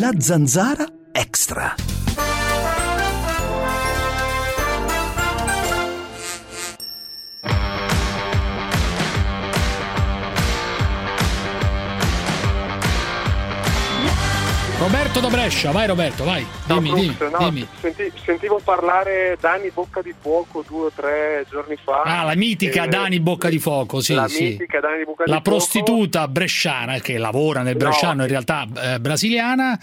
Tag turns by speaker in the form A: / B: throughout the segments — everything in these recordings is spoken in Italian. A: La zanzara extra.
B: Roberto da Brescia, vai Roberto, vai.
C: No,
B: Dimmi, dimmi,
C: Brooks, no,
B: dimmi.
C: senti- sentivo parlare Dani Bocca di Fuoco due o tre giorni fa.
B: Ah, la mitica
C: Eh,
B: Dani Bocca di Fuoco, sì,
C: la
B: sì.
C: mitica Dani Bocca di
B: la
C: Fuoco.
B: prostituta bresciana che lavora nel
C: No.
B: bresciano, in realtà eh, brasiliana.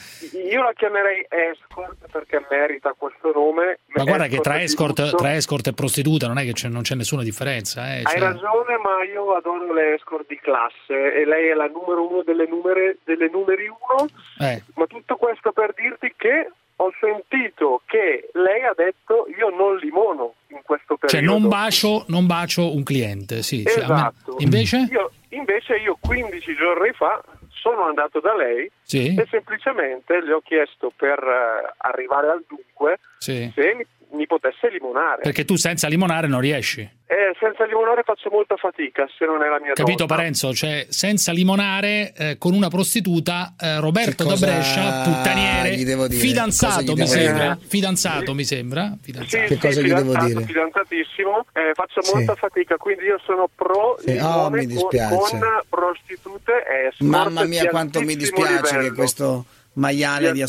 C: Io la chiamerei escort perché merita questo nome.
B: Ma guarda che tra
C: di
B: escort,
C: lusso.
B: tra escort e prostituta non è che c'è, non c'è nessuna differenza. Eh,
C: Hai
B: cioè.
C: ragione, ma io adoro le escort di classe e lei è la numero uno delle, numere, delle numeri uno.
B: Eh.
C: Ma tutto questo per dirti che ho sentito che lei ha detto io non limono in questo
B: Cioè
C: periodo.
B: non bacio, non bacio un cliente, sì. Cioè, a me-
C: Esatto.
B: Invece?
C: Io, invece io 15 giorni fa sono andato da lei
B: Sì,
C: e semplicemente le ho chiesto per eh, arrivare al dunque
B: sì.
C: se mi, mi potesse limonare.
B: Perché tu senza limonare non riesci.
C: Eh, senza limonare faccio molta fatica se non è la mia
B: Capito
C: donna.
B: Parenzo? Cioè, senza limonare eh, con una prostituta, eh, Roberto da
D: Che cosa
B: Brescia, puttaniere,
D: gli devo dire? Cosa gli
B: fidanzato
D: devo
B: mi
D: dire?
B: sembra,
C: Eh.
B: fidanzato mi sembra,
C: Sì,
B: fidanzato.
D: Che
C: sì,
D: cosa gli devo
C: fidanzato,
D: dire?
C: Fidanzatissimo, eh, faccio
D: Sì.
C: molta fatica, quindi io sono pro
D: Sì,
C: limone
D: oh, mi
C: con-
D: dispiace.
C: con, prostitute e escort
D: Mamma
C: di
D: mia, quanto mi
C: altissimo
D: dispiace
C: livello.
D: che questo maiale di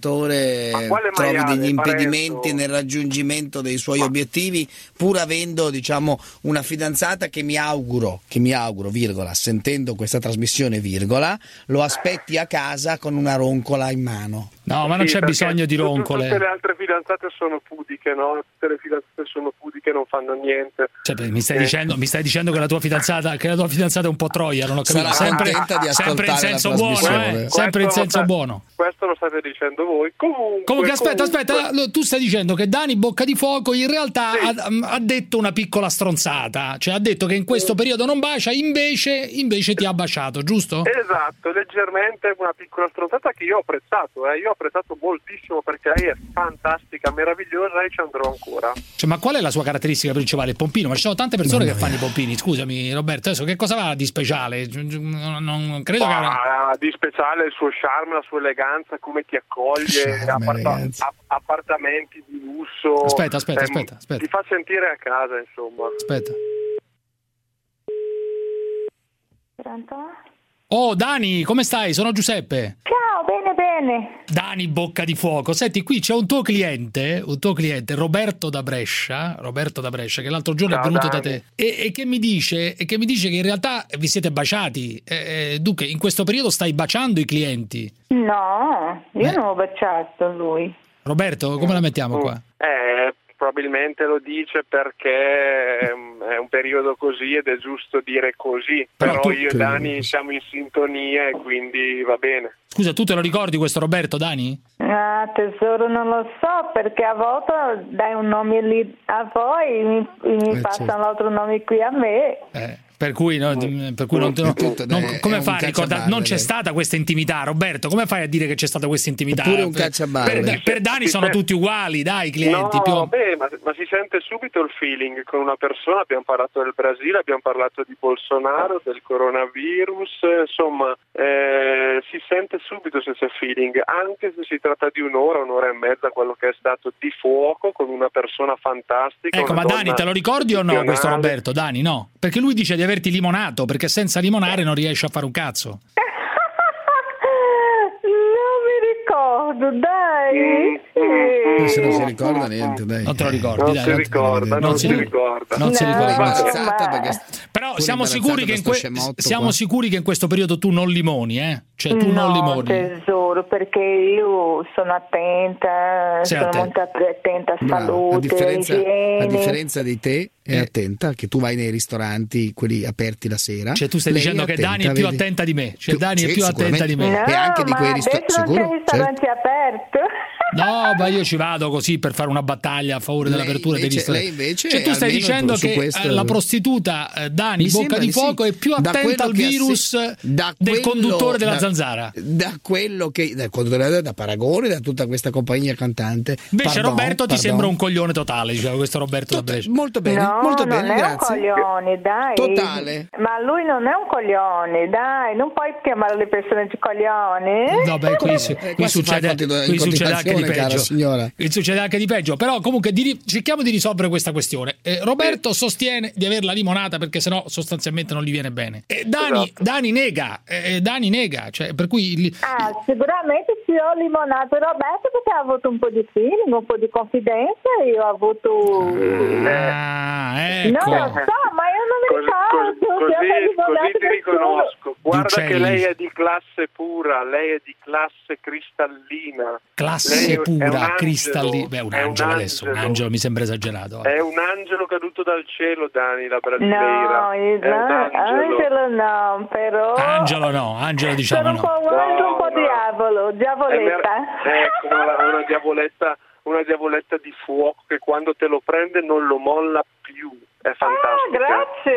D: ascoltatore
C: Ma quale
D: trovi
C: maiale,
D: degli
C: Parenzo?
D: impedimenti nel raggiungimento dei suoi obiettivi, pur avendo, diciamo, una fidanzata che mi auguro, che mi auguro, virgola, sentendo questa trasmissione, virgola,
C: Eh.
D: lo aspetti a casa con una roncola in mano.
B: No, ma non
C: Sì,
B: c'è
C: perché
B: bisogno
C: tu- tu-
B: di
C: Tutte le
B: roncole.
C: altre fidanzate sono pudiche, no? Tutte le fidanzate sono pudiche, non fanno niente.
B: Cioè, beh, mi, stai
C: Eh.
B: dicendo, mi stai dicendo che la tua fidanzata, che la tua fidanzata è un po' troia, non ho capito.
D: Sarà
B: sempre,
D: contenta di
B: sempre in
D: ascoltare
B: senso
D: la
B: buono,
D: trasmissione.
B: eh? sempre
C: Questo
B: in
C: lo
B: senso
C: sta-
B: buono.
C: Questo lo state dicendo voi. Comunque,
B: Comunque, aspetta,
C: comunque-
B: aspetta, lo- tu stai dicendo che Dani Bocca di Fuoco in realtà ha, ha detto una piccola stronzata, cioè ha detto che in questo periodo non bacia, invece, invece ti ha baciato, giusto?
C: Esatto, leggermente una piccola stronzata che io ho apprezzato, eh. io ho apprezzato moltissimo perché lei è fantastica, meravigliosa e ci andrò ancora.
B: Cioè, ma qual è la sua caratteristica principale? Il pompino? Ma ci sono tante persone che
C: eh.
B: fanno i pompini, scusami Roberto, adesso che cosa va di speciale? Non, non- credo che avrà...
C: Ah, di speciale il suo charme, la sua eleganza, come ti accoglie,
D: Charme,
C: apparta-
D: ragazzi.
C: a- appartamenti di lusso.
B: Aspetta, aspetta,
C: Ehm,
B: aspetta, aspetta.
C: Ti fa sentire a casa, insomma.
B: Aspetta.
E: Pronto?
B: Oh Dani, come stai? Sono Giuseppe.
E: Ciao, bene, bene.
B: Dani Bocca di Fuoco. Senti, qui c'è un tuo cliente, un tuo cliente, Roberto da Brescia, Roberto da Brescia, che l'altro giorno
C: Ciao,
B: è venuto da
C: Dani.
B: te e, e che mi dice, e che mi dice che in realtà vi siete baciati. Eh, eh, dunque, in questo periodo stai baciando i clienti.
E: No, io
B: Eh.
E: non ho baciato lui.
B: Roberto, come la mettiamo qua?
C: Eh, probabilmente lo dice perché ehm, è un periodo così ed è giusto dire così.
B: Però
C: Però,
B: tu-
C: io e Dani siamo in sintonia e quindi va bene.
B: Scusa, tu te lo ricordi questo Roberto, Dani?
E: Ah, tesoro, non lo so perché a volte dai un nome lì a voi, mi, mi
D: Eh,
E: passano
D: certo.
E: l'altro nome qui a me.
B: Eh, per cui, no, mm, per cui non,
D: È tutto,
B: non-
D: è- è
B: come
D: un
B: fai a ricordare?
D: cacciabarre,
B: Non c'è
D: lei.
B: stata questa intimità, Roberto. Come fai a dire che c'è stata questa intimità?
D: Eppure un
B: Per-
D: cacciabarre.
B: Per, per Dani sono tutti uguali, dai, i clienti.
C: no,
B: più-
C: beh, ma, ma si sente subito il feeling con una persona. Abbiamo parlato del Brasile, abbiamo parlato di Bolsonaro, del coronavirus. eh, Insomma, eh, si sente subito se c'è feeling, anche se si tratta di un'ora, un'ora e mezza, quello che è stato di fuoco con una persona fantastica.
B: Ecco,
C: una
B: ma Dani,
C: donna
B: te lo ricordi o no questo
C: eccezionale.
B: Roberto? Dani, no. Perché lui dice di averti limonato, perché senza limonare non riesci a fare un cazzo.
E: non mi ricordo, dai.
C: Mm, mm,
D: Se non si
E: Sì.
D: ricorda niente,
C: eh.
D: dai.
B: Non te lo ricordi,
C: Non
B: dai.
C: si
B: non-
C: ricorda, non,
B: si-
C: si ricorda.
B: non si
E: No,
B: ricorda.
E: ma-
D: Imbarazzata perché-
B: Però
D: pure
B: siamo sicuri, che in que-
D: imbarazzato per sto scemotto
B: siamo
D: qua.
B: sicuri che in questo periodo tu non limoni, eh? Cioè tu non
E: no,
B: limoni.
E: tesoro, perché io sono attenta,
B: Sei
E: sono
B: attenta.
E: molto attenta a
D: Brava, a
E: salute,
D: differenza,
E: igiene.
D: a differenza di te, è
B: Eh.
D: attenta che tu vai nei ristoranti, quelli aperti la sera.
B: Cioè, tu stai
D: Lei
B: dicendo
D: è
B: che Dani è più
D: vedi?
B: attenta di me. Cioè, Dani è
D: sì,
B: più attenta
D: sicuramente.
B: di me.
E: No,
D: E anche di Certo.
E: ma
D: quei
E: adesso
D: ristoranti.
E: non c'è
D: Sicuro?
E: ristorante aperto.
B: No, ma io ci vado così per fare una battaglia a favore
D: Lei
B: dell'apertura dei
D: invece-
B: ristoranti.
D: lei invece,
B: cioè, tu stai
D: almeno
B: dicendo
D: su
B: che
D: questo-
B: eh, la prostituta eh, Dani
D: Mi
B: Bocca
D: sembra
B: di
D: sì.
B: Fuoco è più
D: Da
B: attenta
D: quello
B: al
D: che assi-
B: virus
D: da
B: del
D: quello-
B: conduttore della
D: da-
B: zanzara.
D: Da quello che. Da, conduttore- da Paragone, da tutta questa compagnia cantante.
B: Invece
D: Pardon,
B: Roberto ti
D: pardon.
B: sembra un coglione totale, diceva questo Roberto da Brescia.
D: Molto bene,
E: no,
D: molto
E: non
D: bene,
E: è
D: grazie.
E: un coglione, dai.
D: Totale.
E: Ma lui non è un coglione, dai. Non puoi chiamare le persone di coglione.
B: No, beh, qui, su-
D: Eh, qua
B: qui
D: si
B: succede,
D: fa in continu-
B: qui
D: in
B: succede anche di
D: continuazione, cara
B: peggio.
D: signora.
B: Qui succede anche di peggio. Però, comunque, di ri- cerchiamo di risolvere questa questione. Eh, Roberto sostiene di aver la limonata perché, sennò, sostanzialmente non gli viene bene. E Dani,
C: Esatto.
B: Dani nega, eh, Dani nega, cioè, per cui il-
E: Ah, sicuramente ci ho limonato Roberto perché ha avuto un po' di feeling, un po' di confidenza e io ho avuto...
B: Ah, ecco.
E: Non lo so, ma io non mi
C: Cos- cos-
E: ricordo. se ho
C: così,
E: limonato
C: così ti
E: nessuno.
C: riconosco. Guarda
B: Ducelli.
C: che lei è di classe pura, lei è di classe cristallina.
B: Classe
C: Lei è un
B: pura,
C: angelo,
B: cristallina. Beh, un
C: è un
B: angelo adesso, un
C: angelo. Eh,
B: angelo mi sembra esagerato. eh.
C: È un angelo caduto dal cielo, Dani, la brasileira.
E: No,
C: è
E: io-
C: un angelo.
E: Angelo no, però...
C: oh.
B: Angelo no, Angelo diciamo
E: Sono un
B: no.
E: po' uomo e un po'
C: No, no.
E: diavolo,
C: È mer-
E: diavoletta.
C: ecco, una, una diavoletta, una diavoletta di fuoco che quando te lo prende non lo molla più. È
E: Ah,
C: fantastico.
E: grazie.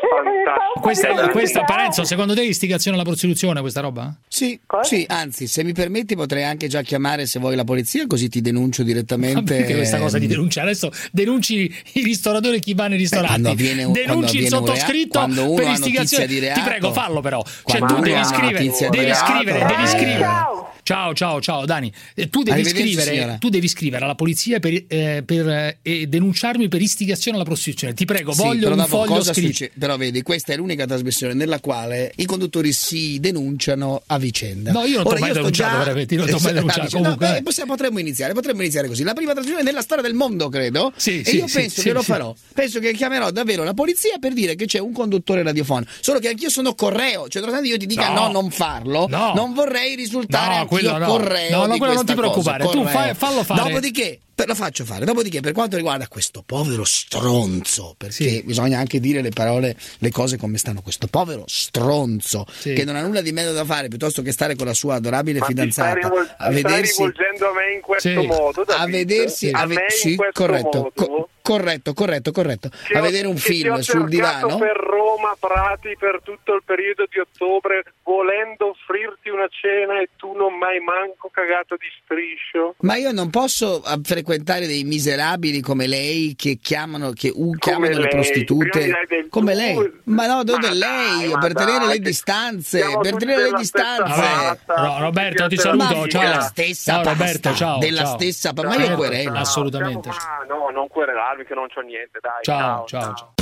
C: fantastico.
B: Questa,
C: Dai.
B: questa Parenzo, secondo te è istigazione alla prostituzione questa roba?
D: Sì,
E: Cosa?
D: sì, anzi, se mi permetti potrei anche già chiamare se vuoi la polizia, così ti denuncio direttamente.
B: Perché questa cosa di denunciare adesso denunci i ristoratori e chi va nei ristoranti.
D: Eh, quando avviene un- quando
B: denunci il
D: avviene un rea-
B: sottoscritto
D: quando uno
B: per
D: ha
B: istigazione.
D: notizia di
B: Ti
D: reato.
B: prego, fallo però. Cioè
D: Quando
B: tu
D: uno
B: devi
D: ha
B: scrivere,
D: notizia di
B: devi
D: reato.
B: scrivere, devi
E: Dai,
B: scrivere.
E: ciao.
B: Ciao, ciao, ciao Dani. Eh, Tu devi
D: Arrivederci,
B: scrivere,
D: signora.
B: tu devi scrivere alla polizia per, eh, per, eh, e denunciarmi per istigazione alla prostituzione. Eh, Ti prego,
D: Sì,
B: voglio
D: però
B: un
D: dopo
B: foglio
D: cosa
B: scritto.
D: succede? Però vedi, questa è l'unica trasmissione nella quale i conduttori si denunciano a vicenda.
B: No, io non t'ho
D: Ora,
B: mai
D: sto
B: denunciato,
D: già-
B: veramente, io non t'ho mai
D: Eh,
B: denunciato,
D: dice, no,
B: comunque,
D: beh,
B: eh.
D: possiamo- potremmo iniziare, potremmo iniziare così. La prima trasmissione della storia del mondo, credo.
B: Sì,
D: e
B: sì,
D: io
B: sì,
D: penso
B: sì,
D: che lo
B: sì.
D: farò. Penso che chiamerò davvero la polizia per dire che c'è un conduttore radiofonico. Solo che anch'io sono correo, cioè nonostante io ti dica
B: No.
D: no, non farlo,
B: No.
D: non vorrei risultare
B: No,
D: anch'io
B: quello no.
D: correo.
B: No, no,
D: di
B: quello non ti
D: questa cosa,
B: preoccupare, tu
D: correo.
B: fai- fallo fare.
D: Dopodiché per- lo faccio fare. Dopodiché, per quanto riguarda questo povero stronzo, perché
B: Sì.
D: bisogna anche dire le parole, le cose come stanno, questo povero stronzo
B: Sì.
D: che non ha nulla di meglio da fare piuttosto che stare con la sua adorabile
C: Ma ti
D: fidanzata
C: stai, rivol-
D: a
C: ti stai
D: vedersi
C: rivolgendo a me in questo
B: Sì.
C: modo,
D: a
C: David?
D: vedersi
C: a
D: a ve-
C: me in
D: sì,
C: questo
D: corretto,
C: modo.
D: co- corretto, corretto, corretto.
C: Che
D: a
C: ho-
D: vedere un
C: che
D: film
C: ti ho cercato
D: sul divano.
C: per Roma Prati per tutto il periodo di ottobre volendo offrirti una cena e tu non mai manco cagato di striscio
D: Ma io non posso eh, frequentare dei miserabili come lei che chiamano, che u- chiamano le
C: lei, prima
D: prostitute
C: di lei del
D: come
C: tu.
D: lei. Ma no,
C: Ma
D: dove lei?
C: dai, ma
D: per tenere
C: dai,
D: le
C: che
D: distanze,
C: siamo
D: per
C: tutti
D: tenere le
C: della stessa
D: distanze.
C: razza,
B: Ro- Roberto, ti
C: tutti
D: Ma
B: saluto.
C: della
B: Ciao,
D: della
C: stessa
D: stessa
B: ciao
D: pasta,
B: Roberto, ciao.
D: della
B: ciao.
D: stessa pa-
C: razza.
D: ma io
B: Certo,
D: querelo.
B: Assolutamente.
C: siamo qua. no non querelarmi che non c'ho niente dai
B: Ciao,
C: ciao
B: ciao,
C: ciao,
B: ciao.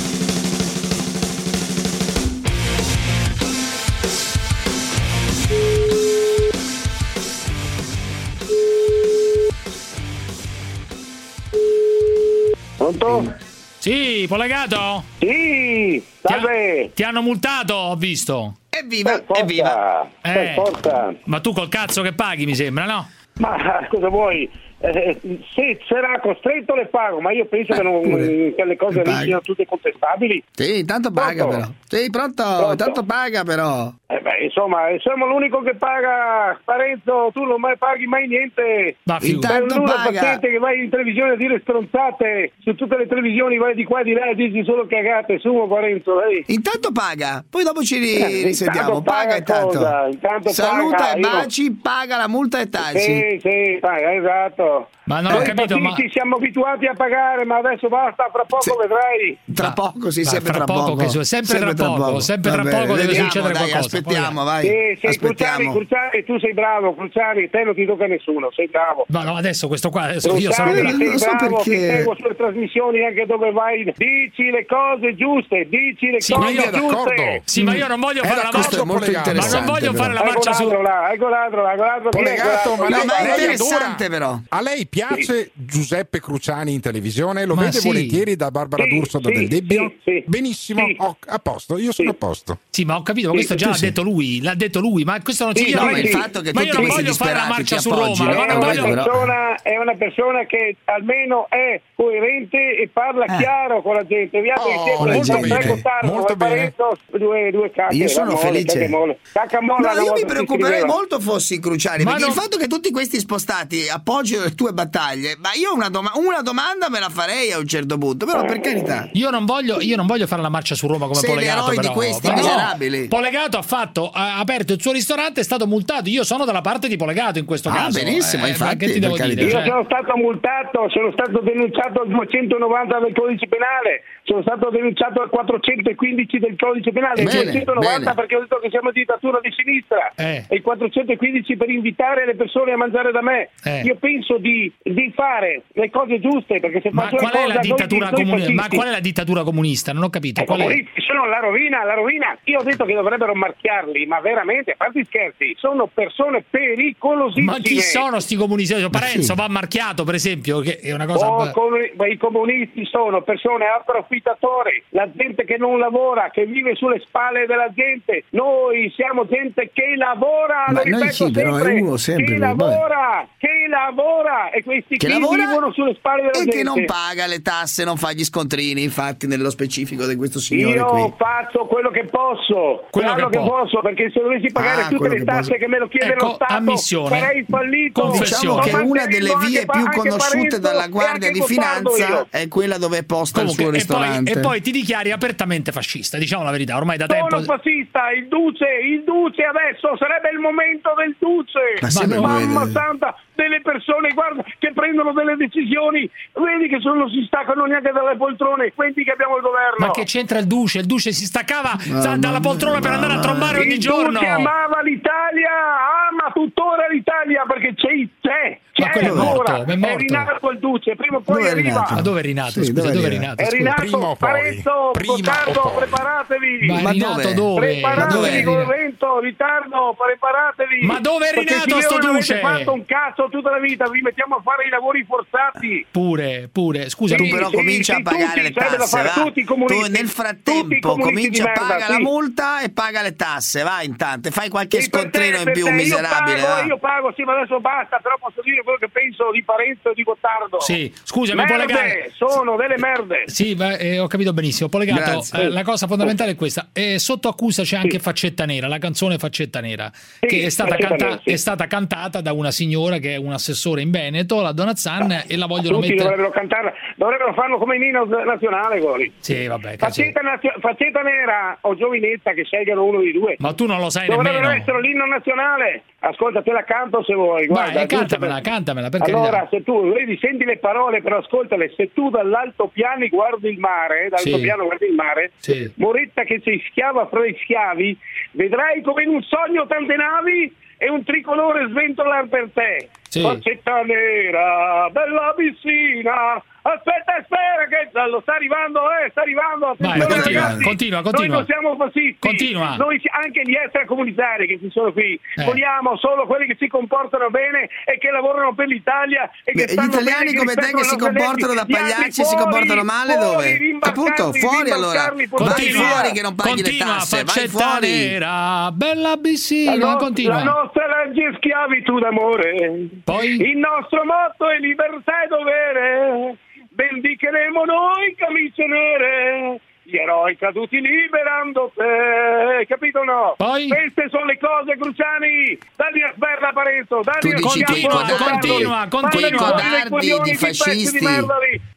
F: Pronto?
B: Sì, collegato?
F: Sì,
B: Ti, ha-
F: salve!
B: ti hanno multato, ho visto.
D: Evviva,
F: Per forza,
D: evviva.
F: per
B: Eh.
F: forza.
B: Ma tu col cazzo che paghi, mi sembra, no?
F: Ma cosa vuoi? Eh, se sarà costretto le pago, ma io penso che, non-
D: Eh, pure.
F: che le cose
D: Le
F: lì
D: pago.
F: siano tutte contestabili.
D: Sì, intanto paga
F: Pronto?
D: però. Sì, pronto,
F: Pronto?
D: intanto paga però.
F: Eh beh, insomma, eh, siamo l'unico che paga. Parenzo, tu non mai paghi mai niente.
B: Ma figurati.
F: Per
D: Tanto
F: nulla
D: paga.
F: paziente che vai in televisione a dire stronzate. Su tutte le televisioni vai di qua e di là e dici solo cagate. Su, Parenzo, dai.
D: Intanto paga, poi dopo ci ri-
F: Eh,
D: risentiamo.
F: intanto
D: Paga
F: paga
D: intanto.
F: cosa? Oh, Intanto
D: Saluta
F: paga,
D: e
F: io-
D: baci, paga la multa e taci.
F: Sì, sì, paga, esatto.
B: Ma non ho
F: Noi
B: capito, ma-
F: partiti siamo abituati a pagare, ma adesso basta, fra poco
D: Sì.
F: vedrai.
D: Tra
B: Ma-
D: poco, sì,
B: Ah, ma
D: sempre
B: fra
D: tra
B: poco
D: poco.
B: che su- sempre tra poco, sempre
D: Va
B: tra
D: bene,
B: poco deve
D: vediamo,
B: succedere
D: dai,
B: qualcosa,
D: Aspettiamo, vai.
F: Sì, sì, Cruciani,
D: aspettiamo.
F: Cruciani, tu sei bravo, Cruciani, te non ti tocca nessuno, sei bravo.
B: Ma no, adesso questo qua, adesso Eh, io sono
F: Cruciani,
D: bravo.
F: sei
D: Non so
F: bravo,
D: perché-
F: ti seguo sulle trasmissioni anche dove vai, dici le cose giuste, dici le
B: Sì, ma
F: cose
B: io-
F: giuste.
G: d'accordo.
B: Sì, ma io non voglio
D: Eh,
B: fare la
D: questo
B: marcia,
D: è molto
B: ma non
D: interessante,
B: voglio
D: però.
B: fare la
F: Hai
B: marcia su
F: coladro là, hai coladro là, coladro chi è
G: Collegato,
F: coladro?
G: ma
D: No,
G: lei,
D: ma è
G: lei adora-
D: interessante però.
G: Ha A lei piace Giuseppe Cruciani in televisione? Lo
B: Ma
G: vede
B: sì.
G: volentieri da Barbara
F: Sì,
G: D'Urso da
F: sì,
G: Del Debbio?
F: sì, sì.
G: Benissimo,
F: Sì.
G: ho- a posto, io sono
F: Sì.
G: a posto.
B: Sì, ma ho capito, ma questo
F: Sì,
B: già l'ha
F: sì, sì.
B: detto lui, l'ha detto lui, ma questo non si
F: Sì,
B: chiama.
F: no,
B: ma
F: ma il
D: fatto che
B: io
D: tutti
B: non
D: questi
B: voglio fare la
D: disperati
B: marcia
D: ti
B: su
D: appoggiano,
B: Roma,
F: è,
B: ma non
D: eh,
F: una
B: voglio...
D: però-
F: persona, è una persona che almeno è coerente e parla chiaro con la gente. Vi altri
G: Oh,
F: insieme,
G: molto
F: dai,
G: bene,
F: tre cottardo,
G: molto
F: un paletto, Due, due cacche,
D: Io sono
F: Ah, la mole,
D: felice.
F: cacche mole. Cacca mole, una
D: No, io
F: volta
D: mi
F: si
D: preoccuperei
F: scriveva.
D: molto fossi cruciali,
B: Ma
D: perché
B: no.
D: il fatto che tutti questi spostati appoggino le tue battaglie, ma io una, doma- una domanda me la farei a un certo punto, però per carità.
B: Io non, voglio, io non voglio fare la marcia su Roma come
D: Sei
B: Polegato
D: l'eroe di
B: però.
D: questi
B: Ma no,
D: miserabili.
B: Polegato ha fatto ha aperto il suo ristorante, è stato multato. Io sono dalla parte di Polegato in questo
D: Ah,
B: caso.
D: benissimo,
B: Eh, ma
D: infatti,
B: che ti devo
D: per
B: dire?
D: carità.
F: Io
B: Cioè,
F: sono stato multato, sono stato denunciato al 290 del codice penale, sono stato denunciato al 415 del codice penale, il
D: Bene,
F: 290
D: bene.
F: perché ho detto che siamo dittatura di sinistra
B: Eh.
F: e il 415 per invitare le persone a mangiare da me.
B: Eh.
F: Io penso di, di fare le cose giuste perché se
B: ma
F: faccio
B: qual
F: una
B: è
F: cosa
B: la
F: noi-
B: dittatura
F: noi
B: comunista? Ma
F: fascisti-
B: qual è la dittatura comunista? Non ho capito.
F: Eh, i
B: Qual è?
F: comunisti sono la rovina, la rovina. Io ho detto che dovrebbero marchiarli, ma veramente, a parte i scherzi, sono persone pericolosissime.
B: Ma chi sono sti comunisti? Cioè, Parenzo
D: sì.
B: va marchiato, per esempio, che è una cosa.
F: Oh, come- ma I comunisti sono persone approfittatori, la gente che non lavora, che vive sulle spalle della gente. Noi siamo gente che lavora,
H: Ma
F: lo
H: noi
F: ripeto
H: sì, però è
F: sempre,
H: uno sempre,
F: che
H: lui, vai.
F: lavora, che lavora e questi
D: Che
F: qui
D: lavora
F: vivono sulle spalle della
D: e
F: gente.
D: che non paga le tasse, non fa gli scontrini, infatti, nello specifico di questo signore
F: Io
D: qui.
F: faccio quello che posso, quello
B: Quello che
F: che,
B: può.
F: posso, perché se dovessi pagare
D: Ah,
F: tutte
D: quello
F: le
D: che
F: tasse
D: posso.
F: che me lo chiede
B: Ecco,
F: lo Stato,
B: ammissione.
F: sarei fallito.
D: Diciamo
B: Confessione.
D: che
F: Sono
D: una delle
F: Martellino, anche
D: vie più
F: pa- anche
D: conosciute
F: Parenzo
D: dalla
F: e
D: Guardia
F: anche
D: di
F: Gottardo
D: Finanza
F: io.
D: è quella dove è posto
B: Comunque,
D: il suo
B: e, poi,
D: ristorante.
B: e poi ti dichiari apertamente fascista, diciamo la verità, ormai da tempo.
F: Sono fascista, il duce, il duce adesso sarebbe il momento del duce.
D: Ma sembra
F: Mamma
D: lui-
F: santa, delle persone guarda, che prendono delle decisioni, vedi che sono- non si staccano neanche dalle poltrone, quindi che abbiamo il governo.
B: Ma che c'entra il duce? Il duce si staccava sa- dalla poltrona per andare a trombare ogni
F: il
B: giorno.
F: duce Ah, amava l'Italia, ama tuttora l'Italia perché c'è, c'è, c'è
B: Ma quello è
F: ancora.
B: morto, è morto.
F: rinato il duce, prima o poi
D: Dove è
F: arriva.
D: rinato?
B: Ma dove è rinato?
H: Sì,
B: Scusa,
H: dove è
B: dove è
H: rinato?
B: rinato?
F: È
G: Prima o
F: rinato,
G: poi?
F: Parezzo,
G: Prima o
F: Gottardo,
G: poi?
F: preparatevi.
B: Ma,
D: Ma
B: è rinato
D: dove?
B: dove?
D: Ma dove
F: Preparatevi
D: è
F: col
B: rinato?
F: vento, ritardo, preparatevi.
B: Ma dove è
F: Perché
B: rinato
F: se
B: sto
F: voi non avete
B: duce?
F: fatto un cazzo tutta la vita, vi mettiamo a fare i lavori forzati.
B: Pure, Eh, pure, scusa,
F: Sì,
D: tu però
F: sì,
D: comincia
F: sì,
D: a pagare
F: tutti,
D: le
F: sai cosa
D: tasse,
F: fare,
D: va.
F: tutti i comunisti,
D: tu nel
F: tutti i
D: frattempo
F: comunisti
D: comincia
F: di
D: a
F: merda,
D: pagare la
F: sì.
D: multa e paga le tasse, va intanto, e fai qualche
F: Sì, per
D: scontrino
F: te,
D: in
F: per
D: più
F: te,
D: miserabile, eh.
F: Io pago,
D: va.
F: io pago, sì, ma adesso basta, però posso dire quello che penso di Parenzo e di Gottardo.
B: Sì, scusa, mi può legare-
F: Merde, sono delle merde.
B: Sì, ma, eh, ho capito benissimo. Polegato,
D: Grazie.
B: eh, la cosa fondamentale è questa. Eh, sotto accusa c'è anche Faccetta Nera, la canzone Faccetta Nera, che è stata,
F: Faccetta
B: canta-
F: Nera, sì.
B: è stata cantata da una signora che è un assessore in Veneto, la Donazzan, e la vogliono
F: Ah, Tutti
B: mettere...
F: dovrebbero cantarla, dovrebbero farlo come in inno nazionale, Goli.
B: Sì, vabbè, cazzo.
F: Faccetta, nazio- faccetta nera o giovinetta che scelgano uno dei due.
B: Ma tu non lo sai
F: Dovrebbero
B: nemmeno.
F: essere l'inno nazionale. Ascolta, te la canto se vuoi. Guarda,
B: Vai,
F: giusto
B: cantamela,
F: per-
B: cantamela, per carità.
F: Allora, se tu vedi, senti le parole, però ascoltale. Se tu dall'altopiano guardi il mare, dall'altopiano
B: Sì.
F: guardi il mare,
B: Sì.
F: Moretta che sei schiava fra gli schiavi, vedrai come in un sogno tante navi e un tricolore sventolar per te.
B: Sì.
F: Faccetta nera, bella piscina. Aspetta, spera che il giallo sta arrivando, eh, sta arrivando.
B: Vai,
F: Attenzione,
B: continua,
F: ragazzi.
B: continua, continua.
F: Noi non siamo fascisti.
B: Continua.
F: Noi si- anche gli extracomunitari che ci sono qui,
B: Eh.
F: vogliamo solo quelli che si comportano bene e che lavorano per l'Italia e
D: Beh,
F: che
D: gli
F: stanno bene,
D: italiani
F: che
D: come te
F: rispettano
D: che si
F: i nostri
D: comportano da
F: eletti. Gli altri
D: pagliacci, si
F: fuori,
D: comportano male,
F: fuori,
D: dove?
F: rimbascarli,
D: Appunto, fuori allora.
F: rimbascarli,
D: Vai
F: portarli via.
D: fuori che non paghi le
B: continua,
D: tasse, vai
B: Faccetta
D: fuori.
B: Nera, bella
F: La,
B: piscina,
F: no-
B: continua.
F: la nostra legge è schiavitù d'amore.
B: Poi?
F: Il nostro motto è libertà e dovere. Vendicheremo noi, camicie nere. Gli eroi caduti liberando te. Capito o no?
B: Poi?
F: Queste sono le cose, Cruciani. Dagli a sberla, Parenzo. Dagli
D: Tu
F: a
D: dici
F: schiaffo,
D: codardi,
B: continua, continua.
D: codardi di fascisti.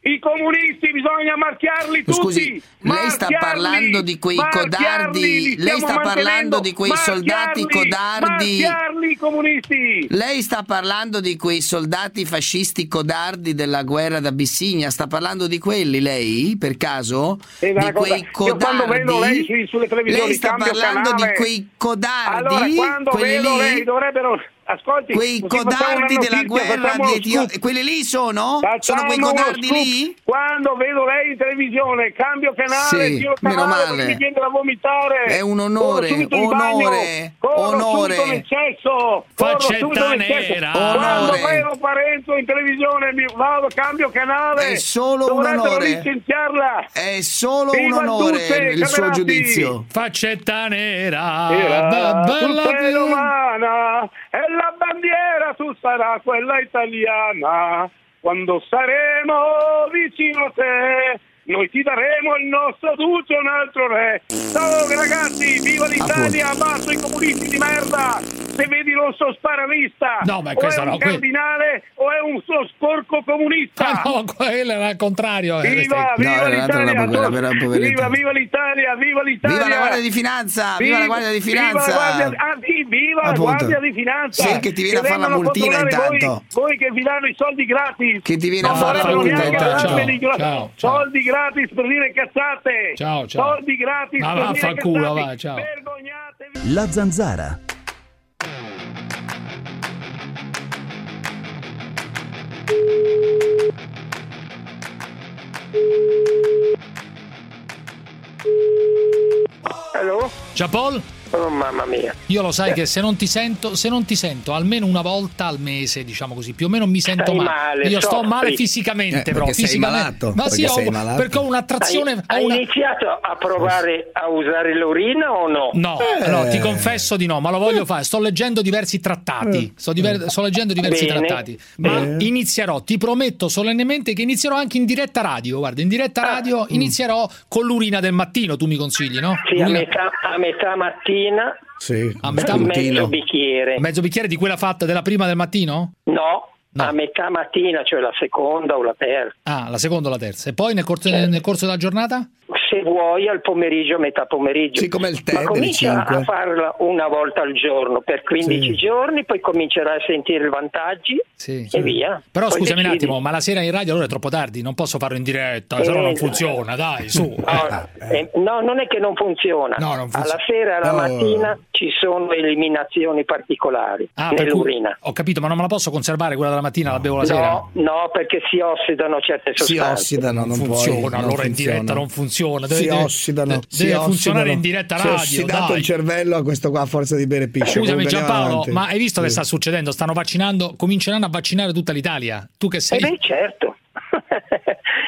F: I comunisti bisogna marchiarli tutti.
D: Ma scusi, lei sta
F: marchiarli,
D: parlando di quei
F: marchiarli,
D: codardi,
F: li
D: lei
F: stiamo
D: sta parlando
F: mantenendo,
D: di quei soldati
F: marchiarli,
D: codardi.
F: Marchiarli i comunisti.
D: Lei sta parlando di quei soldati fascisti codardi della guerra d'Abissinia, sta parlando di quelli lei, per caso?
F: Eh,
D: di
F: guarda,
D: quei
F: guarda, io quando
D: codardi?
F: vedo lei sui- sulle televisioni,
D: Lei sta
F: cambio
D: parlando
F: canale.
D: di quei codardi?
F: Allora, quando
D: quelli
F: vedo
D: lì?
F: lei dovrebbero ascolti,
D: Quei
F: così facciamo
D: codardi
F: una notizia,
D: della guerra
F: facciamo
D: di
F: uno
D: Etiopia.
F: scoop.
D: Quelli lì sono? Sono
F: Facciamo
D: quei
F: uno
D: codardi
F: scoop.
D: lì?
F: Quando vedo lei in televisione, cambio canale,
D: Sì,
F: giro
D: meno
F: canale
D: male.
F: perché mi viene da vomitare.
D: È un onore,
F: Corro subito in bagno,
D: onore,
F: corro
D: onore.
F: subito in eccesso, corro
B: Faccetta
F: subito in eccesso.
B: nera.
F: Quando
D: Onore.
F: vedo Parenzo in televisione, mi vado, cambio canale.
D: È solo un
F: Dovrebbero
D: onore.
F: licenziarla.
D: È solo un
F: Viva
D: onore
F: tutte,
D: il suo
F: camerati!
D: giudizio.
B: Faccetta nera,
F: Era
B: be- bella
F: tutta
B: vi-
F: romana e la bandiera tu sarà quella italiana. Quando saremo vicino a te, noi ti daremo il nostro duce un altro re. Ciao ragazzi, viva l'Italia, abbasso i comunisti di merda. Se vedi l'osso sparavista,
B: No, ma
F: o
B: questo
F: è un
B: no, que-
F: cardinale o è un suo sporco comunista.
B: Ah, no, quello era il contrario. eh,
F: Viva,
B: queste-
F: viva
D: No, era l'altra,
F: l'Italia!
D: la po- la vera povertà.
F: viva, viva l'Italia! Viva l'Italia!
D: Viva la Guardia di Finanza! Viva la Guardia di Finanza!
F: Viva la Guardia, ah, sì, viva la
D: Appunto.
F: Guardia di Finanza!
D: Sì, che ti viene a fare la
F: vengono
D: multina
F: controllare
D: intanto.
F: Voi, voi che vi danno i soldi gratis!
D: Che ti viene
F: non
D: a fare la
F: vorrebbero
B: multina
F: neanche
B: intanto.
F: darveli
B: Ciao,
F: gra-
B: ciao, ciao.
F: Soldi gratis per dire cazzate!
B: Ciao, ciao.
F: Soldi gratis
B: Ma
F: per dire
B: vaffanculo,
F: cazzate!
B: va, ciao.
F: Vergognatevi!
I: La zanzara.
H: Hello?
B: Giappol,
H: Oh, mamma mia.
B: io lo
H: Eh.
B: sai che se non ti sento, se non ti sento almeno una volta al mese, diciamo così, più o meno mi sento
H: Stai
B: male.
H: male,
B: io sto
H: soffri.
B: male
D: Eh,
B: fisicamente,
D: perché
B: però
D: sei
B: fisicamente.
D: malato,
B: Ma sì,
D: perché
B: ho-
D: sei malato.
B: perché ho
H: Hai,
B: un'attrazione ho
H: hai
B: una-
H: iniziato a provare a usare l'urina o no?
B: No, no,
D: Eh.
B: ti confesso di no, ma lo voglio fare. Sto leggendo diversi
D: Eh.
B: trattati. Sto, diver- sto leggendo diversi
H: Bene.
B: trattati. Ma inizierò, ti prometto solennemente che inizierò anche in diretta radio. Guarda, in diretta
H: Ah.
B: radio
D: Mm.
B: inizierò con l'urina del mattino. Tu mi consigli, no?
H: Sì, a
B: L'urina-
H: metà, a metà mattina,
D: Sì,
B: A metà
H: mezzo bicchiere.
B: Mezzo bicchiere di quella fatta della prima del mattino?
H: no,
B: No.
H: a metà mattina, cioè la seconda o la terza.
B: Ah, la seconda o la terza. E poi nel corso,
H: Certo.
B: nel corso della giornata?
H: Se vuoi al pomeriggio, a metà pomeriggio.
D: Sì, come il tè
H: Ma
D: delle
H: comincia
D: cinque.
H: a farla una volta al giorno per 15
D: Sì.
H: giorni, poi comincerai a sentire i vantaggi
B: Sì.
H: e via.
B: Però
H: Poi
B: scusami un
H: decidi.
B: attimo, ma la sera in radio allora è troppo tardi, non posso farlo in diretta, se no
H: Eh,
B: non
H: no.
B: funziona, dai, su. Ah,
H: No, eh, no, non è che non funziona.
B: No, non funziona.
H: Alla sera e alla
D: No.
H: mattina ci sono eliminazioni particolari
B: Ah, per cui-
H: nell'urina.
B: Ho capito, ma non me la posso conservare quella della mattina, la bevo la sera.
H: No, no, perché si ossidano certe
D: Si
H: sostanze.
D: ossidano, non
B: funziona,
D: puoi, non
B: allora in
D: funziona.
B: diretta non funziona. Deve,
D: si
B: deve-
D: ossidano.
B: deve
D: si
B: funzionare
D: ossidano.
B: in diretta
D: Si è
B: radio.
D: ossidato
B: dai.
D: il cervello a questo qua a forza di bere piscio.
B: Scusami
D: Comunque, andiamo
B: Giampaolo,
D: avanti.
B: ma hai visto che
D: Sì.
B: sta succedendo? Stanno vaccinando, cominceranno a vaccinare tutta l'Italia. Tu che
H: Eh
B: sei...
H: beh, certo.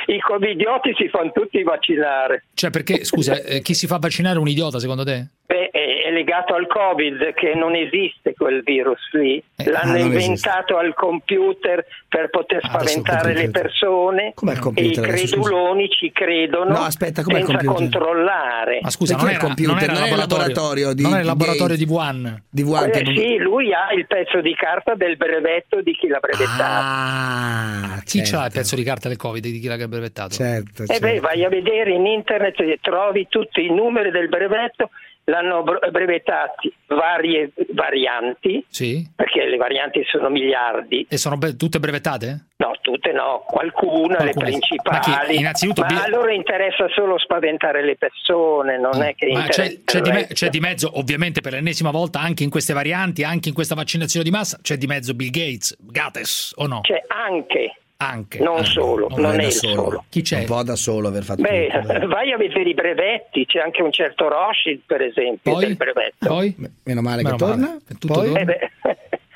H: I covidioti si fanno tutti vaccinare.
B: Cioè perché, scusa, eh, chi si fa vaccinare è un idiota secondo te?
H: Beh, è è legato al Covid che non esiste quel virus lì,
B: Eh,
H: l'hanno
D: ah, non
H: inventato al computer per poter
B: Ah, adesso
H: spaventare
D: il
H: le
D: computer.
H: persone
D: Com'è il
H: e i
D: computer adesso, scusa?
H: creduloni ci credono
D: No, aspetta, com'è il
H: senza
D: computer?
H: controllare.
B: Ma scusa,
D: Perché
B: non
D: il
B: era,
D: computer?
B: non era
D: Non era il laboratorio di-
B: non era il
D: di
B: laboratorio di
D: Gates.
B: Wuhan.
D: Di guardia.
H: Eh, sì, lui ha il pezzo di carta del brevetto di chi l'ha brevettato.
D: Ah,
B: Chi
D: certo.
B: ce l'ha il pezzo di carta del Covid di chi l'ha brevettato?
D: Certo,
H: e Eh beh,
D: certo.
H: vai a vedere in internet e trovi tutti i numeri del brevetto, l'hanno br- brevettati varie varianti,
B: Sì?
H: perché le varianti sono miliardi.
B: E sono be- tutte brevettate?
H: No, tutte no, qualcuna, le
B: Qualcuna.
H: principali.
B: Ma chi- innanzitutto
H: Ma
B: bi-
H: a loro interessa solo spaventare le persone, non è che
B: Mm. Ma
H: interessa.
B: c'è, c'è
H: il
B: di me-
H: resto.
B: c'è di mezzo, ovviamente per l'ennesima volta, anche in queste varianti, anche in questa vaccinazione di massa, c'è di mezzo Bill Gates, Gates o no?
H: C'è anche,
B: Anche.
H: non
B: anche.
H: solo,
B: Non
H: non,
B: è
H: è
B: da
H: il
D: solo.
H: solo.
B: Chi c'è?
D: Un po' da solo aver fatto
H: Beh,
D: tutto, dai.
H: vai a vedere i brevetti, c'è anche un certo Rashid, per esempio,
B: Poi?
H: del brevetto.
B: Poi?
D: Beh, meno male
B: Meno
D: che
B: male.
D: torna.
B: È tutto
D: Poi?
B: dove-
H: Eh beh,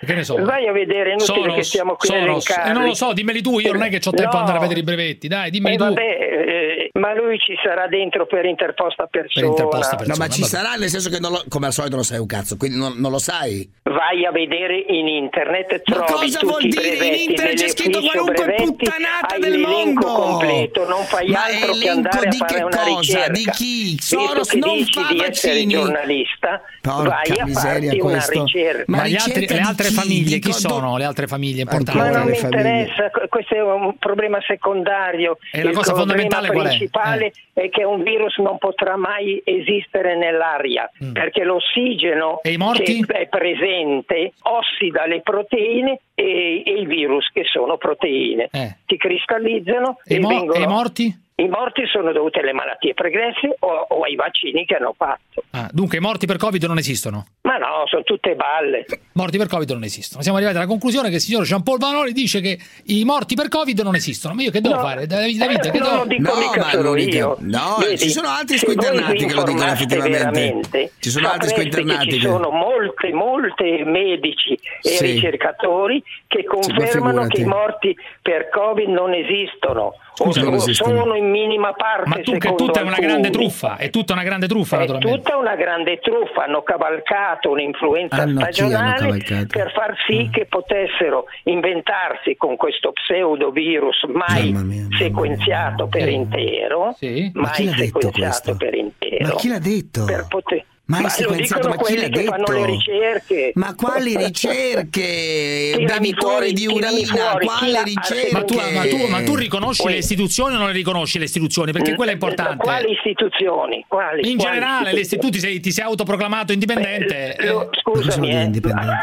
B: Che ne so?
H: Vai a vedere, è inutile
B: Soros,
H: che stiamo qui a
B: Soros.
H: elencarli.
B: Eh, non lo so, dimmeli tu, io non è che ho tempo ad
H: No.
B: andare a vedere i brevetti, dai, dimmeli
H: Eh,
B: tu.
H: vabbè, eh, ma lui ci sarà dentro per interposta persona.
B: interposta persona.
D: No, ma ci
B: Vabbè.
D: sarà nel senso che non lo- come al solito non sai un cazzo, quindi non, non lo sai.
H: Vai a vedere in internet
D: Ma
H: trovi
D: cosa
H: tutti
D: vuol
H: i
D: dire? In
H: brevetti
D: internet c'è
H: dell'ufficio
D: scritto qualunque
H: brevetti,
D: puttanata
H: hai
D: del
H: l'elenco
D: mondo.
H: completo, non fai
D: Ma
H: altro che
D: elenco
H: andare
D: di
H: a fare
D: che
H: una
D: cosa?
H: ricerca.
D: Di chi?
H: Visto
D: Soros
H: che
D: non
H: dici
D: fa
H: di essere
D: vaccini.
H: giornalista, vai a
D: miseria,
H: farti
D: questo.
H: una ricerca.
B: Ma,
D: Ma
B: gli altri-
D: ricerca
B: le
D: di
B: altre
D: chi?
B: famiglie,
D: Di
B: chi
D: co-
B: sono le altre famiglie importanti?
H: Ma
D: Ancora
H: non
D: le
H: mi
D: famiglie.
H: interessa, que- questo è un problema secondario.
B: E la
H: Il
B: cosa fondamentale qual è? Eh.
H: problema principale è? che un virus non potrà mai esistere nell'aria
B: Mm.
H: perché l'ossigeno
B: E i morti?
H: che è presente ossida le proteine e, e i virus che sono proteine.
B: Eh.
H: Si cristallizzano
B: E,
H: e,
B: i mo-
H: vengono...
B: e i morti?
H: I morti sono dovuti alle malattie pregresse o, o ai vaccini che hanno fatto.
B: Ah, dunque, i morti per Covid non esistono.
H: Ma no, sono tutte balle.
B: Morti per Covid non esistono. Siamo arrivati alla conclusione che il signor Jean Paul Vanoli dice che i morti per Covid non esistono. Ma io che devo
H: No.
B: fare? Da, da vita, che
H: non
B: devo...
H: lo dico
D: No,
H: mica
D: ma
H: solo
D: non dite-
H: io.
D: no, ci sono altri squinternati
H: se voi vi
D: che lo dicono
H: informaste
D: effettivamente.
H: veramente,
D: Ci sono altri
H: sapreste
D: squinternati
H: che Ci
D: che-
H: sono molte, molte medici e
D: Sì.
H: ricercatori che confermano
D: figurati.
H: che i morti per Covid non esistono.
D: Scusa,
H: o
D: non
H: so-
D: esistono.
H: sono in minima parte.
B: Ma tu che
H: secondo
B: tutta è una grande
H: alcuni.
B: truffa, è tutta una grande truffa,
H: È
B: naturalmente.
H: tutta una grande truffa, hanno cavalcato un'influenza
D: Ah, no, chi hanno
H: stagionale
D: cavalcato? Mm.
H: per far sì che potessero inventarsi con questo pseudovirus mai
D: Mamma mia, mamma
H: sequenziato per
B: Eh.
H: intero,
B: Sì.
D: Ma chi
H: mai
D: l'ha detto questo?
H: sequenziato per intero.
D: Ma chi l'ha detto?
H: Per poter-
D: Ma è
H: Ma lo
D: sequenziato,
H: dicono
D: ma chi l'ha
H: quelli che
D: detto?
H: fanno le ricerche.
D: Ma quali ricerche?
H: Tirami
D: Bevitori
H: fuori,
D: di
H: tirami
D: urina,
H: fuori, chi
D: quale
H: l'ha-
D: ricerche?
B: Ma tu, ma tu- ma
D: Eh,
B: tu riconosci
H: Poi-
B: le istituzioni o non le riconosci le istituzioni? Perché quello è
H: Da- da
B: importante.
H: Eh, Quali istituzioni? Quali- quali
B: In generale,
H: istituzioni?
B: le istituzioni sei, ti sei autoproclamato indipendente.
H: Eh, lo-
B: eh.
D: Non sono
H: scusami, eh.
D: indipendente.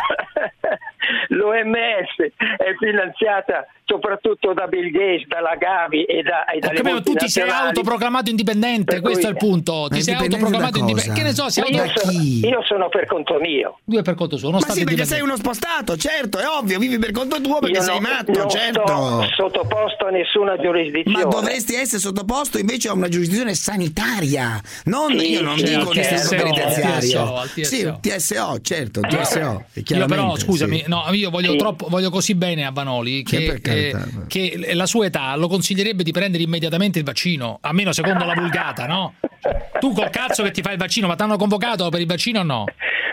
H: L'OMS è finanziata soprattutto da Bill Gates, dalla Gavi e da e
B: Ho
H: dalle
B: capito, tu ti sei
H: multinazionali.
B: autoproclamato indipendente,
H: Per cui-
B: questo è il punto. Ti
D: Ma
B: sei
D: indipendente
B: autoproclamato
D: da cosa?
B: indipendente. Che ne so, sei
H: Ma io,
B: auto...
D: da
H: sono,
D: chi?
H: io sono per conto mio.
B: Due per conto suo, non
D: Ma
B: stato
D: sì, perché sei
B: indipendente.
D: uno spostato, certo, è ovvio, vivi per conto tuo perché
H: io
D: sei
H: non-
D: matto,
H: non
D: certo.
H: sono sottoposto a nessuna
D: Ma
H: giurisdizione.
D: dovresti essere sottoposto invece a una giurisdizione sanitaria, non
H: Sì,
D: io non
H: sì,
D: dico
H: al
D: un istituto
H: TSO,
D: penitenziario.
B: al TSO.
D: Sì, un TSO, certo,
H: Eh,
D: un TSO.
B: Eh, Io però,
D: chiaramente,
B: scusami,
D: sì.
B: no, io voglio,
H: Sì.
B: troppo, voglio così bene a Vanoli
D: Che
B: che,
D: per carità,
B: eh,
D: ma-
B: che la sua età lo consiglierebbe di prendere immediatamente il vaccino, almeno secondo la vulgata, no? Tu col cazzo che ti fai il vaccino, ma ti hanno convocato per il vaccino o no?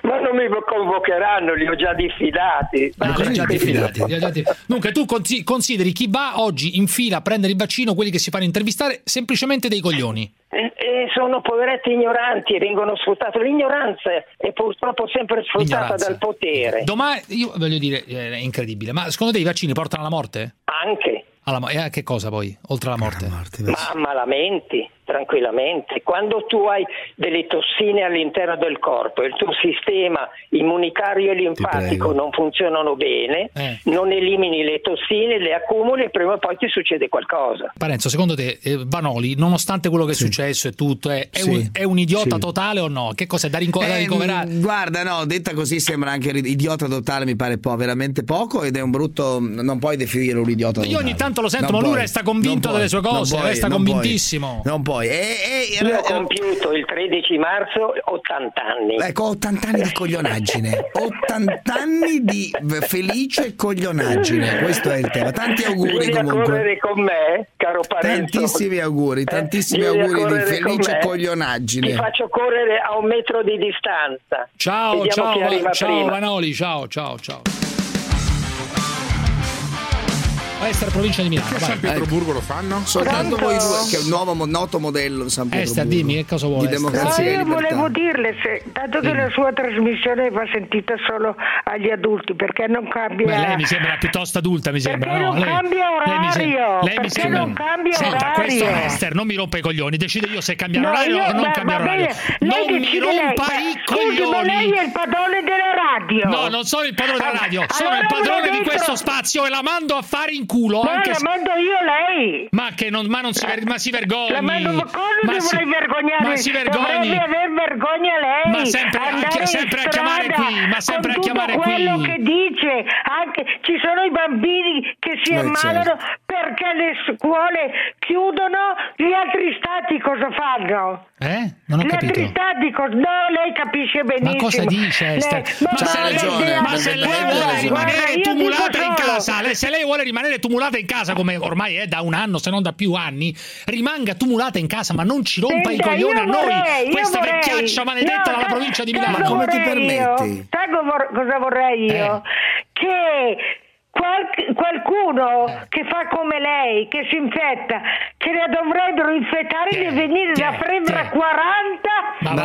H: Ma non mi convocheranno, li ho già diffidati.
B: Ah,
D: cosa
B: li ho già
D: ti
B: diffidati,
D: fidati?
B: li ho già diffidati. Dunque, tu consi- consideri chi va oggi in fila a prendere il vaccino, quelli che si fanno intervistare, semplicemente dei coglioni.
H: E- e sono poveretti ignoranti, vengono sfruttati. L'ignoranza è purtroppo sempre sfruttata
B: Ignoranza.
H: dal potere.
B: Domani, io voglio dire, eh, è incredibile, ma secondo te i vaccini portano alla morte?
H: Anche.
B: Alla mo- e a che cosa poi, oltre alla morte?
D: Morti, beh,
H: Ma malamente, tranquillamente. Quando tu hai delle tossine all'interno del corpo e il tuo sistema immunitario e
D: prego.
H: linfatico non funzionano bene,
B: Eh.
H: non elimini le tossine, le accumuli e prima o poi ti succede qualcosa.
B: Parenzo, secondo te eh, Vanoli, nonostante quello che è successo e tutto, è, è
D: Sì.
B: un, è un idiota
D: Sì.
B: totale o no? Che cosa è da, rinco- da
D: Eh,
J: mm,
B: ricoverare?
D: mh, guarda, no, detta così sembra anche ri- idiota totale, mi pare po', veramente poco ed è un brutto mh, non puoi definirlo un idiota
B: Io
D: totale.
B: ogni tanto lo sento,
D: Non
B: ma lui
D: puoi,
B: resta convinto
D: non puoi,
B: delle sue cose,
D: non puoi,
B: resta
D: non puoi,
B: convintissimo.
D: non puoi. E, e-
H: Io ho
D: eh,
H: compiuto il 13 marzo 80 anni.
D: Ecco, 80 anni di coglionaggine, 80 anni di v- felice coglionaggine, questo è il tema. Tanti auguri
H: Vieni a
D: comunque.
H: correre con me, caro Parenzo.
D: Tantissimi auguri, tantissimi
H: vieni a
D: auguri di
H: correre con
D: felice
H: me.
D: coglionaggine.
H: Ti faccio correre a un metro di distanza.
B: Ciao,
H: Vediamo
B: ciao,
H: chi
B: Va-
H: arriva
B: ciao
H: prima.
B: Vanoli, ciao, ciao, ciao. Esther, provincia di Milano.
G: Anche a
B: vai.
G: San
D: Eh,
G: Pietroburgo lo fanno?
D: Soltanto
J: Pronto?
D: voi due, che è un nuovo mo- noto modello San Pietroburgo.
B: Esta, Eh, dimmi, che cosa vuoi,
D: Di
B: Esta?
D: democrazia
J: No,
D: e
J: io
D: libertà.
J: volevo dirle, se, dato che la sua trasmissione va sentita solo agli adulti, perché non cambia...
B: Beh, lei mi sembra piuttosto adulta, mi
J: Perché
B: sembra.
J: non
B: no? Lei-
J: cambia
B: lei mi sem-
J: orario?
B: lei mi
J: Perché
B: sembra-
J: non cambia
B: Senta,
J: orario?
B: questo Esther, non mi rompa i coglioni. Decido io se cambiare
J: No,
B: orario
J: io-
B: o non
J: va-
B: cambiare
J: va
B: orario.
J: bene, lei
B: non mi
J: decide
B: rompa
J: lei,
B: i
J: ma- scusi,
B: coglioni.
J: ma lei è il padrone della radio.
B: No, non sono il padrone della
J: Ah,
B: radio, sono
J: allora
B: il padrone
J: vuole
B: di
J: dentro-
B: questo spazio e la mando a fare in culo.
J: No,
B: anche
J: la
B: se-
J: mando io lei.
B: Ma che non, ma non si, ver- ma si vergogni.
J: La mando, ma cosa dovrei vergognare?
B: Ma si vergogni.
J: Dovrebbe aver vergogna lei.
B: Ma sempre a
J: Andare
B: chi-
J: in
B: sempre a
J: strada
B: chiamare qui, ma sempre a
J: con tutto
B: chiamare qui.
J: quello che dice, anche ci sono i bambini che si
D: Eh,
J: ammalano
D: certo.
J: perché le scuole chiudono, gli altri stati cosa fanno?
B: Eh? Non ho
J: gli altri
B: capito.
J: stati cosa... No, lei capisce benissimo.
B: cosa dice,
J: Lei-
B: Esther?
J: Ma,
B: Ma
D: se
J: guarda,
D: ragione,
J: lei-
B: Ma Cioè, se lei
D: Guarda,
B: vuole
D: guarda,
B: rimanere
J: io dico
B: tumulata in
J: solo-
B: casa, le- se lei vuole rimanere tumulata in casa, come ormai è da un anno, se non da più anni, rimanga tumulata in casa, ma non ci rompa i
J: Senta,
B: coglioni
J: io
B: a noi,
J: vorrei, io
B: questa
J: vorrei.
B: vecchiaccia maledetta
J: No,
B: dalla
J: sa-
B: provincia di
J: sa
B: Milano. Eh.
J: cosa
D: come ti
J: vorrei
D: permetti?
J: io? Sa co- cosa vorrei io? Che qual- qualcuno
B: Eh.
J: che fa come lei, che si infetta, che la dovrebbero infettare
B: Che-
J: e venire da
B: che-
J: Frevra
B: che-
J: 40
B: Ma
J: per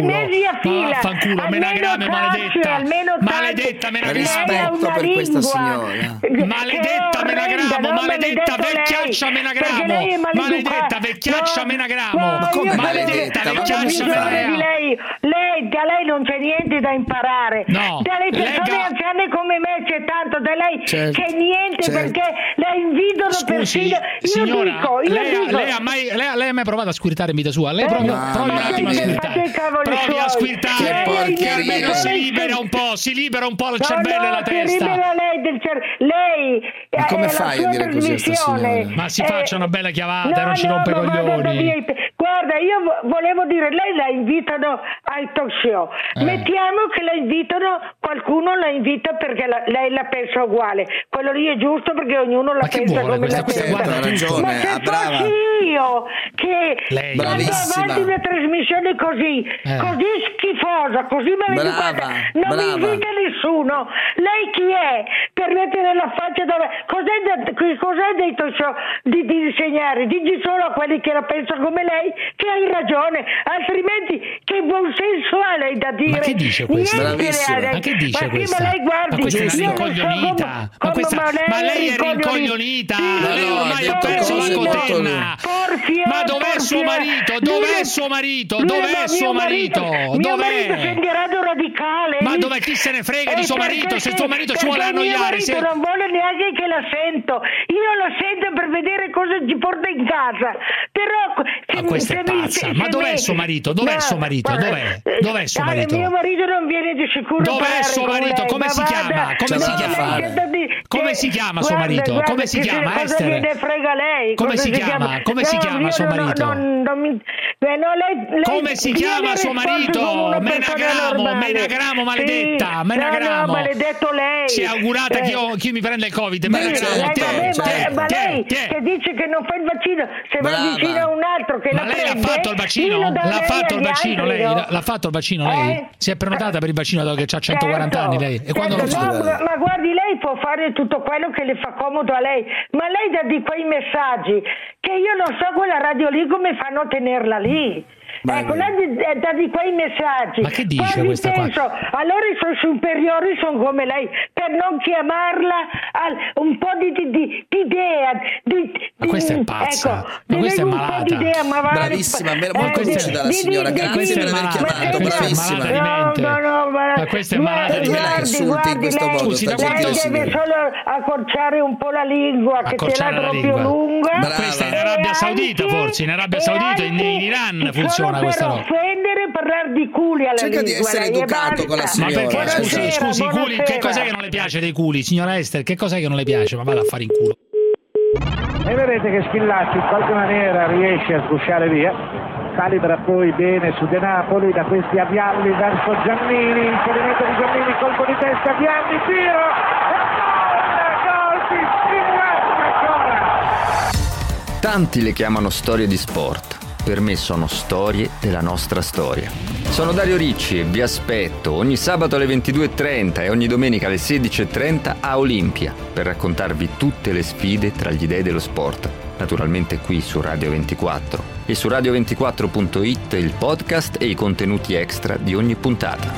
J: due mesi a
B: ma
J: fila.
B: vaffanculo,
J: Almeno
B: Ah, menagrame
J: tace,
B: maledetta,
J: almeno tace.
B: maledetta menagrame.
J: Lei ha
D: Rispetto
J: una
D: per questa
J: lingua
D: signora.
J: che- che è
B: Maledetta
J: orrenda,
B: menagramo,
J: no?
B: maledetta
J: Maledetto lei,
B: vecchiaccia menagramo,
J: perché lei è maleducata.
B: maledetta vecchiaccia menagramo.
D: Ma come
J: io-
D: maledetta
J: io
D: vecchiaccia
J: voglio
D: menagramo?
J: dire di lei, lei- da lei non c'è niente da imparare.
B: No,
J: Dalle persone
B: legga-
J: anziane come me c'è tanto, da lei
D: certo.
J: che niente
D: Certo.
J: perché la invidono
B: Scusi,
J: perfino. Io
B: signora,
J: dico, io
B: lei, ha-
J: dico,
B: lei ha mai, lei, ha- lei ha mai provato a squirtare in vita sua? Lei
J: Eh,
B: provi,
G: no,
B: provi un
G: ma
B: attimo a
G: che
B: squirtare.
J: fate cavoli
B: Provi a
J: suoi?
D: Che
B: squirtare.
D: porcheria.
B: almeno si
J: Lei-
B: libera un po', si libera un po' il
J: No,
B: cervello e
J: no,
B: la
J: si
B: testa.
J: rivela lei del cer- lei
D: Ma
J: eh,
D: come
J: la
D: fai a
J: sua
D: dire così a sta
J: trasmissione,
D: signora?
B: Ma si
J: eh,
B: faccia una bella chiavata,
J: no,
B: Ah, non ci
J: no,
B: rompe i
J: ma vada da
B: coglioni.
J: dire- Guarda, io vo- volevo dire, lei la invitano ai talk show.
B: Eh.
J: Mettiamo che la invitano, qualcuno la invita perché la- lei la pensa uguale. Quello lì è giusto perché ognuno la
B: Ma chi
J: pensa
B: vuole
J: come
B: questa-
J: la
B: questa
J: pensa.
B: guarda tutto.
J: Ma se
D: Ah, brava.
J: fossi io che
B: Lei.
J: mando
D: Bravissima.
J: avanti una trasmissione così,
B: Eh.
J: così schifosa, così maleducata,
D: Brava,
J: non mi
D: brava.
J: invita nessuno. Lei chi è per mettere la faccia davanti? Cos'è, da- che- cos'è detto ciò di, di insegnare? Dici solo a quelli che la pensano come lei che hai ragione, altrimenti che buon senso ha lei da dire?
B: che dice questa?
J: Niente,
D: Bravissima.
J: lei-
B: Ma che dice
J: ma sì,
B: questa?
J: Ma lei guardi,
B: Ma questa è una
J: io non so
B: rincoglionita.
J: come-
B: Ma
J: come-
B: questa- ma lei è rincoglionita.
J: Sì,
D: Lei
J: sì,
D: ormai ha
J: porfio,
D: perso la
B: cotenna.
J: porfio,
B: Ma dov'è suo
J: porfio.
B: marito? Dov'è
J: eh. Mio-
B: suo marito?
J: mio-
B: Dov'è
J: mio
B: suo marito?
J: Mio
B: Dov'è?
J: marito è in grado radicale.
B: Ma
J: Lì-
B: dov'è? Chi se ne frega di
J: Eh,
B: suo
J: perché
B: marito? Se
J: sì,
B: suo marito si
J: perché
B: vuole
J: Mio
B: annoiare,
J: marito
B: se-
J: non vuole neanche che la sento. Io la sento per vedere cosa ci porta in casa. Però
B: Ma Ah, questa è pazza. Ma dov'è suo marito? Dov'è suo marito? Dov'è? Dov'è suo marito?
J: Il mio marito non viene di sicuro
B: Dov'è
J: a parlare
B: suo
J: con
B: marito?
J: lei,
B: Come
J: ma
B: si
J: vada.
B: chiama? Come
J: No,
D: si chiama?
J: lei tenta di-
B: Come
J: che-
B: si chiama suo
J: guarda,
B: marito?
J: guarda,
B: Come si
J: che se-
B: chiama, Oh,
J: cosa
B: Esther?
J: gliene frega lei?
B: Come
J: Cosa
B: si chiama? Come si
J: No,
B: chiama
J: io
B: suo
J: no-
B: marito?
J: non- non mi- Beh, no, lei- lei-
B: Come si
J: io
B: chiama
J: le
B: suo
J: rispondo
B: marito?
J: come una persona
B: Menagramo,
J: normale.
B: Menagramo maledetta,
J: Sì,
B: Menagramo.
J: No, no, maledetto lei.
B: Si è augurata
J: Eh.
B: che io, che io mi prenda il Covid.
J: Sì,
B: Ma ragazzi,
J: lei,
B: te,
J: vabbè, ma-
B: te,
J: ma
B: te,
J: lei
B: te.
J: che dice che non fa il vaccino, se va
D: Brava.
J: vicino a un altro che
B: Ma
J: la
B: lei ha
J: prende,
B: fatto il vaccino?
J: glielo dà
B: L'ha
J: lei
B: fatto il
J: agli
B: vaccino
J: altri,
B: lei?
J: no?
B: L'ha fatto il vaccino lei?
J: Eh?
B: Si è prenotata per il vaccino dato che ha 140
J: Certo,
B: anni lei? E quando lo
J: certo,
B: fa?
J: no, ma, ma guardi, lei può fare tutto quello che le fa comodo a lei, ma lei dà di quei messaggi che io non so quella radio lì come fanno a tenerla lì.
D: Ma
J: ecco,
D: è
J: lei
D: vero.
J: di- eh, dà di quei messaggi.
B: Ma che dice
J: Quasi
B: questa qua?
J: penso, allora i suoi superiori sono come lei, per non chiamarla al- un po' di, di- di- di idea. Di,
B: Ma questa è
J: di-
B: pazza.
J: ecco,
B: Ma
J: di
B: questa è
J: un po'
B: malata.
J: di idea, ma va- Eh,
D: Bravissima, ver- molto
J: di-
B: lucida la
J: di- di-
D: signora,
J: di-
D: grazie
J: di-
B: per aver
J: ma questa è
B: chiamato,
D: bravissima.
J: malata di mente. No, no, no, ma-
B: Ma questa è malata
J: guardi,
B: di mente.
D: Non me la insulti in
J: guardi,
D: questo
J: lei-
D: modo,
B: Scusi, da
J: lei
B: quanto-
J: deve solo accorciare un po' la lingua, che ce l'ha
B: Accorciare la
J: proprio
B: lingua.
J: lunga.
D: Brava.
B: Questa è in
J: E
B: Arabia
J: anche-
B: Saudita, forse. In Arabia
J: e
B: Saudita, in,
J: anche
B: in Iran
J: solo
B: funziona questa
J: per
B: roba.
J: offendere parlare di culi alla
D: Cerca di
J: lingua,
D: essere
J: lei, e
D: educato
J: basta.
D: con la
B: Ma
D: signora,
B: perché,
D: eh,
B: scusi,
D: buonasera,
B: scusi, i culi, che
J: buonasera.
B: cos'è che non le piace dei culi, signora Esther? Che cos'è che non le piace? Ma vada a fare in culo.
F: E vedete che Schillaci in qualche maniera riesce a sgusciare via. Calibra poi bene su De Napoli da questi avialli verso Giannini, inserimento di Giannini, colpo di testa, Gianni, tiro! E gol, gol di Schillaci ancora!
K: Tanti le chiamano storie di sport, per me sono storie della nostra storia. Sono Dario Ricci e vi aspetto ogni sabato alle 22.30 e ogni domenica alle 16.30 a Olimpia per raccontarvi tutte le sfide tra gli dei dello sport, naturalmente qui su Radio 24 e su radio24.it il podcast e i contenuti extra di ogni puntata.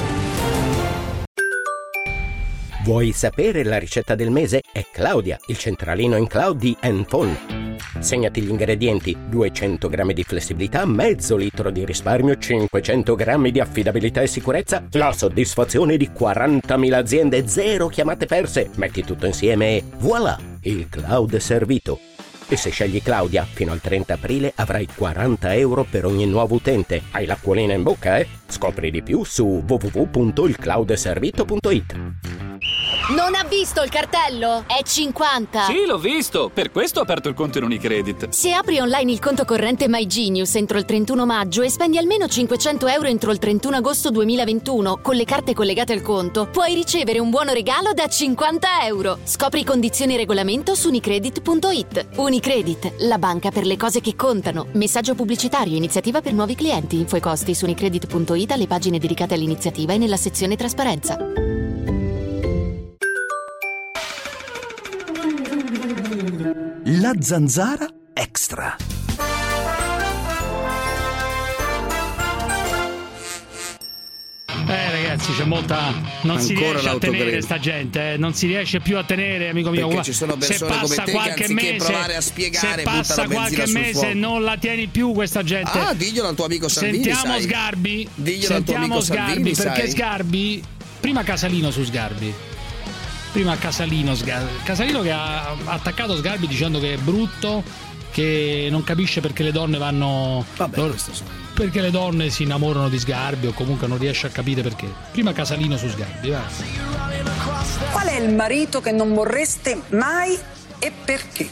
L: Vuoi sapere la ricetta del mese? È Claudia, il centralino in cloud di Enfone. Segnati gli ingredienti: 200 g di flessibilità, mezzo litro di risparmio, 500 g di affidabilità e sicurezza, la soddisfazione di 40.000 aziende, zero chiamate perse. Metti tutto insieme e voilà, il cloud è servito. E se scegli Claudia, fino al 30 aprile avrai 40 euro per ogni nuovo utente. Hai l'acquolina in bocca, eh? Scopri di più su www.ilcloudeservito.it.
M: Non ha visto il cartello? È 50.
K: Sì, l'ho visto, per questo ho aperto il conto in Unicredit.
M: Se apri online il conto corrente MyGenius entro il 31 maggio e spendi almeno 500 euro entro il 31 agosto 2021 con le carte collegate al conto, puoi ricevere un buono regalo da 50 euro. Scopri condizioni e regolamento su unicredit.it. Unicredit, la banca per le cose che contano. Messaggio pubblicitario, iniziativa per nuovi clienti. Info e costi su unicredit.it alle pagine dedicate all'iniziativa e nella sezione trasparenza.
A: La zanzara extra.
B: Eh ragazzi, c'è molta. Non si
D: Ancora
B: riesce a
D: l'autogrill.
B: tenere sta gente, eh. non si riesce più a tenere, amico mio.
D: Perché
B: Guarda,
D: ci sono
B: se
D: persone come
B: passa
D: te che
B: qualche
D: anziché
B: mese,
D: provare a spiegare,
B: se
D: buttano
B: passa
D: benzina
B: qualche
D: sul
B: mese
D: fuoco.
B: non la tieni più questa gente.
D: Ah, diglielo al tuo amico Salvini,
B: Sentiamo
D: sai.
B: Sgarbi.
D: Diglielo al tuo
B: Sentiamo
D: amico
B: Sgarbi
D: Salvini,
B: perché
D: sai.
B: Sgarbi. Prima Casalino su Sgarbi. prima Casalino, Sgar- Casalino che ha attaccato Sgarbi dicendo che è brutto, che non capisce perché le donne vanno... loro- perché le donne si innamorano di Sgarbi o comunque non riesce a capire perché. Prima Casalino su Sgarbi, va.
N: Qual è il marito che non vorreste mai e perché? Eh,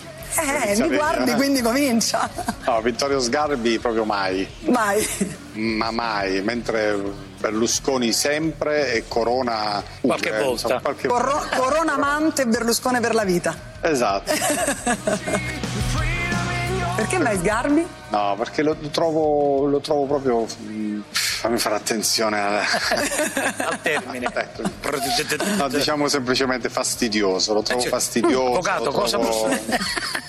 O: Sapevi,
N: mi guardi,
O: eh?
N: quindi comincia.
O: No, Vittorio Sgarbi proprio mai,
N: Vai.
O: ma mai, mentre Berlusconi sempre e Corona qualche volta. qualche
N: Corro- corona amante e Berlusconi per la vita.
O: Esatto.
N: Perché mai Sgarbi?
O: No, perché lo trovo, lo trovo proprio. mm, Fammi fare attenzione al, termine. No, diciamo semplicemente fastidioso, lo trovo
P: Eh, certo.
O: fastidioso.
P: Mm, avvocato,
O: lo
P: cosa
O: trovo-
P: posso-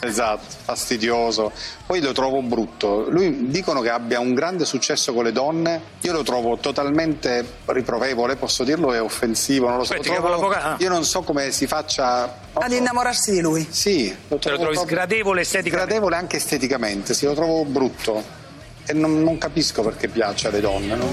O: Esatto, fastidioso. Poi lo trovo brutto. Lui dicono che abbia un grande successo con le donne. Io lo trovo totalmente riprovevole, posso dirlo, è offensivo, non lo so.
P: Aspetti,
O: Lo
P: che
O: trovo-
P: vado all'avvocato.
O: io non so come si faccia
N: Ad innamorarsi di lui.
O: Sì, lo
P: Te lo trovi sgradevole esteticamente?
O: Sgradevole anche esteticamente, sì, lo trovo brutto. E non, non capisco perché piace alle donne. no?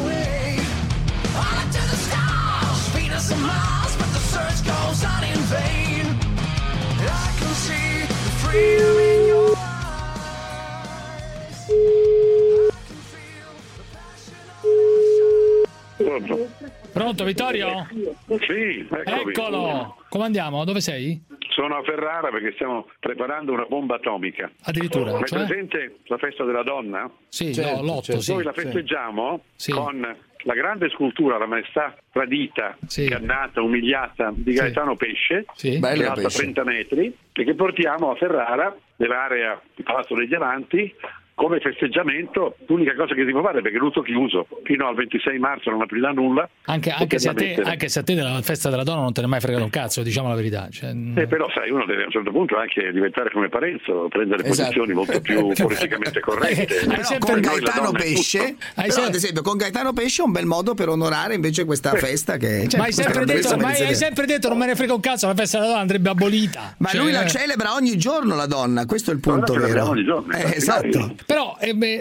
B: Pronto. Vittorio?
Q: Sì, eccomi.
B: Eccolo! Come andiamo? Dove sei?
Q: Sono a Ferrara perché stiamo preparando una bomba atomica.
B: Addirittura,
Q: Ma è
B: cioè?
Q: presente la festa della donna?
B: Sì, Certo, no, l'otto, certo. sì,
Q: Noi la
B: sì.
Q: festeggiamo con la grande scultura, la maestà tradita, ingannata, umiliata di Gaetano Pesce,
P: Sì.
Q: che
P: Bello
Q: è alta
P: Pesce.
Q: 30 metri, e che portiamo a Ferrara, nell'area di Palazzo degli Avanti, come festeggiamento, l'unica cosa che si può fare perché è tutto chiuso, fino al 26 marzo non aprirà nulla.
B: Anche, anche se a te,
Q: Ovviamente.
B: anche se a te della festa della donna non te ne è mai fregato un cazzo, diciamo la verità. Cioè, mm,
Q: Eh, però sai, uno deve a un certo punto anche diventare come Parenzo, prendere
B: Esatto.
Q: posizioni molto più politicamente
B: Eh,
Q: corrette.
D: Eh, Però con Gaetano Pesce, però,
B: sempre-
D: ad esempio, con Gaetano Pesce è un bel modo per onorare invece questa festa che
B: Eh, cioè,
D: cioè,
B: ma hai sempre, detto, ma hai
D: sempre
B: sempre detto non me ne frega un cazzo, la festa della donna andrebbe abolita.
D: Ma
B: Cioè,
D: lui la
B: eh.
D: celebra ogni giorno la donna, questo è il punto vero. Eh, esatto.
B: Però eh, beh,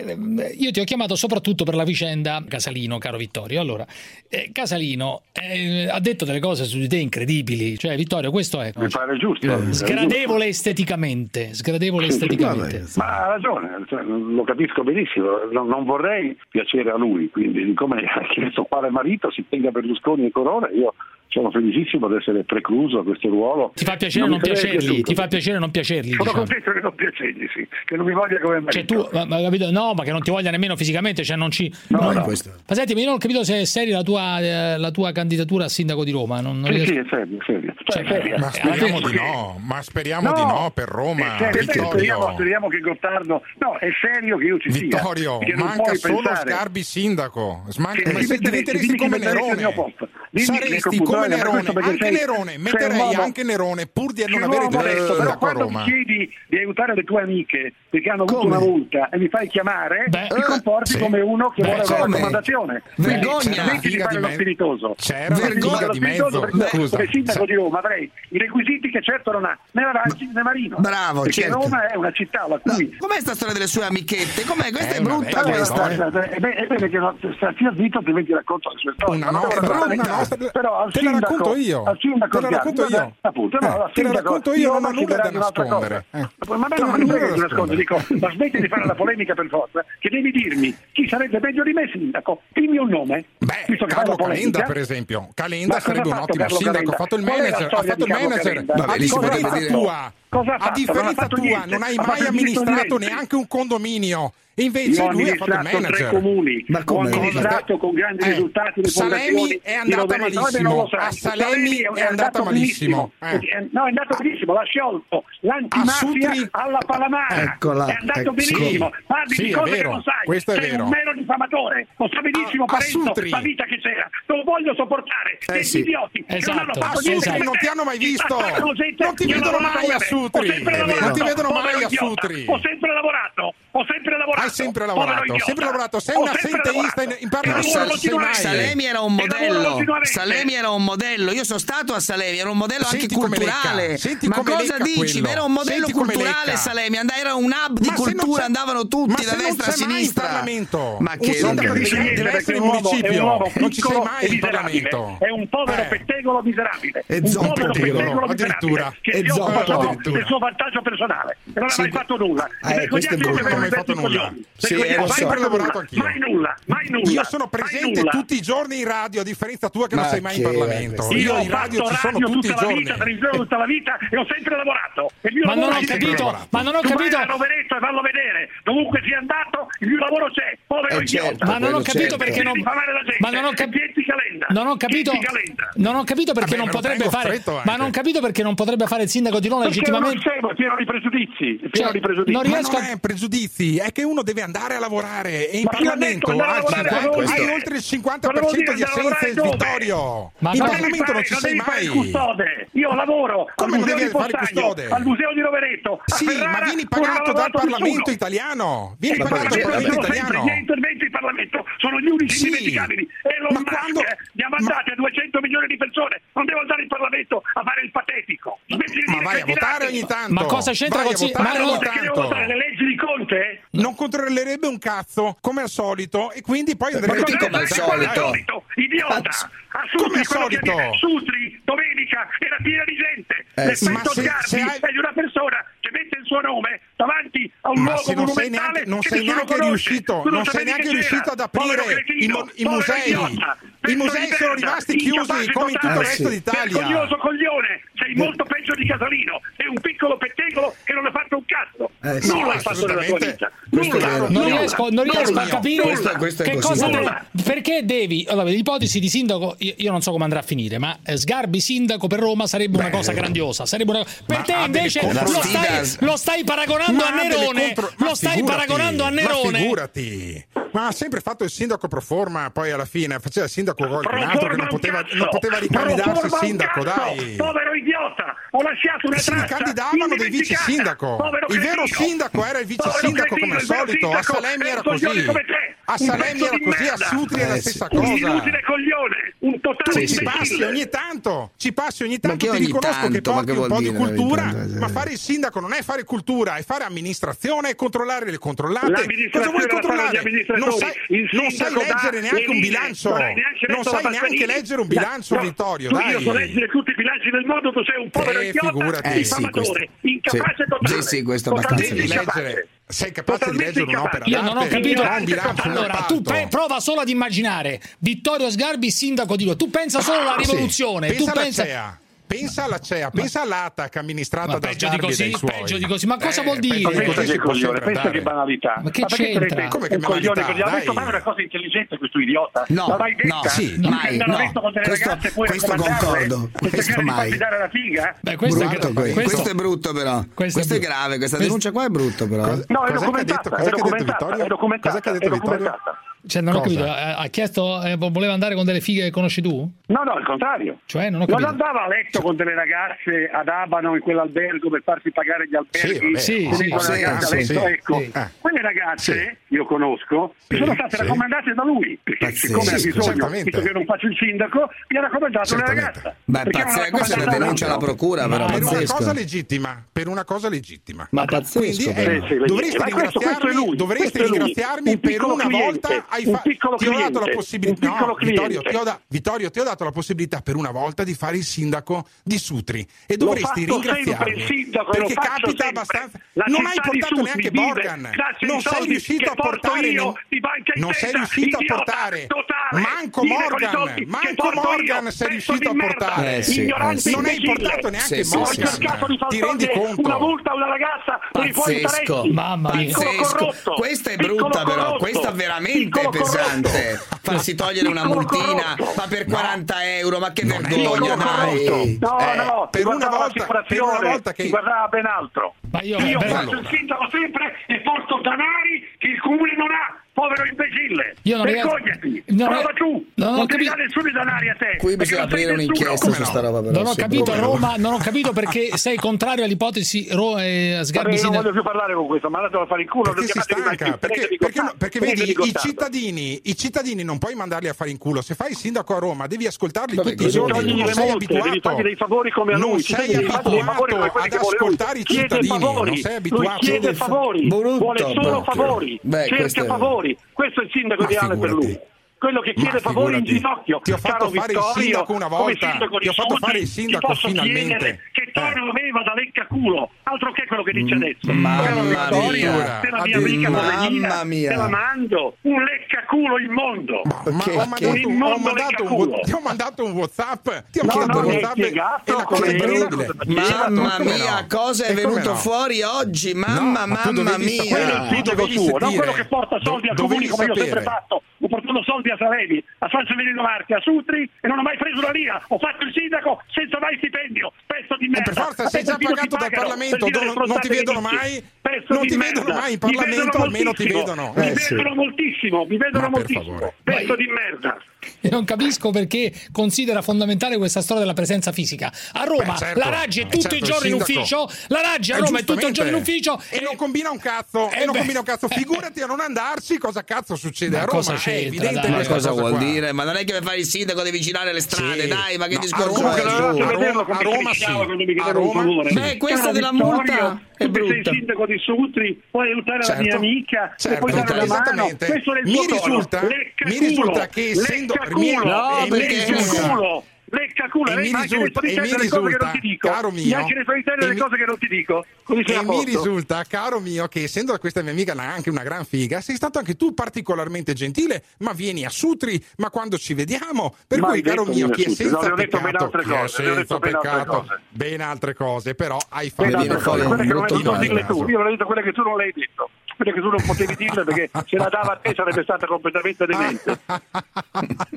B: eh, io ti ho chiamato soprattutto per la vicenda Casalino, caro Vittorio. Allora, eh, Casalino eh, ha detto delle cose su di te incredibili. Cioè, Vittorio, questo è
Q: Mi pare giusto.
B: Eh, sgradevole esteticamente. Sgradevole esteticamente.
Q: Ma ha ragione, cioè, lo capisco benissimo, non, non vorrei piacere a lui, quindi siccome ha chiesto quale marito si tenga Berlusconi e Corona, io sono felicissimo di essere precluso a questo ruolo.
B: Ti fa piacere o
Q: mi
B: non
Q: sarebbe
B: piacergli?
Q: piaciuto.
B: Ti fa piacere o non piacergli?
Q: Sono
B: diciamo.
Q: contento che non piacergli, sì, che non mi voglia come marito.
B: Cioè, tu, ma- ma capito? No, ma che non ti voglia nemmeno fisicamente, cioè non ci. no, no. Ma senti, ma io non ho capito se è seria la tua, eh, la tua candidatura a sindaco di Roma. Non, non
Q: Sì,
B: riesco-
Q: sì, è serio, è serio. Cioè, è serio.
G: Ma
B: Eh,
G: speriamo
B: alla
G: di
B: fine-
G: no, ma speriamo di no per Roma.
Q: è serio,
G: Vittorio.
Q: Eh, speriamo, speriamo che Gottardo. No, è serio che io ci sia.
G: Vittorio,
Q: perché non
G: manca
Q: puoi
G: solo
Q: pensare-
G: Sgarbi sindaco. Sman-
Q: Che
G: ma
Q: ti
G: se
Q: metteresti-
G: diventeresti
Q: dimmi chi
G: come
Q: metteresti al
G: Nerone,
Q: mio posto. Dimmi, Mirko
G: saresti
Q: Puzzone,
G: come
Q: ma
G: Nerone,
Q: questo perché
G: anche
Q: sei-
G: Nerone,
Q: sei un
G: metterei
Q: uomo-
G: anche Nerone eh, pur di
Q: Sei
G: non
Q: un
G: avere
Q: uomo onesto, però
G: sindaco a
Q: quando
G: Roma.
Q: mi chiedi di aiutare le tue amiche perché hanno avuto una multa e mi fai chiamare, ti comporti come uno che
G: Beh,
Q: vuole una
G: come?
Q: raccomandazione.
G: Vergogna!
Q: Quindi Smetti di
G: Figa
Q: fare
G: di
Q: lo
G: me-
Q: spiritoso.
G: C'era una
Q: Smetti di
G: figa
Q: fare lo
G: di
Q: spiritoso
G: mezzo.
Q: perché
G: Scusa.
Q: come sindaco di Roma avrei i requisiti che certo non ha né Aranci né Marino.
D: Bravo,
Q: perché
D: certo.
Q: Roma è una città la cui
D: Com'è sta storia delle sue amichette? Com'è questa?
Q: Eh,
D: è brutta
Q: vabbè,
D: questa.
Q: guarda, guarda, È be- è bene che non sta- stia zitto, altrimenti racconto le sue storie.
G: Una
Q: Non
G: nostra,
Q: devo
G: una
Q: raccontare.
G: nostra-
Q: però al
G: te la
Q: sindaco-
G: racconto io.
Q: Al sindaco
G: Te la
Q: Sgarbi,
G: racconto
Q: vabbè,
G: io.
Q: Appunto, no,
G: Eh,
Q: al
G: te la
Q: sindaco
G: racconto io,
Q: Roma
G: non ho
Q: ci
G: nulla
Q: darà
G: da
Q: un'altra
G: nascondere.
Q: cosa. Ma
G: Eh.
Q: a me non
G: Non ho
Q: mi
G: nulla
Q: frega
G: da
Q: di nascondere, dico, ma smetti di fare la polemica per forza, che devi dirmi chi sarebbe meglio di me sindaco. Dimmi un nome. visto che fai
G: Carlo
Q: la
G: Calenda,
Q: polemica.
G: per esempio.
Q: eh? Ma
G: Calenda
Q: cosa
G: sarebbe
Q: ha
G: un
Q: fatto
G: ottimo
Q: Carlo
G: sindaco.
Q: Calenda?
G: Ha fatto il
Q: Qual è la
G: manager, ha
Q: storia
G: fatto il
Q: di Carlo
G: manager.
Q: Calenda?
G: A
Q: Vabbè, lì si
G: differenza
Q: potrebbe dire-
G: tua,
Q: Cosa ha fatto? Non
G: a
Q: ha
G: differenza
Q: fatto
G: tua,
Q: niente.
G: non hai
Q: Ha
G: mai
Q: fatto
G: amministrato
Q: niente.
G: neanche un condominio. E
Q: Io
G: invece
Q: ho
G: lui ha fatto il
Q: amministrato tre
G: manager.
Q: comuni, ho amministrato con grandi
G: Eh,
Q: risultati le
G: Salemi
Q: fondazioni di
G: è andata
Q: Rovereto. Vabbè, non
G: malissimo.
Q: lo sai.
G: A Salemi è andata malissimo. Eh.
Q: Eh, No, è andato benissimo, l'ha sciolto. L'antimafia alla Palamara.
G: Eccola,
Q: È andato
G: ecco,
Q: benissimo.
G: sì.
Q: Parli
G: Sì,
Q: di
G: è
Q: cose che
G: vero,
Q: non sai.
G: questo è
Q: Sei
G: vero.
Q: un mero diffamatore. Lo sa benissimo Parenzo, la vita che c'era. Non lo voglio sopportare.
G: Eh,
Q: Degli
G: sì.
Q: idioti. che non hanno
G: Esatto,
Q: fatto
G: Sutri,
Q: niente per
G: non
Q: te.
G: ti hanno mai
Q: Chi
G: visto.
Q: massacrano gente,
G: Non ti
Q: io
G: vedono
Q: lavoro
G: mai a
Q: per te. Ho
G: Sutri.
Q: sempre
G: È vero.
Q: lavorato,
G: Non eh, ti vedono mai
Q: povero
G: a
Q: idiota.
G: Sutri.
Q: Ho sempre lavorato. Ho sempre lavorato.
G: Hai sempre
Q: povero
G: lavorato,
Q: idiota.
G: sempre lavorato. Sei
Q: Ho
G: un
Q: sempre
G: assenteista in,
Q: lavorato. E
G: in Parlamento.
Q: lavoro
G: non ci sei mai.
Q: continuamente.
D: Salemi era un
Q: E lavoro
D: modello.
Q: continuamente.
D: Salemi era un modello. Io sono stato a Salemi, era un modello
G: Senti
D: anche
G: come
D: culturale.
G: lecca, senti
D: Ma
G: come
D: cosa
G: lecca
D: dici?
G: quello.
D: Era un modello
G: Senti come
D: culturale
G: lecca.
D: Salemi, and- era un hub di
G: Ma se non
D: cultura,
G: c'è-
D: andavano tutti
G: ma
D: da
G: se non
D: destra a
G: c'è mai in
D: sinistra.
G: Parlamento.
D: Ma
G: Un
D: che
G: sindaco
D: che-
G: deve
Q: Dice niente,
G: Deve
Q: perché
G: essere
Q: è
G: in
Q: un uomo-
G: municipio.
Q: è un uomo
G: Non ci sei
Q: piccolo
G: mai
Q: e
G: in
Q: miserabile.
G: Parlamento.
Q: È un povero
G: Eh.
Q: pettegolo miserabile.
G: E
Q: un
G: zoppo,
Q: povero
G: addirittura.
Q: pettegolo miserabile.
G: Addirittura.
Q: Che
G: E
Q: si occupa
G: zoppo,
Q: solo
G: addirittura.
Q: del suo vantaggio personale. E non ha
G: Sì,
Q: mai fatto nulla.
G: eh, questo è brutto. Non hai fatto nulla. Sì, eh, lo so. Ho lavorato anch'io.
Q: Mai nulla, mai nulla.
G: Io sono presente tutti i giorni in radio, a differenza tua che
D: Ma
G: non sei mai in
D: che-
G: Parlamento.
Q: Io,
G: Io
Q: ho
G: in radio
Q: fatto
G: ci sono
Q: radio
G: tutti i
Q: tutta la
G: giorni.
Q: vita, televisione tutta la vita e ho sempre lavorato. E il mio
B: Ma non
Q: lavoro
B: ho
Q: è sempre
B: capito,
Q: lavorato.
B: ma non ho
Q: tu
B: capito.
Q: Vai a Rovereto e fallo vedere. Dovunque sia andato, il mio lavoro c'è. Povero
D: Eh, certo,
Q: idiota.
B: Ma non ho
D: quello
B: capito
D: certo.
B: perché non.
Q: Devi fare la gente.
B: Ma non ho capito.
Q: Pienti Calenda.
B: Non ho capito,
Q: Pienti Calenda.
B: non ho capito perché
G: Vabbè,
B: non
G: me lo
B: potrebbe
G: tengo
B: fare.
G: stretto anche.
B: Ma non ho capito perché non potrebbe fare il sindaco di Roma
Q: Perché è uno
B: legittimamente.
Q: scemo, è pieno di pregiudizi. è
B: Cioè,
Q: pieno di pregiudizi.
B: non
G: Ma
B: riesco
G: non
B: a-
G: è pregiudizi, è che uno deve andare a lavorare e in
Q: Ma chi l'ha detto?
G: Parlamento
Q: Andare a
G: hai,
Q: lavorare,
G: 50
Q: cosa vuol
G: hai
Q: dire?
G: oltre il
Q: Cosa vuol dire
G: 50%
Q: andare
G: di
Q: a lavorare
G: assenze,
Q: dove?
G: Vittorio.
B: Ma
G: in
B: no.
G: Parlamento non ci
Q: non
G: sei
Q: devi fare il
G: mai.
Q: custode. Io lavoro
G: Come
Q: al
G: non
Q: museo
G: devi
Q: di
G: fare il
Q: Possaglio,
G: custode?
Q: al museo di Rovereto. a
G: Sì,
Q: Ferrara,
G: ma vieni
Q: dove non ha
G: pagato dal
Q: lavorato
G: Parlamento
Q: nessuno. E Eh, ma perché
G: italiano. Vieni pagato dal Parlamento
Q: sono sempre
G: italiano.
Q: gli interventi in Parlamento sono gli unici
G: Sì.
Q: indimenticabili. Elon
G: Ma
Q: Musk,
G: quando-
Q: eh, li ha mandati a 200 milioni di persone. Non devo andare in Parlamento a fare il patetico. Smetti di
G: Ma
Q: dire
G: vai a
Q: cretinate.
G: votare ogni tanto.
B: Ma cosa c'entra
G: Vai a
B: col si-
G: votare
B: ma no,
G: ogni
Q: Perché devo
G: tanto.
Q: votare le leggi di Conte?
G: Non controllerebbe un cazzo, come al solito, e quindi poi
Q: Ma
G: andrebbe
Q: cosa
G: tutto
D: come al
Q: sai
G: dai,
Q: quale
G: dai.
Q: solito? Idiota!
D: Cazzo.
Q: A Sutri,
G: Come al
Q: quello che
G: solito?
Q: viene- Sutri, domenica, era piena di gente.
D: Eh, sì.
G: Ma
Q: L'effetto
G: se-
Q: Sgarbi
G: se hai-
Q: è di una persona che mette il suo nome davanti a un
G: Ma
Q: luogo
G: se non sei
Q: monumentale
G: neanche- non
Q: che
G: sei
Q: nessuno
G: neanche
Q: conosce.
G: riuscito-
Q: Tu
G: non sei
Q: sapevi
G: neanche
Q: chi c'era.
G: riuscito ad aprire
Q: Povero cretino,
G: i mo- i
Q: povero
G: musei.
Q: idiota,
G: I
Q: pezzo
G: musei
Q: di merda,
G: sono rimasti chiusi,
Q: incapace
G: come in tutto
Q: totale.
G: il resto d'Italia.
Q: Vergognoso coglione, sei molto peggio di Casalino. Sei un piccolo pettegolo che non ha fatto un cazzo.
D: Eh, sì.
Q: Nulla hai fatto nella tua
G: Assolutamente.
Q: vita.
D: Questo è
Q: Nulla.
D: vero.
B: Non
Q: nulla,
B: riesco, non
Q: nulla,
B: riesco a capire
Q: nulla.
D: Questo- questo è
B: che
D: così.
B: cosa
D: Nulla.
B: deve- perché devi. Allora, l'ipotesi di sindaco, io, io non so come andrà a finire, ma eh, Sgarbi sindaco per Roma sarebbe una cosa grandiosa. Sarebbe una- per
G: Ma
B: te
G: ha delle
B: invece
G: contro-
B: lo
D: La sfida-
B: stai, lo stai paragonando
G: Ma
B: a
G: ha delle
B: Nerone.
G: contro- ma
B: Lo stai
G: figurati,
B: paragonando a
G: Ma
B: Nerone.
G: figurati. Ma ha sempre fatto il sindaco pro forma, poi alla fine faceva il sindaco con qualcun altro che
Q: Proforma
G: non
Q: un
G: poteva,
Q: cazzo!
G: non poteva ricandidarsi
Q: Proforma un
G: sindaco,
Q: cazzo!
G: dai.
Q: Povero idiota! Ho lasciato una
G: Si
Q: traccia
G: ricandidavano dei vice
Q: indimenticata!
G: sindaco.
Q: Povero
G: Il vero
Q: cretino!
G: sindaco era il vice
Q: Povero
G: sindaco
Q: cretino,
G: come al
Q: il vero
G: solito. A
Q: sindaco
G: Salemi
Q: è un
G: era
Q: coglione
G: così.
Q: come te,
G: A
Q: un
G: Salemi
Q: pezzo
G: era
Q: di
G: così, a
Q: merda.
G: Sutri è la
D: Eh,
G: stessa
D: sì.
Q: Un
G: cosa.
Q: inutile coglione, un totale
D: Sì, sì.
G: Ci passi
Q: imbecille.
G: ogni tanto, ci passi ogni tanto,
D: che
G: ti
D: ogni
G: riconosco che
D: tanto? Ma
G: porti
D: che
G: un
D: vuol
G: po' di
D: dire Cioè, ogni
G: cultura,
D: tanto?
G: ma fare il sindaco non è fare cultura, è fare amministrazione e controllare le controllate. Cosa
Q: L'amministrazione
G: vuoi
Q: la fanno gli
G: controllare?
Q: amministratori.
G: Non sai,
Q: Il
G: non sai
Q: sindaco dà
G: leggere neanche
Q: le
G: un
Q: linee.
G: bilancio,
Q: Non hai neanche
G: non
Q: letto
G: sai
Q: la
G: neanche
Q: Bassanini.
G: leggere un
Q: No,
G: bilancio,
Q: no,
G: Vittorio,
Q: tu
G: dai.
Q: Io so leggere tutti i bilanci del mondo, tu sei un povero
G: Eh,
Q: idiota,
G: figurati.
D: Eh, sì,
Q: diffamatore,
D: questo-
Q: incapace
D: sì.
Q: totale.
D: Sì, sì, questo
Q: Totalmente
D: abbastanza
G: Di
D: Sei
G: leggere.
Q: incapace.
G: Sei capace di
Q: Totalmente
G: leggere un'opera
Q: incapace.
B: Io non ho
G: d'arte,
B: capito.
G: non un bilancio, un
B: Allora, tu
G: parto.
B: pe- prova solo ad immaginare Vittorio Sgarbi, sindaco di Roma. Tu pensa solo alla
G: Ah, Sì.
B: rivoluzione.
G: Pensa
B: tu
G: alla
B: pensa.
G: CEA. Pensa alla CEA, pensa all'ATAC
B: Ma
G: amministrata da
B: peggio di
G: Sgarbi e
B: così,
G: dai suoi.
B: peggio di così. Ma cosa
G: Eh,
B: vuol dire?
G: peggio di
Q: Pensa
G: così
Q: che
G: si può
Q: coglione,
G: sempre
Q: pensa che
G: andare.
Q: banalità.
B: Ma che
Q: perché
B: c'entra?
Q: sarebbe
G: Come che
Q: un coglione
G: banalità,
Q: così? Ha detto
G: dai.
Q: mai una cosa intelligente questo idiota?
D: No,
Q: L'ha mai detta?
D: no, sì,
Q: Perché
D: mai,
Q: andava
D: no.
Q: detto con delle
D: Questo-
Q: ragazze e poi
D: questo
Q: raccomandarle
D: concordo,
Q: e
D: questo
Q: cercare di
D: mai.
Q: farsi dare la figa?
B: Beh, questo è
D: Brutto
B: gra-
D: questo.
B: questo-
D: Questo è brutto però.
B: Questo
D: Questo
B: è
D: è,
B: brutto.
D: grave, questa
B: Questo-
D: denuncia qua è brutta però.
Q: No, è
G: Cos'è che ha
Q: documentata, è
G: detto? Cos'è che ha detto
Q: documentata,
G: Vittorio?
Q: è documentata,
G: Cos'è che ha
Q: è
G: detto Vittorio?
Q: documentata.
B: Cioè, non ho
G: Cosa?
B: capito. eh, Ha chiesto, eh, vo- voleva andare con delle fighe che conosci tu?
Q: No, no, il contrario.
B: Cioè, non ho
Q: Non
B: capito.
Q: andava a letto con delle ragazze ad Abano in quell'albergo per farsi pagare gli alberghi?
G: vabbè.
B: Sì,
Q: tenendo
B: sì,
Q: le
G: sì,
Q: ragazze a
G: sì,
Q: letto?
G: sì.
Q: Ecco,
B: Sì.
G: Ah.
Q: quelle ragazze, io conosco,
G: Sì,
Q: sono state
G: sì.
Q: raccomandate da lui, perché
D: Pazzesco.
Q: siccome ha
G: Sì,
Q: bisogno,
G: certamente.
Q: visto che non faccio il sindaco, mi ha raccomandato una
G: Certamente.
Q: ragazza.
D: Beh,
Q: Perché non
D: pazzesco, questa è una
Q: raccomandata
D: denuncia alla
Q: l'altro?
D: procura però
G: per una
D: pazzesco.
G: cosa legittima, per una cosa legittima.
D: Ma pazzesco,
G: Quindi eh,
D: però.
Q: Sì, sì, legittima.
G: dovresti
Q: Ma questo- questo è
G: ringraziarmi,
Q: lui,
G: dovresti
Q: questo è lui.
G: ringraziarmi
Q: Un
G: per
Q: piccolo
G: una
Q: cliente,
G: volta hai
Q: un
G: fa-
Q: piccolo
G: ti ho dato la
Q: cliente,
G: possibilità.
Q: un piccolo
G: No, Vittorio,
Q: cliente.
G: ti ho da- Vittorio, ti ho dato la possibilità per una volta di fare il sindaco di Sutri e dovresti
Q: L'ho fatto sempre
G: ringraziarmi
Q: il sindaco, e
G: perché
Q: lo faccio
G: capita
Q: sempre.
G: abbastanza.
Q: La
G: non
Q: città
G: hai
Q: di
G: portato
Q: Sutri
G: neanche
Q: vive
G: Borgan,
Q: grazie ai
G: non sei
Q: soldi che
G: riuscito a
Q: porto
G: portare
Q: io
G: non-
Q: di banca in
G: non sei
Q: testa,
G: riuscito a
Q: idiota,
G: portare
Q: totale.
G: manco
Q: Vive con i
G: Morgan,
Q: soldi che
G: manco
Q: porto
G: Morgan
Q: io,
G: sei
Q: pezzo
G: riuscito
Q: di
G: a
Q: merda,
G: portare.
D: Eh sì,
Q: ignorante
D: eh sì.
G: Non hai
Q: imbecille.
G: portato neanche
D: Sì, sì,
Q: Ho
D: sì, sì.
G: Morgan.
Q: cercato di far
G: Ti rendi
Q: togliere una
G: conto?
Q: multa a una ragazza per i fuori
D: Pazzesco,
Q: interessi.
B: Mamma mia.
Q: Piccolo
D: pazzesco.
Q: corrotto,
D: Questa è
Q: piccolo
D: brutta però,
Q: corrotto,
D: questa veramente
Q: piccolo
D: è pesante.
Q: corrotto.
D: Farsi togliere una
Q: Piccolo
D: multina,
Q: corrotto.
D: ma per 40 euro, ma che
G: Non è
D: vergogna
G: piccolo
D: dai.
G: corrotto.
Q: No,
D: Eh,
Q: no,
G: per
Q: ti
G: una
Q: guardava
G: volta-
Q: l'assicurazione,
G: per una volta che-
Q: ti guardava ben altro.
B: Ma io-
Q: faccio
B: beh,
G: allora.
Q: il sindaco sempre e porto danari che il comune non ha.
F: povero imbecille.
B: Io non riesco-
F: Vergognati.
B: non
F: Prova
B: re-
F: tu.
B: non ho
F: Non ti
B: capito-
F: dare subito l'aria a te.
D: Qui bisogna
F: perché
D: aprire
F: non sei
D: un'inchiesta
F: nessuno.
D: su sta roba. Però,
B: non ho
D: sì,
B: capito
D: come no?
B: Roma, non ho capito
Q: Ah,
B: perché sei contrario all'ipotesi Ro- eh,
Q: Vabbè,
B: Sgarbi
Q: io non
B: Sinner-
Q: voglio più parlare con questo, ma andatelo a fare in culo.
G: Perché si
Q: chiamatevi
G: stanca?
Q: Marchese,
G: Perché,
Q: tenetemi
G: perché no-
Q: contatto,
G: perché
Q: tenetemi
G: vedi, i
Q: contatto.
G: cittadini, i cittadini non puoi mandarli a fare in culo. Se fai il sindaco a Roma, devi ascoltarli
Q: Vabbè,
G: tutti i giorni.
Q: devi
G: Tu non
Q: togliergli
G: sei
Q: le multe, devi
G: abituato.
Q: fargli dei favori come a
G: non
Q: lui, i
G: sei
Q: cittadini devi fargli dei favori
G: abituato
Q: come quelli
G: ad
Q: che vuole lui.
G: ascoltare i
Q: Chiede
G: cittadini.
Q: favori,
G: Non sei
Q: lui
G: abituato.
Q: chiede favori,
G: Brutto,
Q: vuole solo
G: brutto.
Q: favori,
G: Beh,
Q: cerca
G: questo è-
Q: favori. Questo è il sindaco
G: Ma
Q: ideale per
G: figurati.
Q: lui. Quello che chiede
G: Ma
Q: favori in
G: figurati.
Q: ginocchio,
G: Ti ho fatto
Q: caro
G: fare il
Q: Vittorio,
G: sindaco una
Q: come
G: volta.
Q: sindaco di
G: Ti ho fatto
Q: Sud,
G: fare il
Q: ti
G: sindaco
Q: posso
G: finalmente. Eh.
Q: chiedere Che Toro me vada lecca culo, altro che quello che
G: Mm,
Q: dice adesso.
D: mamma
Q: Quella è una storia
D: mia.
Q: della mia amica
D: Mamma
Q: Bolleghina,
D: mia.
Q: te la mando, un leccaculo immondo.
G: Ma
D: Che-
G: ho
D: che-
G: mandato, un, ho mandato un,
Q: culo.
G: ti ho mandato un WhatsApp. Ti ho
Q: No,
G: mandato
Q: no,
G: un
Q: mi hai
G: WhatsApp.
Q: spiegato
G: e la cosa
Q: come
G: è
Q: era,
G: incredibile.
Q: cosa
G: Mi hai dato-
D: Mamma
G: come
D: mia,
G: no?
D: cosa è
G: E come
D: venuto
G: no?
D: fuori oggi? Mamma,
G: No, ma tu
D: mamma
G: dovevi
D: mia.
G: sapere,
Q: Quello è il sindaco
G: dovevi
Q: suo, non
G: sapere.
Q: quello che porta soldi a
G: Do-
Q: comuni
G: dovevi
Q: come io ho sempre
G: sapere.
Q: fatto. Ho portato soldi a Salevi, a San Severino Marche, a Sutri e non ho mai preso una lira. Ho fatto il sindaco senza mai stipendio. Pezzo di
G: E
Q: merda.
G: Eh, per forza sei
Q: Adesso
G: già
Q: fino ti
G: pagato dal
Q: pagano
G: Parlamento,
Q: per dire
G: dove
Q: le
G: non, non ti
Q: stronzate
G: vedono
Q: che dici.
G: mai,
Q: Pezzo
G: non
Q: di
G: ti
Q: merda.
G: vedono mai
Q: Mi
G: in
Q: vedono
G: Parlamento, almeno ti
Q: moltissimo.
G: vedono.
Q: Mi
G: Eh, sì.
Q: vedono moltissimo, mi vedono
G: Ma per
Q: moltissimo.
G: favore. Eh,
Q: Pezzo di merda.
B: E non capisco perché considera fondamentale questa storia della presenza fisica. A Roma
G: Beh, certo.
B: la Raggi è
G: Eh,
B: tutto
G: certo,
B: il giorno in
G: sindaco.
B: ufficio, la Raggi a
G: Eh,
B: Roma è tutto il giorno in
G: giustamente.
B: ufficio
G: e non combina un cazzo
B: eh,
G: e non
B: beh.
G: combina un cazzo figurati a non andarci cosa cazzo succede
B: Ma
G: a Roma Eh,
B: cosa c'entra,
G: è evidente
B: dai?
D: Ma
G: questa
D: cosa vuol
G: qua.
D: dire? Ma non è che per fare il sindaco devi girare le strade,
G: Sì.
D: dai, ma che
G: No,
D: discorso
G: a Roma,
D: è?
G: che non
D: Su.
G: andate a vedere
Q: vederlo come
G: a
Q: si
G: Roma
Q: rischiava
G: sì.
Q: quando mi chiedeva
G: A
Q: un
G: Roma
Q: favore.
G: sì.
D: Beh, questa
Q: Caro
D: della
Q: Vittorio,
D: multa è
Q: tu che
D: brutta.
Q: sei sindaco di Sutri, puoi aiutare la mia
G: Certo,
Q: amica,
G: certo,
Q: e puoi dare la mano.
G: esattamente.
Q: Questo è il
G: Mi
Q: tuo tono.
G: risulta-
Q: Lecca
G: mi risulta
Q: culo,
G: che essendo-
Q: lecca
G: mi-
Q: culo,
G: no,
Q: lecca
G: perché-
Q: culo, lecca culo.
G: E
Q: Lei
G: mi
Q: mi ha anche detto
G: risulta-
Q: di
G: e mi
Q: delle cose che non ti
G: risulta,
Q: dico.
G: caro
Q: Mi
G: mio,
Q: ha anche detto di
G: e
Q: delle
G: mi-
Q: cose che non ti dico. Così sei
G: E
Q: a
G: mi
Q: posto.
G: risulta, caro mio, che essendo questa mia amica la- anche una gran figa, sei stato anche tu particolarmente gentile, ma vieni a Sutri, ma quando ci vediamo? Per
Q: Ma
G: cui,
Q: hai detto
G: caro mio,
Q: vieni a
G: chi è
Q: Sutri, no,
G: senza
Q: le ho detto ben
G: peccato,
Q: altre
G: chi è
Q: cose, le ho detto
G: senza
Q: ben altre
G: peccato,
Q: cose.
G: ben altre cose, però hai
Q: Quelle
G: fatto
Q: altre cose, quelle che non
G: brutto
Q: hai potuto dirle
G: caso.
Q: tu, io non ho detto quelle che tu non le hai detto, quelle che tu non potevi dirle perché se la dava a te sarebbe stata completamente demente.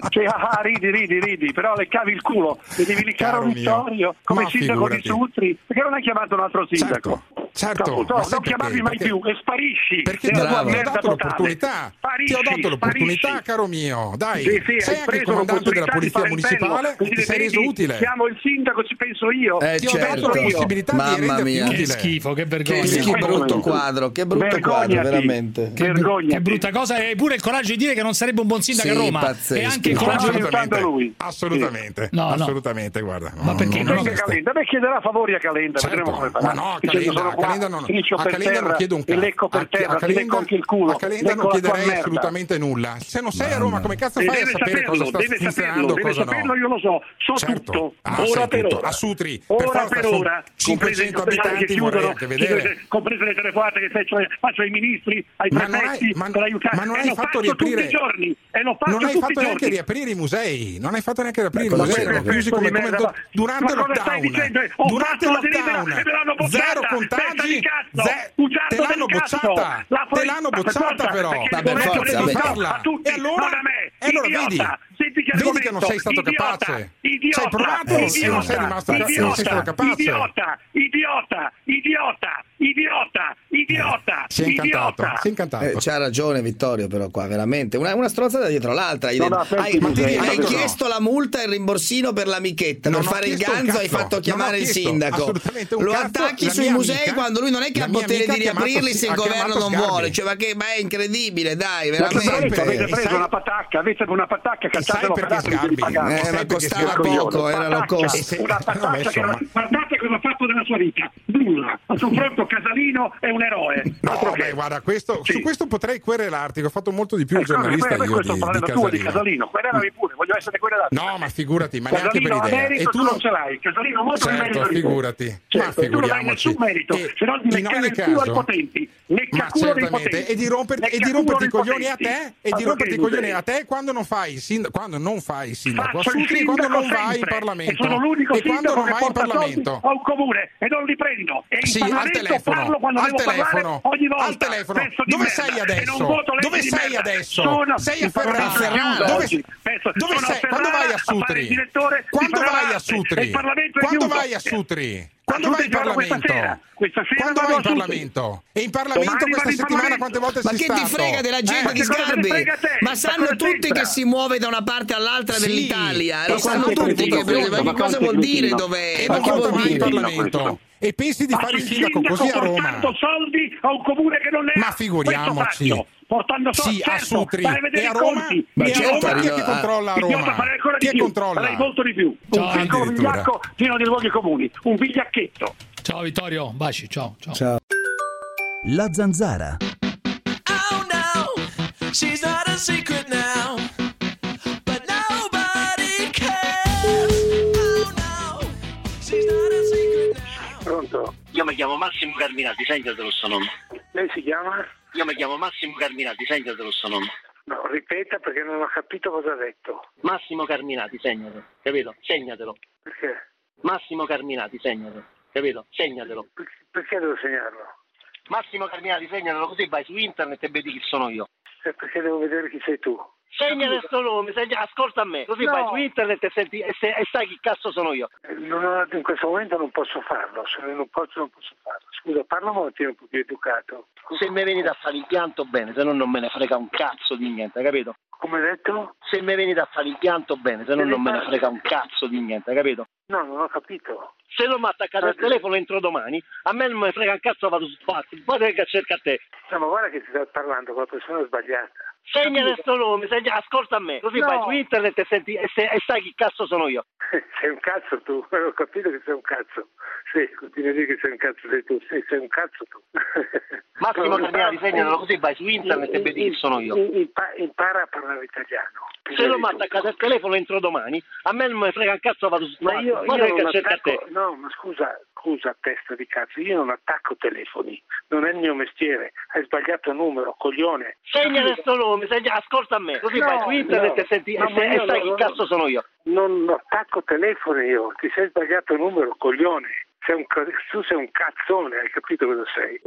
Q: Cioè, ah, ah, ridi, ridi, ridi, però le cavi il culo, le devi lì, caro
G: Caro mio,
Q: Vittorio, come
G: ma
Q: sindaco
G: figurati.
Q: di Sutri, perché non hai chiamato un altro sindaco?
G: Certo, certo,
Q: Appunto,
G: ma sai
Q: non chiamarmi
G: perché?
Q: mai
G: Perché-
Q: più e sparisci
G: Perché
Q: nella
G: ti
Q: tua
G: ho
Q: merda
G: dato
Q: totale.
G: l'opportunità, ti ho
Q: Sparisci,
G: dato l'opportunità,
Q: sparisci.
G: caro mio. Dai,
Q: Sì, sì,
G: sei
Q: hai
G: anche il
Q: preso
G: comandante della
Q: l'opportunità di
G: polizia
Q: fare il bello,
G: municipale e
Q: quindi
G: ti sei
Q: vedi,
G: reso utile.
Q: Chiamo il sindaco, ci penso io.
D: Eh,
Q: ci ho
D: certo.
Q: penso
G: la
Q: io.
G: possibilità
D: Mamma
G: di renderti
D: mia.
B: Che
G: utile.
B: schifo, che vergogna.
D: Che,
Q: Sì,
D: che brutto
Q: veramente.
D: quadro, che brutto quadro,
Q: Vergognati.
D: veramente.
B: Che,
Q: Vergognati.
B: che brutta cosa, e hai pure il coraggio di dire che non sarebbe un buon sindaco
D: Sì,
B: a Roma. E
D: pazzesco.
B: anche il
G: No,
B: coraggio di...
Q: Stavo aiutando
G: assolutamente,
Q: lui.
G: assolutamente,
B: No, no.
G: assolutamente, guarda.
B: Ma perché
G: non
B: no?
Q: Perché
G: esiste.
Q: Calenda? Beh, chiederà favori a Calenda,
G: Certo,
Q: vedremo come farà.
G: ma no, a
Q: Dicendo,
G: Calenda,
Q: sono
G: a
Q: qua,
G: Calenda non,
Q: ti liccio
G: a
Q: per
G: Calenda
Q: terra,
G: non chiedo un
Q: ti
G: cazzo.
Q: lecco per
G: A-
Q: terra,
G: a
Q: ti
G: Calenda-
Q: lecco anche il culo,
G: a Calenda
Q: lecco
G: non
Q: la tua
G: chiederei
Q: merda. Eh,
G: assolutamente nulla. Se non sei a Roma, come cazzo fai
Q: deve
G: a sapere
Q: saperlo,
G: cosa sta
Q: deve saperlo,
G: funzionando?
Q: deve
G: cosa
Q: saperlo,
G: no?
Q: io lo so, so
G: Certo.
Q: tutto,
G: Ah,
Q: ora
G: sai
Q: per
G: tutto.
Q: ora.
G: A Sutri, per
Q: ora
G: forza,
Q: per
G: sono
Q: ora,
G: 500
Q: comprese le telefonate
G: abitanti,
Q: che
G: vorrei
Q: chiudono,
G: anche vedere.
Q: comprese le telefonate che faccio, faccio ai ministri, ai
G: Ma non hai-
Q: prefetti,
G: ma-
Q: per aiutare,
G: ma non
Q: E
G: hai
Q: l'ho
G: fatto
Q: tutti
G: riaprire-
Q: i giorni, e l'ho fatto
G: Non hai
Q: tutti
G: fatto
Q: i
G: neanche
Q: giorni.
G: riaprire i musei, non hai fatto neanche riaprire i
D: Ma cosa
G: musei,
D: c'è?
G: erano chiusi come, come do- durante il
Q: ma cosa stai
G: lockdown.
Q: dicendo? Ho
G: durante
Q: fatto
G: il
Q: la delibera e me l'hanno
G: lockdown,
Q: bocciata.
G: zero contagi, ze- te l'hanno bocciata, te l'hanno bocciata però.
D: Vabbè,
G: Non è
D: forza,
G: potuto
D: vabbè.
G: farla.
Q: A tutti,
G: E allora,
Q: non a me.
G: e allora
Q: Idiota.
G: vedi,
Q: Senti che
G: vedi che
Q: argomento.
G: non sei stato
Q: Idiota.
G: capace.
Q: Idiota.
G: Ci hai provato
Q: Idiota.
G: e non sei rimasto
Q: Idiota.
G: non sei stato capace.
Q: Idiota, idiota, idiota, idiota, idiota,
G: Si è Eh, incantato,
Q: idiota.
G: si è incantato.
D: Eh, c'ha ragione Vittorio però qua veramente una, una stronzata dietro l'altra hai,
Q: No, no,
D: hai-
Q: senti,
D: hai
Q: Giuseppe,
D: hai
Q: no.
D: chiesto la multa e il rimborsino per l'amichetta
G: Non
D: per
G: ho
D: fare il
G: chiesto un
D: ganzo hai
G: cazzo,
D: fatto
G: non
D: chiamare
G: ho
D: il
G: chiesto
D: sindaco
G: assolutamente un
D: lo
G: cazzo.
D: attacchi
G: La
D: sui
G: mia
D: musei
G: amica-
D: quando lui non è che
G: la
D: ha
G: mia
D: potere
G: amica
D: di
G: ha chiamato-
D: riaprirli se il
G: ha
D: governo
G: chiamato
D: non
G: Sgarbi.
D: vuole cioè ma che ma è incredibile dai
Q: Ma che brutto, avete
G: Eh, E
D: veramente
Q: preso
G: sai-
Q: una patacca, avete una patacca,
G: sai
Q: cacciatelo
G: perché
Q: per
G: Sgarbi?
D: Eh,
G: sai
D: ma
G: perché
D: costava
G: si è
D: poco, era low
G: E
D: cost.
G: Eh, se-
Q: una
G: no, beh,
Q: patacca che
G: insomma.
Q: non- guardate cosa ha fatto della sua vita nulla a confronto Casalino è un eroe
G: No,
Q: Altro
G: beh,
Q: che-
G: guarda, questo,
Q: Sì.
G: su questo potrei querelarti, che ho fatto molto di più
Q: Eh,
G: il giornalista
Q: scusami,
G: io
Q: questo
G: di,
Q: sto
G: di
Q: parlando tu di Casalino querelami pure voglio essere querelato
G: No, ma figurati, ma neanche per
Q: Casalino ha
G: idea.
Q: merito tu non ce l'hai Casalino ha molto di
G: Certo,
Q: merito di te.
G: figurati.
Q: Certo,
G: Ma
Q: tu non hai
G: figuriamoci.
Q: nessun merito
G: E
Q: se non di
G: Eh, in
Q: leccare
G: ogni
Q: il culo ai
G: caso-
Q: potenti
G: Ma
Q: leccaculo dei potenti
G: certamente, e di, romper- e di
Q: Leccaculo
G: romperti
Q: dei
G: i coglioni a
Q: potenti.
G: te, e di
Q: Altro
G: romperti
Q: che
G: i coglioni
Q: musei.
G: a te quando non fai il sindaco, quando non fai il sindaco, a
Q: Faccio il
G: Sutri, quando
Q: sindaco
G: non vai in
Q: sempre,
G: Parlamento.
Q: E sono l'unico
G: E quando
Q: sindaco
G: non
Q: che
G: vai in
Q: porta soldi
G: Parlamento.
Q: a un comune Eh, e non li prendo. E in
G: Sì, al
Q: Parlamento parlo
G: telefono,
Q: quando
G: al
Q: devo
G: telefono,
Q: parlare ogni volta.
G: al telefono.
Q: Pezzo di
G: Dove
Q: merda. E
G: sei
Q: non
G: adesso?
Q: voto leggi
G: Dove
Q: di
G: sei
Q: merda.
G: adesso?
Q: Sono
G: Sei a
Q: il Parlamento
G: Ferrara.
Q: è chiuso
G: Dove-
Q: oggi. Pezzo-
G: dove
Q: sono a
G: sei? Quando
Q: Ferrara
G: vai
Q: fare
G: a
Q: il
G: Sutri?
Q: direttore di
G: Quando vai
Q: Ferrara
G: a
Q: Arte. E il
G: Sutri?
Q: Parlamento è
G: Quando
Q: chiuso.
G: vai a Sutri?
Q: Eh, Quando
R: giunta
Q: vai in
R: il giorno questa
Q: Parlamento?
R: sera. Questa sera
Q: Quando vai
R: vado
Q: in
R: a Sud.
Q: Parlamento? E in Parlamento
R: Domani
Q: questa
R: vado in
Q: settimana
R: Parlamento.
Q: quante volte
R: Ma
Q: sei
R: che ti
Q: stato?
R: frega
Q: Eh,
R: della gente
D: Ma
R: di
D: che cosa
R: Sgarbi?
D: ti frega a te?
R: Ma
D: sanno
R: cosa
D: tutti
R: c'entra?
D: che si muove da una parte all'altra
R: Sì.
D: dell'Italia.
R: Ma
D: Lo
R: quanto
D: sanno
R: è
D: tutti
R: cretino
D: che,
R: questo?
D: ma
R: Ma
D: che cosa
R: quanto è
D: vuol dire
R: cretino?
D: dove
R: E
D: ma che
R: quanto
D: vuol
R: mai in
D: dire?
Q: Parlamento? E pensi di
R: Ma
Q: fare il
R: il
Q: sindaco così a Roma?
R: portando soldi a un comune che non ne
Q: Ma
R: ha.
Q: figuriamoci.
R: Questo faccio. Portando soldi
Q: Sì, a
R: certo,
Q: Sutri.
R: fare vedere
Q: E a
R: i
Q: Roma?
R: conti.
Q: Ma
R: E a
Q: certo,
R: Roma chi è
Q: eh,
R: che controlla a
Q: idiota,
R: Roma?
Q: farei ancora
R: Chi
Q: di più.
R: controlla?
Q: Farei molto
R: di più.
Q: Ciao,
R: un piccolo
Q: addirittura.
R: vigliacco pieno di luoghi comuni. Un vigliacchetto.
B: Ciao Vittorio, baci, ciao. ciao.
S: La zanzara.
I: She's not a secret now. But nobody cares.
R: Pronto?
T: Io mi chiamo Massimo Carminati, segnatetelo sto nome.
R: Lei si chiama?
T: Io mi chiamo Massimo Carminati, segnatetelo sto nome.
R: No, ripeta perché non ho capito cosa ha detto.
T: Massimo Carminati, segnatelo, capito? Segnatelo.
R: Perché?
T: Massimo Carminati, segnatelo, capito? Segnatelo.
R: Perché devo segnarlo?
T: Massimo Carminati, segnatelo così vai su internet e vedi chi sono io.
R: Eh, Perché devo vedere chi sei tu.
T: Segna sto nome, segna- ascolta me, così
R: No.
T: vai su internet e, senti, e, se- e sai chi cazzo sono io.
R: Eh, non ho- in questo momento non posso farlo, se non posso non posso farlo. Scusa, parla un attimo un po' più educato.
T: Se mi venite a fare l'impianto bene, se no non me ne frega un cazzo di niente, capito?
R: Come hai detto?
T: Se mi venite a fare l'impianto bene, se no non me ne frega un cazzo di niente, capito?
R: No, non ho capito.
T: Se non mi attaccate il telefono entro domani, a me non me ne frega un cazzo, vado su Spazio, vado che cerca a te.
R: No, ma guarda che ti stai parlando con la persona sbagliata.
T: Segna questo nome, segna- ascolta me, così
R: No.
T: vai su internet e, senti, e, se- e sai chi cazzo sono io.
R: Sei un cazzo tu, ho capito che sei un cazzo. Sì, continui a dire che sei un cazzo sei tu, sì, sei un cazzo tu.
T: Massimo Carminati, segnalo
R: così,
T: così vai su internet e vedi chi sono io.
R: impara a parlare italiano.
T: Se non mi attaccate il telefono entro domani, a me non me ne frega un cazzo, vado su
R: Ma
T: Spazio,
R: io,
T: vado
R: io
T: che
R: non
T: cerca a
R: attacco,
T: te.
R: no, ma scusa, scusa testa di cazzo, io non attacco telefoni, non è il mio mestiere, hai sbagliato numero, coglione.
T: Segna questo nome, segna- ascolta me, così vai su internet e, senti, e
R: no,
T: se-
R: ma
T: e
R: io
T: sai
R: no,
T: chi cazzo sono io.
R: Non attacco telefono io, ti sei sbagliato numero, coglione. Sei un, co- tu sei un cazzone, hai capito cosa sei?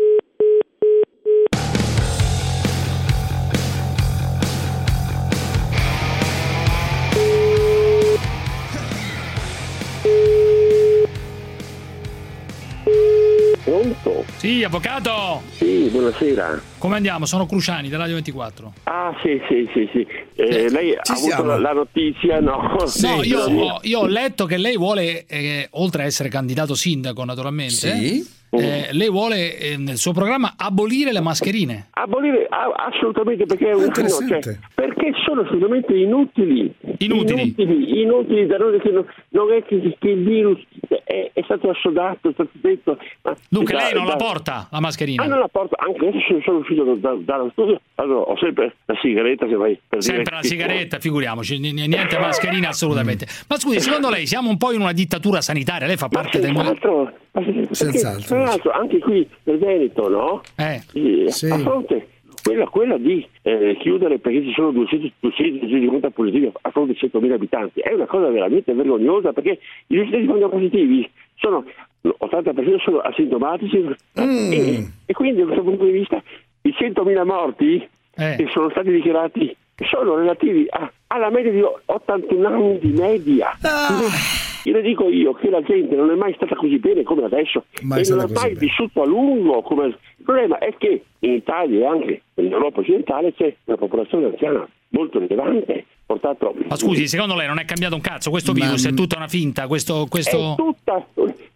U: Pronto?
B: Sì, avvocato!
U: Sì, buonasera.
B: Come andiamo? Sono Cruciani della Radio 24.
U: Ah, sì, sì, sì, sì. Eh, lei ha avuto la, la notizia, no?
B: No, io ho, io ho letto che lei vuole, eh, oltre a essere candidato sindaco naturalmente,
U: Sì.
B: eh, lei vuole eh, nel suo programma abolire le mascherine.
U: Abolire a- assolutamente perché è un
B: Interessante.
U: fenomeno, cioè, perché sono assolutamente inutili. Inutili. Inutili, inutili da noi che non, non è che, che il virus è, è stato assodato, è stato detto. ma-
B: Dunque
U: da-
B: lei non la
U: da-
B: porta la mascherina.
U: Ah, non la porto, anche adesso sono, sono uscito da- da- dallo studio, allora ho sempre la sigaretta che vai per dire
B: Sempre la
U: che-
B: sigaretta, figuriamoci, n- n- niente mascherina assolutamente. Ma scusi, secondo lei siamo un po' in una dittatura sanitaria? Lei fa parte del
U: Senz'altro, Perché, tra l'altro, anche qui nel Veneto, no? Eh, A fronte quella, quella di eh, chiudere perché ci sono 200, 250 positivi a fronte di 100.000 abitanti è una cosa veramente vergognosa perché i risultati quando positivi sono l'80% sono asintomatici
V: Mm.
U: e, e quindi da questo punto di vista i 100.000 morti
V: Eh.
U: che sono stati dichiarati sono relativi a- alla media di 81 anni di media.
V: Ah.
U: Io le dico io che la gente non è mai stata così bene come adesso
V: Mai
U: e non
V: stata
U: ha
V: così
U: mai vissuto a lungo. Come... Il problema è che in Italia e anche nell'Europa occidentale c'è una popolazione anziana molto rilevante. Portato...
B: Ma scusi, secondo lei non è cambiato un cazzo? Questo virus è tutta una finta? Questo,
U: È
B: questo...
U: tutta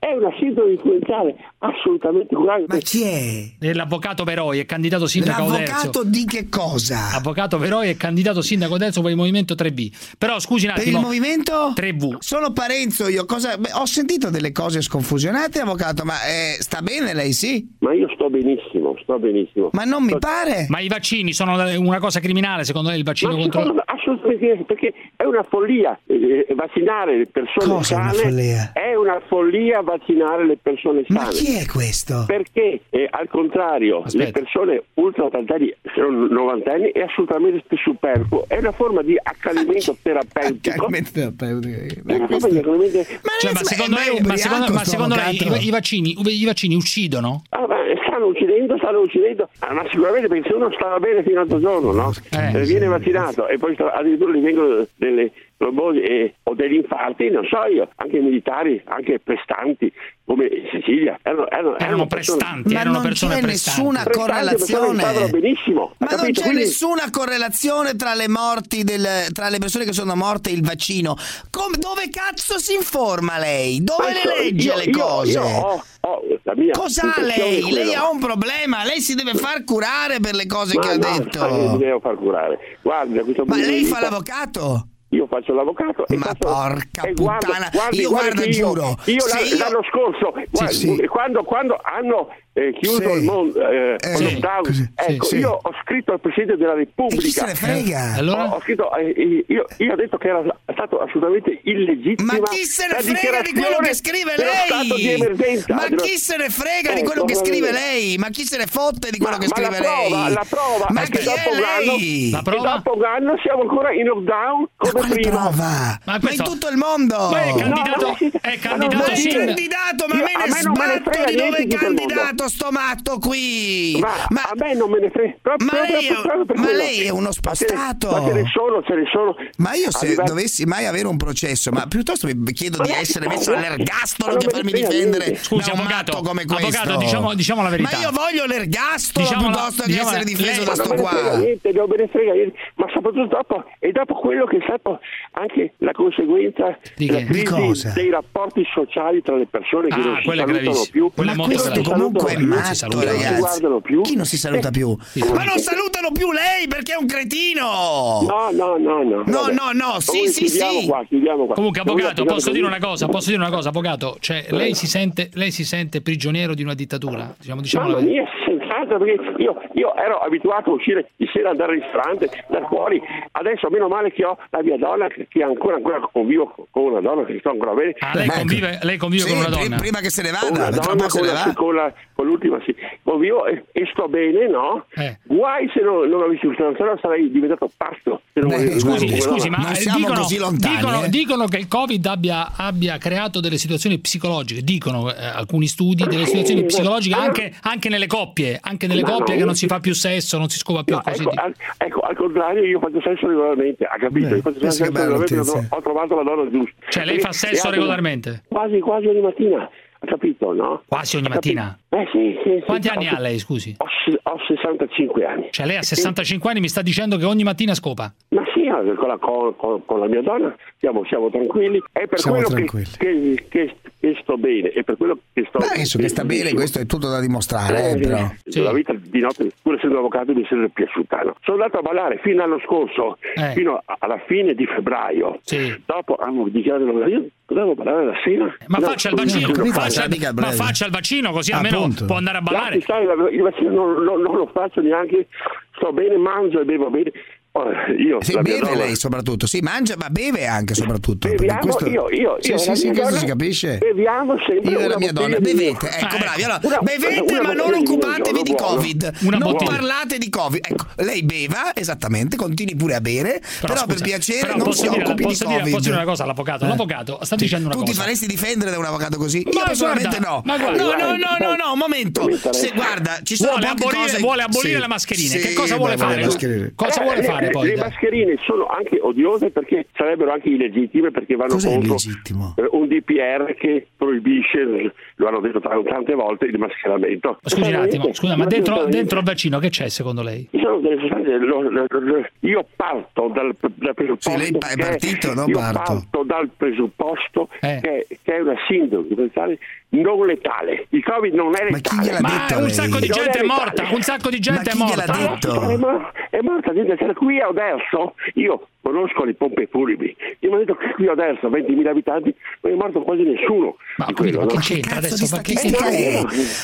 U: è una sindrome influenzale assolutamente curabile. Ma
B: chi è? L'avvocato Veroi è candidato sindaco
D: L'avvocato
B: Oderzo.
D: di che cosa?
B: Avvocato Veroi è candidato sindaco Oderzo per il Movimento 3B. Però scusi un
D: Per
B: attimo.
D: il movimento?
B: 3V.
D: Solo Parenzo, io cosa... beh, ho sentito delle cose sconfusionate, avvocato, ma eh, sta bene lei, sì?
U: Ma io sto benissimo, sto benissimo.
D: Ma non mi pare.
B: Ma i vaccini sono una cosa criminale, secondo lei il vaccino contro...
U: Secondo me, assolutamente, perché è una follia eh, vaccinare le persone
D: Cosa è una
U: sane.
D: follia?
U: È una follia vaccinare le persone sane.
D: Ma chi è questo?
U: Perché eh, al contrario, le persone ultra 80 anni, se non 90 anni, è assolutamente superfluo. È una forma di
B: Ah,
U: accanimento terapeutico. È una forma di accanimento-
B: Cioè, ma secondo lei, ma secondo- ma secondo lei i, i vaccini, i vaccini uccidono?
U: Ah, ma stanno uccidendo, stanno uccidendo, Ah, ma sicuramente perché se uno stava bene fino all'altro giorno, no? Eh, viene vaccinato e poi sta- addirittura gli vengono delle, trombosi e- o degli infarti, non so io, anche i militari, anche prestanti come in Sicilia. Erano, erano, erano persone-
D: Ma non c'è nessuna
U: persone che stavano
D: correlazione.
U: benissimo.
D: Ma non
U: capito?
D: c'è
U: Quindi-
D: nessuna correlazione tra le morti del- tra le persone che sono morte e il vaccino. Come- dove cazzo si informa lei? Dove
U: Ma
D: le
U: so-
D: legge
U: Ecco, cioè, io-
D: le
U: io-
D: cose?
U: io ho- ho la mia
D: Cos'ha
U: intenzione è
D: lei?
U: quella.
D: Lei ha un problema, lei si deve far curare per le cose che
U: Ma
D: ha
U: no,
D: detto.
U: ma io mi devo far curare. Guarda, questo
D: Ma
U: punto
D: lei
U: di
D: fa
U: vista-
D: l'avvocato?
U: Io faccio l'avvocato. E Ma
D: Oh. porca puttana. Io guarda,
U: che io-
D: giuro,
U: Io,
D: se
U: l'an-
D: io-
U: l'anno scorso, guarda,
D: sì.
U: Quando, quando hanno eh, chiuso
D: Sì.
U: il mondo, eh,
D: Eh,
U: lo
D: sì,
U: lockdown,
D: così, sì,
U: ecco,
D: sì.
U: io ho scritto al Presidente della Repubblica.
D: E chi se ne frega?
U: Ho-
D: Allora?
U: Ho, scritto, eh, io, io ho detto che era stato assolutamente illegittimo.
D: Ma chi se ne frega di quello che scrive
U: Stato di
D: lei?
U: emergenza,
D: Ma
U: dello-
D: chi se ne frega di
U: Eh,
D: quello che
U: torna a
D: scrive
U: vedere.
D: lei? Ma chi se ne fotte di quello che
U: ma
D: scrive
U: la prova,
D: lei?
U: La prova
D: Ma
U: è che
D: chi
U: dopo
D: è
U: un
D: lei?
U: anno, che dopo un anno siamo ancora in lockdown come prima.
D: prova? Ma, in tutto il mondo!
U: Ma è candidato-
D: Ma-
U: è candidato
D: Ma chi è
U: in-
D: candidato? Ma
U: Io-
D: me
U: a me
D: ne
U: non me ne
D: sbatto
U: frega
D: di dove
U: niente di
D: è
U: tutto il mondo.
D: candidato sto matto qui!
U: Ma, a me non me ne frega proprio,
D: Ma lei è-
U: proprio, proprio per
D: ma
U: quello.
D: lei è
U: Ma
D: uno
U: ce ne-
D: spostato.
U: Ma ce ne sono, ce ne sono.
D: Ma io se
U: A livello-
D: dovessi mai avere un processo, ma piuttosto mi chiedo di
U: Ma-
D: essere
U: ma-
D: messo
U: ma-
D: all'ergastolo
U: ma
D: che
U: non mi
D: farmi
U: frega
D: difendere
U: niente.
D: da
B: Scusi,
D: un
B: avvocato,
D: matto come questo.
B: avvocato, diciamo- diciamo la verità.
D: Ma io voglio l'ergastolo
B: Diciamo la-
D: piuttosto
B: diciamo
D: che
B: la-
D: essere difeso
B: lei-
D: da
U: Ma
D: sto
U: non me ne frega
D: qua.
U: niente, non me ne frega niente, ma soprattutto dopo, e dopo quello che è stato anche la conseguenza della
D: che? Di
U: crisi
D: cosa?
U: dei rapporti sociali tra le persone che
D: Ah,
U: non si
D: quello è
U: salutano
D: gravissimo.
U: più,
D: Quello è
U: che non
D: molto
U: si
D: grave.
U: salutano
D: Comunque è
U: più,
D: matto,
U: che non si
D: ragazzi.
U: guardano più.
D: Chi non si saluta
U: Eh,
D: più?
U: sì.
D: Ma non salutano più lei perché è un cretino!
U: No, no, no, no.
D: No,
U: Vabbè.
D: no, no, sì,
U: Comunque,
D: sì,
U: chiudiamo
D: sì.
U: Qua, chiudiamo qua.
B: Comunque,
U: Noi
B: avvocato,
U: abbiamo
B: posso dire una
U: capito.
B: cosa, posso dire una cosa, avvocato. Cioè, lei si sente, lei si sente prigioniero di una dittatura? Diciamo, diciamo la
U: Mamma
B: verità.
U: mia, senz'altro, perché io, io ero abituato a uscire di sera, andare al ristorante, andare fuori. Adesso, meno male che ho la mia donna, che che ancora, ancora convivo con una donna che sto ancora bene.
B: Ah, lei
U: Ma ecco,
B: convive, lei convive
U: Sì,
B: con una
U: pri-
B: donna?
D: Prima che se ne
U: con una
D: vada, tra
U: donna,
D: poco se
U: con,
D: ne
U: la-
D: va.
U: con la- con l'ultima, sì. Convivo e, e sto bene, no?
B: Eh.
U: Guai se non, non avessi uscito, se no sarei diventato pazzo. se non volessi usare
B: Scusi,
U: quella
B: scusi,
U: donna.
B: ma eh, dicono,
U: eh.
B: dicono- dicono che il Covid abbia, abbia creato delle situazioni psicologiche, dicono eh, alcuni studi, delle situazioni psicologiche anche, anche nelle coppie, anche nelle
U: Ma
B: coppie
U: no.
B: che non si fa più sesso, non si scopa più
U: No,
B: così.
U: ecco, al, ecco, al contrario, io faccio sesso regolarmente, ha capito?
B: Beh,
U: io faccio
B: pensa
U: sesso
B: che bella
U: regolarmente, ho,
B: notizia.
U: ho trovato la donna giusta.
B: Cioè, lei
U: Perché-
B: fa sesso
U: e anche-
B: regolarmente?
U: Quasi, quasi ogni mattina, ha capito, no?
B: Quasi ogni
U: Ha capito?
B: mattina?
U: Eh sì, sì, sì.
B: Quanti anni
U: Ho-
B: ha lei, scusi?
U: Ho, s- ho 65 anni.
B: Cioè, lei ha 65 anni mi sta dicendo che ogni mattina scopa.
U: Ma sì, con la, con- con- con la mia donna siamo, siamo tranquilli. È per
B: Siamo
U: quello che, che- che- che sto bene, è per quello che sto
D: Adesso che sta bene, questo è tutto da dimostrare, eh, però.
U: La vita di notte, pur essendo avvocato, mi è sempre piaciuta. no? Sono andato a ballare fino all'anno scorso,
B: Eh.
U: fino a- alla fine di febbraio. Dopo hanno dichiarato io dovevo ballare la sera.
B: Ma
U: No,
B: faccia il
U: non
B: vaccino,
U: riesco.
B: faccia, ma faccia il vaccino così almeno può andare a ballare.
U: Ah, Grazie, sai, la- il vaccino non, non- non lo faccio neanche, sto bene, mangio e bevo bene. Oh, io,
D: Sì,
U: la mia
D: beve
U: donna-
D: lei soprattutto, sì, mangia ma beve anche soprattutto. perché
U: Beviamo,
D: questo...
U: io, io,
D: sì,
U: io
D: sì,
U: la
D: sì,
U: mia
D: questo
U: donna-
D: si capisce.
U: Beviamo sempre
D: Io e la
U: una
D: mia donna,
U: bottiglia di vino.
D: bevete, ecco
U: Ah,
B: Eh.
D: bravi, allora
U: Una-
D: bevete
U: una
D: ma non
U: bottiglia di vino al
D: occupatevi
U: giorno,
D: di
U: buono.
D: Covid,
U: Una
D: non
U: bottiglia.
D: parlate di Covid, ecco, lei beva, esattamente, continui pure a bere, però, per
B: scusa,
D: piacere
B: però
D: non
B: posso
D: si
B: dire-
D: occupi
B: posso
D: di
B: dire-
D: Covid. Eh,
B: posso dire una cosa all'avvocato? L'avvocato sta dicendo una
D: tu
B: cosa.
D: ti faresti difendere da un avvocato così? Io
B: Ma
D: personalmente
B: guarda,
D: no.
B: ma guarda.
D: no, no, no, no, no, un momento.
B: Mi interessa.
D: Se guarda, ci sono
B: Vuole
D: poche
B: abolire-
D: cose-
B: vuole abolire
D: Sì.
B: le mascherine. Che
D: Sì,
B: cosa vuole
D: ma le
B: fare?
D: mascherine.
B: Cosa
U: Eh,
B: vuole
U: le-
B: fare
U: le,
B: poi?
U: Le mascherine sono anche odiose perché sarebbero anche illegittime perché vanno
D: Cos'è
U: contro
D: illegittimo?
U: eh, un DPR che proibisce, lo hanno detto t- tante volte, il mascheramento.
B: Scusi un attimo, scusa, ma dentro,
U: Esattamente.
B: dentro il vaccino che c'è secondo lei?
U: Ci sono delle sostanze, lo- lo- lo- io parto dal, dal presupposto.
D: lei pa- è
U: che-
D: partito, no? Eh.
U: Io
D: Parto.
U: dal presupposto che, che è una sindrome mentale non letale. Il Covid non è letale. Ma chi
D: gliel'ha detto
B: un
D: lei?
B: sacco di
D: Non
B: gente
D: è
B: è
D: letale.
B: morta, un sacco di gente è
D: chi gliel'ha
B: morta.
D: detto?
U: È, mor- è morta gente c'era qui adesso. Io conosco le pompe furibi. Io mi ho detto che qui adesso, 20.000 abitanti, non è morto quasi nessuno. Ma di quello, no?
D: che cazzo di statistica è?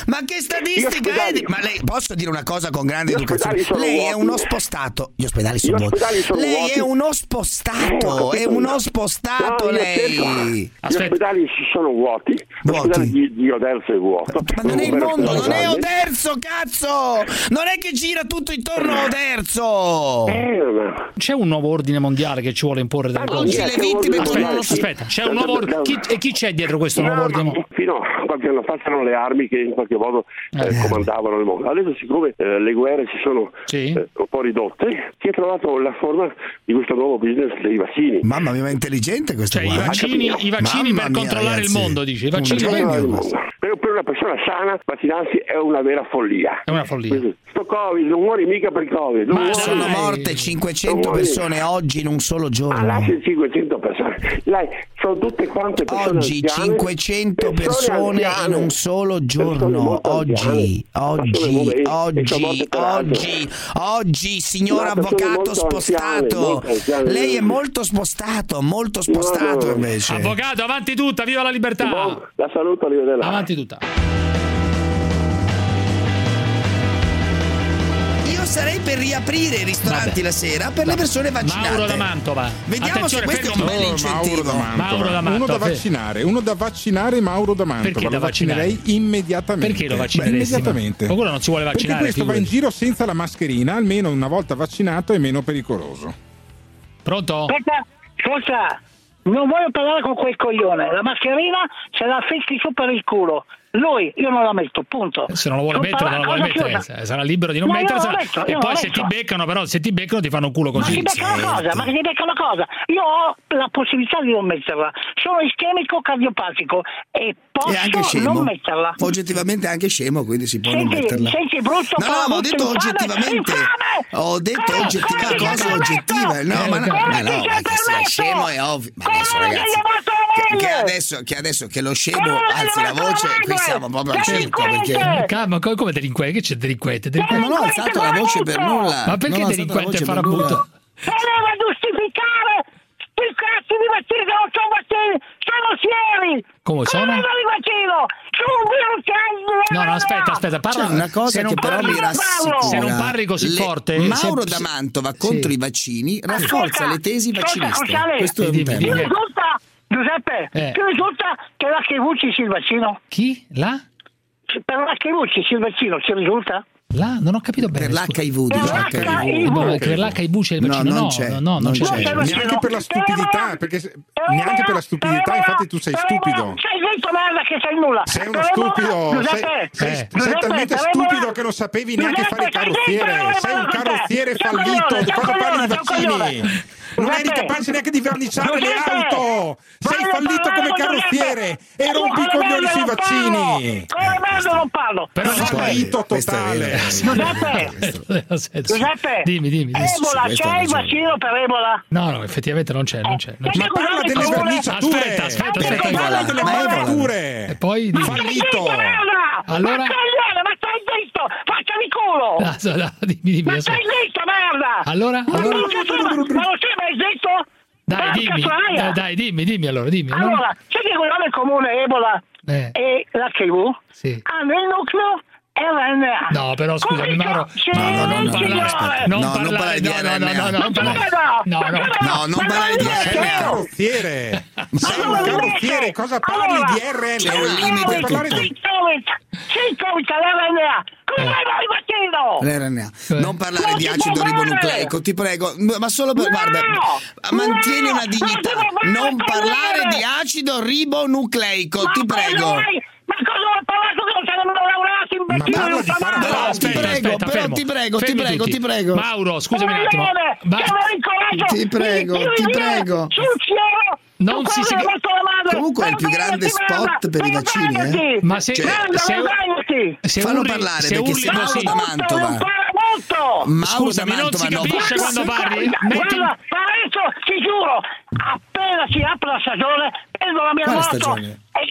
D: Ma che statistica è? di- Ma lei posso dire una cosa con grande
U: Gli
D: educazione?
U: ospedali sono
D: Lei è
U: vuoti.
D: uno spostato. Gli ospedali
U: Gli
D: sono
U: ospedali
D: vuoti.
U: sono
D: Lei
U: vuoti.
D: è uno
U: Eh, ho
D: spostato, è
U: capito.
D: uno
U: No,
D: spostato
U: io cerco-
D: lei.
U: Gli ospedali sono vuoti, gli ospedali di di, di Oderzo è vuoto.
D: Ma non è il mondo, non è Oderzo, cazzo! Non è che gira tutto intorno a Oderzo!
B: C'è un nuovo ordine mondiale che ci vuole imporre dalle
D: oggi
B: cose.
D: le vittime
B: aspetta,
D: tornano-
B: aspetta, c'è un nuovo ordine. Chi, e chi c'è dietro questo nuovo ordine? mondiale?
U: Fino a qualche anno fa c'erano le armi che in qualche modo eh, comandavano il mondo. Adesso siccome eh, le guerre si sono eh, un po' ridotte, si è trovato la forma di questo nuovo business dei vaccini.
R: Mamma mia, ma è intelligente questo
U: Cioè,
R: qua.
U: i vaccini-
R: Ha capito.
U: i vaccini
R: Mamma
U: per
R: mia,
B: controllare
R: ragazzi.
B: il mondo, dice, i
R: Un
B: vaccini-
R: genio.
U: Per, per una persona sana vaccinarsi è una vera follia. È una follia. Sto Covid, non muori mica per Covid. non muori.
D: sono morte 500 persone oggi in un solo giorno.
U: Ah, lasci 500 persone. Dai, sono tutte quante persone
D: Oggi
U: anziane,
D: 500 persone in
U: anziane.
D: un solo giorno. Oggi, oggi, oggi, oggi, oggi, signor
U: No, persone
D: avvocato
U: molto anziane,
D: spostato.
U: molto anziane.
D: Lei è molto spostato, molto spostato invece.
B: Avvocato, avanti tutta, viva la libertà!
U: La saluto, arrivederla.
B: Avanti tutta.
D: Io sarei per riaprire i ristoranti la sera per le persone vaccinate.
B: Mauro da Mantova.
D: Vediamo se
B: Attenzione,
D: questo è un
B: fermo.
D: bel
B: Oh,
D: incentivo.
G: Mauro da Mantova.
B: Mauro da Mantova,
G: uno da
B: sì.
G: vaccinare, uno da vaccinare Mauro da Mantova.
B: Perché da
G: lo vaccinerei
B: vaccinare?
G: immediatamente.
B: Perché lo
G: Beh,
B: vaccineresti?
G: immediatamente.
B: Ma quello non si vuole vaccinare,
G: Perché questo va in
B: figurati.
G: giro senza la mascherina, almeno una volta vaccinato è meno pericoloso.
B: Pronto?
V: Aspetta, scusa, non voglio parlare con quel coglione. La mascherina se la fitti su per il culo. Lui, io non la metto, punto.
B: Se non lo vuole
V: Tutta
B: mettere, non lo vuole
V: cosa
B: mettere,
V: chiusa.
B: eh, sarà libero di non
V: Ma io
B: mettere.
V: non
B: sarà-
V: l'ho messo,
B: E
V: io
B: poi
V: l'ho
B: se ti
V: messo.
B: beccano, però, se ti beccano, ti fanno un culo
V: Ma
B: così.
V: si becca una cosa, ma si becca una cosa. Io ho la possibilità di non metterla. Sono ischemico cardiopatico e
R: È anche
V: posso
R: scemo.
V: non metterla.
R: Oggettivamente è anche scemo, quindi si può non
V: Senti,
R: metterla.
V: senti brutto
D: No, no, ma ho detto oggettivamente. Ho detto oggettivamente una cosa oggettiva. No, ma no, ma no, ma che sia scemo è ovvio. Ma adesso, ragazzi, che, che adesso, che adesso che lo scemo alzi la voce, qui siamo proprio al circo. Perché...
B: Calma, co- come delinquente? Che c'è delinquente?
D: Ma non ho alzato la voce per
B: Ma
D: nulla. Non
B: perché
D: ho alzato la
B: delinquente
D: voce
B: farà
D: per nulla.
B: brutto?
V: Voleva giustificare il cazzo di vaccini che non sono vaccini, sono sieri.
B: Come sono?
V: Non sono di vaccino, sono un virus che ha-
B: No, no, aspetta, aspetta, parla.
D: C'è una cosa
B: se non
D: che però
B: parli-
D: mi rassicura.
B: Se non parli così
D: Le-
B: forte,
D: Mauro
B: se-
D: da
B: se-
D: Mantova contro
B: Sì. Ah,
D: i vaccini rafforza le tesi
V: Ascolta,
D: vacciniste.
V: Cruciale,
D: Questo è un
V: ti
D: tema.
V: risulta, Giuseppe,
D: Eh.
V: ti risulta che la Chevucci sia il vaccino?
B: Chi? La?
V: Per la Chevucci sia il vaccino, ci risulta?
B: La? Non ho capito bene.
D: Per l'HIV,
V: Per l'HIV.
B: No, per l'HIV c'è il
R: No,
B: vaccino.
R: non
B: No,
R: c'è,
B: no, no, non
R: non
B: c'è.
R: c'è.
G: Neanche per la stupidità, perché se- neanche per la stupidità, infatti tu sei stupido.
V: Sei zitto merda che sei nulla.
G: Sei uno
V: Saremo-
G: stupido, sei,
V: Giuseppe,
G: sei- sei
V: Giuseppe,
G: talmente
V: saremo-
G: stupido che non sapevi neanche fare il carrozziere. Sei un
V: Sei
G: carrozziere
V: un
G: fallito,
V: coglione,
G: di
V: sei un
G: cosa parli di
V: coglione, sei un
G: vaccini?
V: coglione.
G: Non eri
V: Giuseppe,
G: capace neanche di verniciare le
V: Giuseppe,
G: auto! Sei
V: voglio
G: fallito
V: parlare
G: come
V: con
G: carrozziere
V: Giuseppe.
G: e rompi i
V: Con le
G: coglioni
V: mani
G: sui
V: non parlo.
G: vaccini!
V: Con le mani non parlo.
G: Però
V: Giuseppe,
G: fallito
R: Questo è
G: totale!
V: Giuseppe, Giuseppe,
B: Dimmi, dimmi. dimmi.
V: Ebola, c'è il vaccino per Ebola?
B: No, no, effettivamente non c'è, non c'è. Non c'è.
V: Ma parla delle
G: verniciature!
B: Aspetta, aspetta,
V: Perché
B: aspetta.
V: parla
B: aspetta.
V: delle
G: verniciature?
B: E poi dimmi.
G: Fallito!
B: Allora-
V: Allora... Ma coglione, ma stai zitto! Facciami culo!
B: Ah, so- no, dimmi, dimmi.
V: Ma
B: aspetta.
V: stai zitto, merda!
B: Allora?
V: Ma
B: Allora?
V: minchia tu, ma- ma lo sei mai zitto?
B: Dai,
V: Porca
B: dimmi.
V: troia!
B: Dai, dai, dimmi, dimmi allora, dimmi.
V: Allora, sai che quel nome comune Ebola
B: Eh.
V: e la TV
B: Sì.
V: hanno il nucleo RNA.
B: No, però scusami, Mauro.
V: No, no, no,
B: signore.
V: aspetta.
B: Non
R: No, non
B: parlare di
R: parlare di
B: no, no, no, no,
R: RNA.
B: non
R: Ma
B: parlare. No, no.
R: No, non parlare di RNA.
G: Carrozziere! Sei un
V: allora,
G: carrozziere,
V: invece,
G: cosa parli di
V: allora,
G: RNA?
R: C'è un limite a
G: Puoi parlare
R: tutto.
G: di-
V: Sì, comincia l'RNA.
B: Eh.
V: Come mai vai vaccino?
R: L'RNA.
D: Non parlare
V: Non
D: di
V: si
D: acido
V: può fare!
D: ribonucleico, ti prego. M- Ma solo per. guarda,
V: No!
D: mantieni
V: No!
D: una
V: Non si
D: dignità.
V: può fare,
D: Non parlare
V: coglione!
D: di acido ribonucleico,
V: Ma
D: ti
V: cosa
D: prego.
V: vuoi? Ma cosa ho parlato che non sei nemmeno laureato, imbecille?
D: parla
V: non
D: di
V: fa
D: fare
V: male.
D: Però ti prego, però
B: fermo.
D: ti prego, ti
B: Fermi
D: prego,
B: tutti.
D: ti prego.
B: Mauro, scusami un attimo.
V: Coglione,
B: Ma-
V: che avevi il coraggio
D: Ti
V: di-
D: prego,
V: di
D: ti
V: dire,
D: prego.
V: sul cielo,
B: Non
V: tu
B: si- si-
V: corri verso la madre,
D: Comunque è il più
V: vergognati,
D: grande
V: merda,
D: spot per i vaccini, eh.
V: vergognati.
B: Ma se-
D: Cioè,
V: Guarda,
B: se-
V: vergognati.
B: se
D: Fallo
B: urli-
D: parlare,
B: se
D: perché
B: urli
D: se Mauro
B: così-
D: da Mantova.
V: Molto!
D: Mauro
B: Scusami,
D: da
B: non si
D: Mantova no.
B: capisce quando parli?
V: Guarda,
B: Metti-
V: guarda, ma adesso ti giuro, appena si apre la stagione, prendo la mia
D: Quale
V: moto
D: stagione?
V: e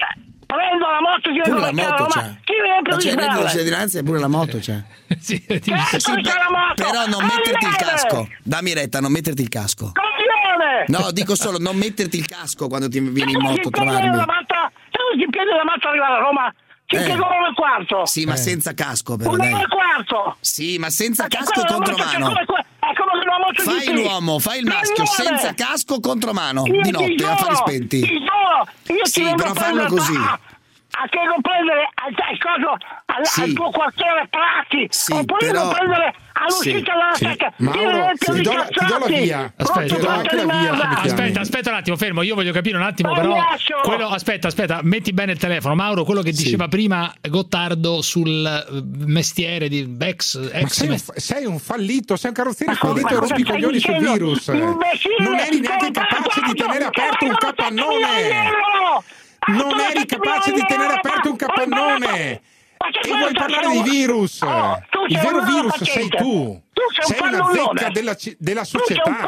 V: prendo la moto e ci vengo
D: Pure la
V: a mettere a
D: moto
V: Roma.
D: c'è.
V: Chi riempie
D: Ma
V: di
D: c'è il reddito di
V: sbarre?
D: cittadinanza e pure la moto c'è.
B: Sì,
V: Cazzo,
D: Sì,
V: c'è la moto!
D: Però non metterti il
V: Arrivederci!
D: casco. Dammi retta, non metterti il casco.
V: Coglione!
D: No, dico solo non metterti il casco quando ti vieni in moto a
V: Se
D: trovarmi.
V: non si piede la matta arrivare a Roma, ci
D: Eh.
V: impiego un'ora e quarto.
D: Sì,
B: Eh.
D: ma senza casco però, dai.
V: Un'ora e quarto.
D: Sì, ma senza
V: Perché
D: casco
V: quella
D: contro
V: moto c'è
D: mano.
V: come que- È come una moto di
D: Fai
V: sì.
D: l'uomo, fai il maschio,
V: Signore,
D: senza casco contro mano,
V: io
D: di
V: ti
D: notte, a
V: giuro,
D: fari
V: Ti
D: spenti.
V: giuro, io ti
D: Sì,
V: vengo
D: però
V: a
D: fallo
V: prendere-
D: così.
V: Ah, a te non prendere al, al coso, al,
R: Sì.
V: al tuo quartiere Prati, oppure
R: però-
V: non prendere
R: Sì,
V: all'uscita dalla
R: sì.
V: secca.
R: Mauro,
V: Dire
R: sì.
V: di
R: Ti do la- ti do la
V: cazzati.
R: via.
V: Pronto,
B: Aspetta,
V: fatta di merda.
B: Ah, aspetta, aspetta un attimo, fermo. Io voglio capire un
V: Ah,
B: attimo, però.
V: Pagliaccio!
B: quello- aspetta, aspetta, metti bene il telefono, Mauro. Quello che diceva prima Gottardo sul eh, mestiere di Bex. Ex
G: Eh, sei un
B: mes-
G: fa- sei un fallito, sei un carrozziere
B: ma
G: fallito e
B: cosa
G: rompi i
B: stai
G: coglioni sul
B: dicendo?
G: virus.
B: Imbecille,
G: Non eri neanche capace di tenere aperto un capannone. Non eri capace di tenere aperto un capannone. E vuoi parlare di virus? Il vero virus sei tu. Sei una zecca della, ci- della società.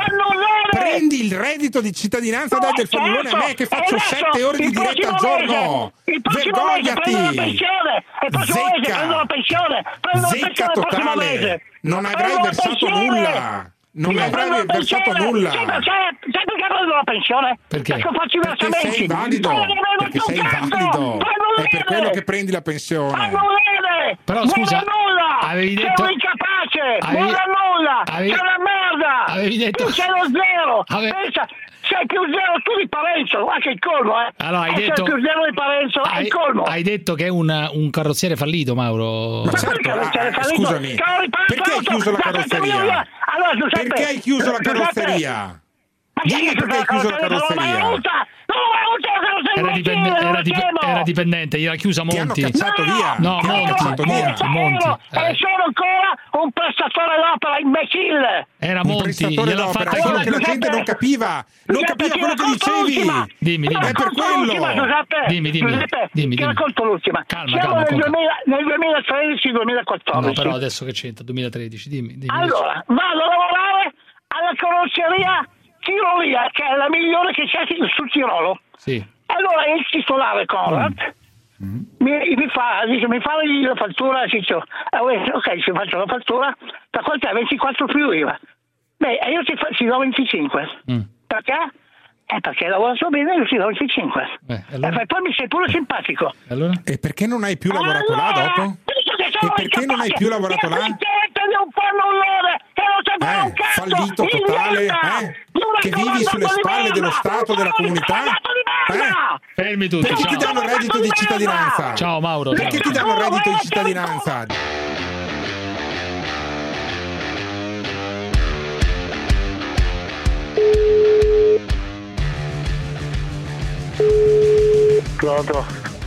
G: Prendi il reddito di cittadinanza dai del fallone a
V: certo.
G: me che faccio sette ore di diretta al giorno.
V: Il prossimo mese prendo la
G: Vergognati.
V: pensione! Il prossimo mese
G: Zecca.
V: prendo la pensione! Prendo la
G: Zecca
V: pensione il prossimo
G: totale.
V: mese!
G: Non avrai
V: Prendo la
G: versato
V: pensione.
G: nulla. Non
V: Io
G: avrai
V: prendo la
G: versato
V: pensione.
G: nulla.
V: Sai perché? Sai perché prendo la pensione?
G: Perché?
V: Perché faccio i
G: Perché
V: versamenti!
G: sei invalido.
V: Ma non avevo
G: Perché
V: più
G: sei
V: un cazzo.
G: invalido.
V: Prendo
G: È per quello che prendi la pensione.
V: non vede!
B: Però,
V: non
B: scusa,
V: è nulla!
B: avevi detto-
V: Sei un incapace!
B: avevi-
V: Non è nulla!
B: avevi-
V: Sei una merda!
B: avevi detto-
V: Tu sei lo zero!
B: Ave-
V: Pensa, sei più zero tu di Parenzo! Guarda che colmo, eh!
B: Allora, hai
V: Essere
B: detto-
V: più zero di Parenzo, è
B: Hai,
V: il colmo!
B: hai detto che è un, un carrozziere fallito, Mauro.
V: Ma certo, perché
G: Ah,
V: non ce ne fa niente? Cavoli, per
G: Perché hai
V: l'auto,
G: chiuso la
V: da
G: carrozzeria?
V: Sant'Elia. Allora, Giuseppe,
G: Perché hai chiuso la
V: Giuseppe,
G: carrozzeria?
V: Ma
G: Dimmi
V: che
G: perché hai chiuso la
V: Non l'ho mai
G: carrozzeria.
V: avuta! Non l'ho mai avuta la carrozzeria!
B: Era, dipen-
V: Sì,
B: era
V: lo
B: dip-
V: temo.
B: era dipendente, gliel'ha chiusa
G: Ti hanno
B: Monti.
G: cacciato via.
B: No,
G: Ti hanno
B: Monti,
G: cacciato via.
B: Monti, Monti. Eh.
V: Ero e sono ancora un prestatore d'opera, imbecille!
B: Era
G: Un
B: Monti,
G: prestatore
B: gliel'ha
G: d'opera,
B: fatta
G: solo
B: con
G: che la gente non capiva, non
V: Giuseppe,
G: capiva
V: ti
G: quello che
V: racconto
G: dicevi.
V: l'ultima.
B: Dimmi,
V: Ti
B: dimmi.
G: È per
V: racconto l'ultima,
G: quello.
V: Giuseppe,
B: Dimmi, dimmi,
V: Giuseppe,
B: dimmi,
V: ti
B: dimmi.
V: racconto l'ultima.
B: Calma,
V: Siamo
B: calma, conta.
V: nel, 2000 nel 2013-2014.
B: No, però adesso che c'entra? 2013, dimmi. dimmi
V: Allora, vado a lavorare alla carrozzeria Tirolia, che è la migliore che c'è sul Tirolo.
B: Sì.
V: E allora il titolare Conrad mi, mi fa, dice, mi fa la fattura, Ciccio. Ah, uè, ok, ci faccio la fattura, da quant'è? 24 più IVA. Beh, e io ti, fa- ti do 25. Perché? Eh, perché lavora so bene, io ti do 25. E fai- poi mi sei pure simpatico.
G: E perché non hai più lavorato là dopo? E perché non hai più lavorato là?
V: non fanno l'ore che non ti fa un cazzo
G: Eh, Fallito totale, eh? Che vivi sulle spalle dello Stato, della comunità? Eh?
B: Fermi tutti.
G: Perché ti
B: ciao.
G: danno il reddito di cittadinanza?
B: Ciao, Mauro,
G: Perché
B: ciao.
G: ti danno il reddito di cittadinanza?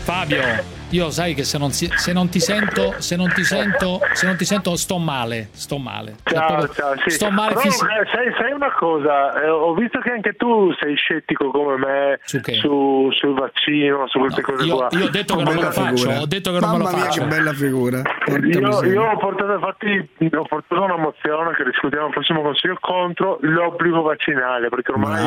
B: Fabio, io sai che se non, si- se non ti sento, se non ti sento, se non ti sento sto male, sto male. Cioè,
E: Ciao,
B: proprio-
E: ciao, sì.
B: Sto male
E: Però,
B: fisi-
E: eh, sai, sai una cosa, eh, ho visto che anche tu sei scettico come me su sul vaccino, su queste cose
B: io-
E: qua.
B: io ho detto che
E: Come
B: non lo
E: la
B: faccio,
E: figura.
B: ho detto che non me lo
E: Mamma mia,
B: faccio.
E: che
R: bella figura. Porca
E: Io,
R: miseria.
E: io ho portato infatti ho portato una mozione che discutiamo al prossimo consiglio contro l'obbligo vaccinale perché ormai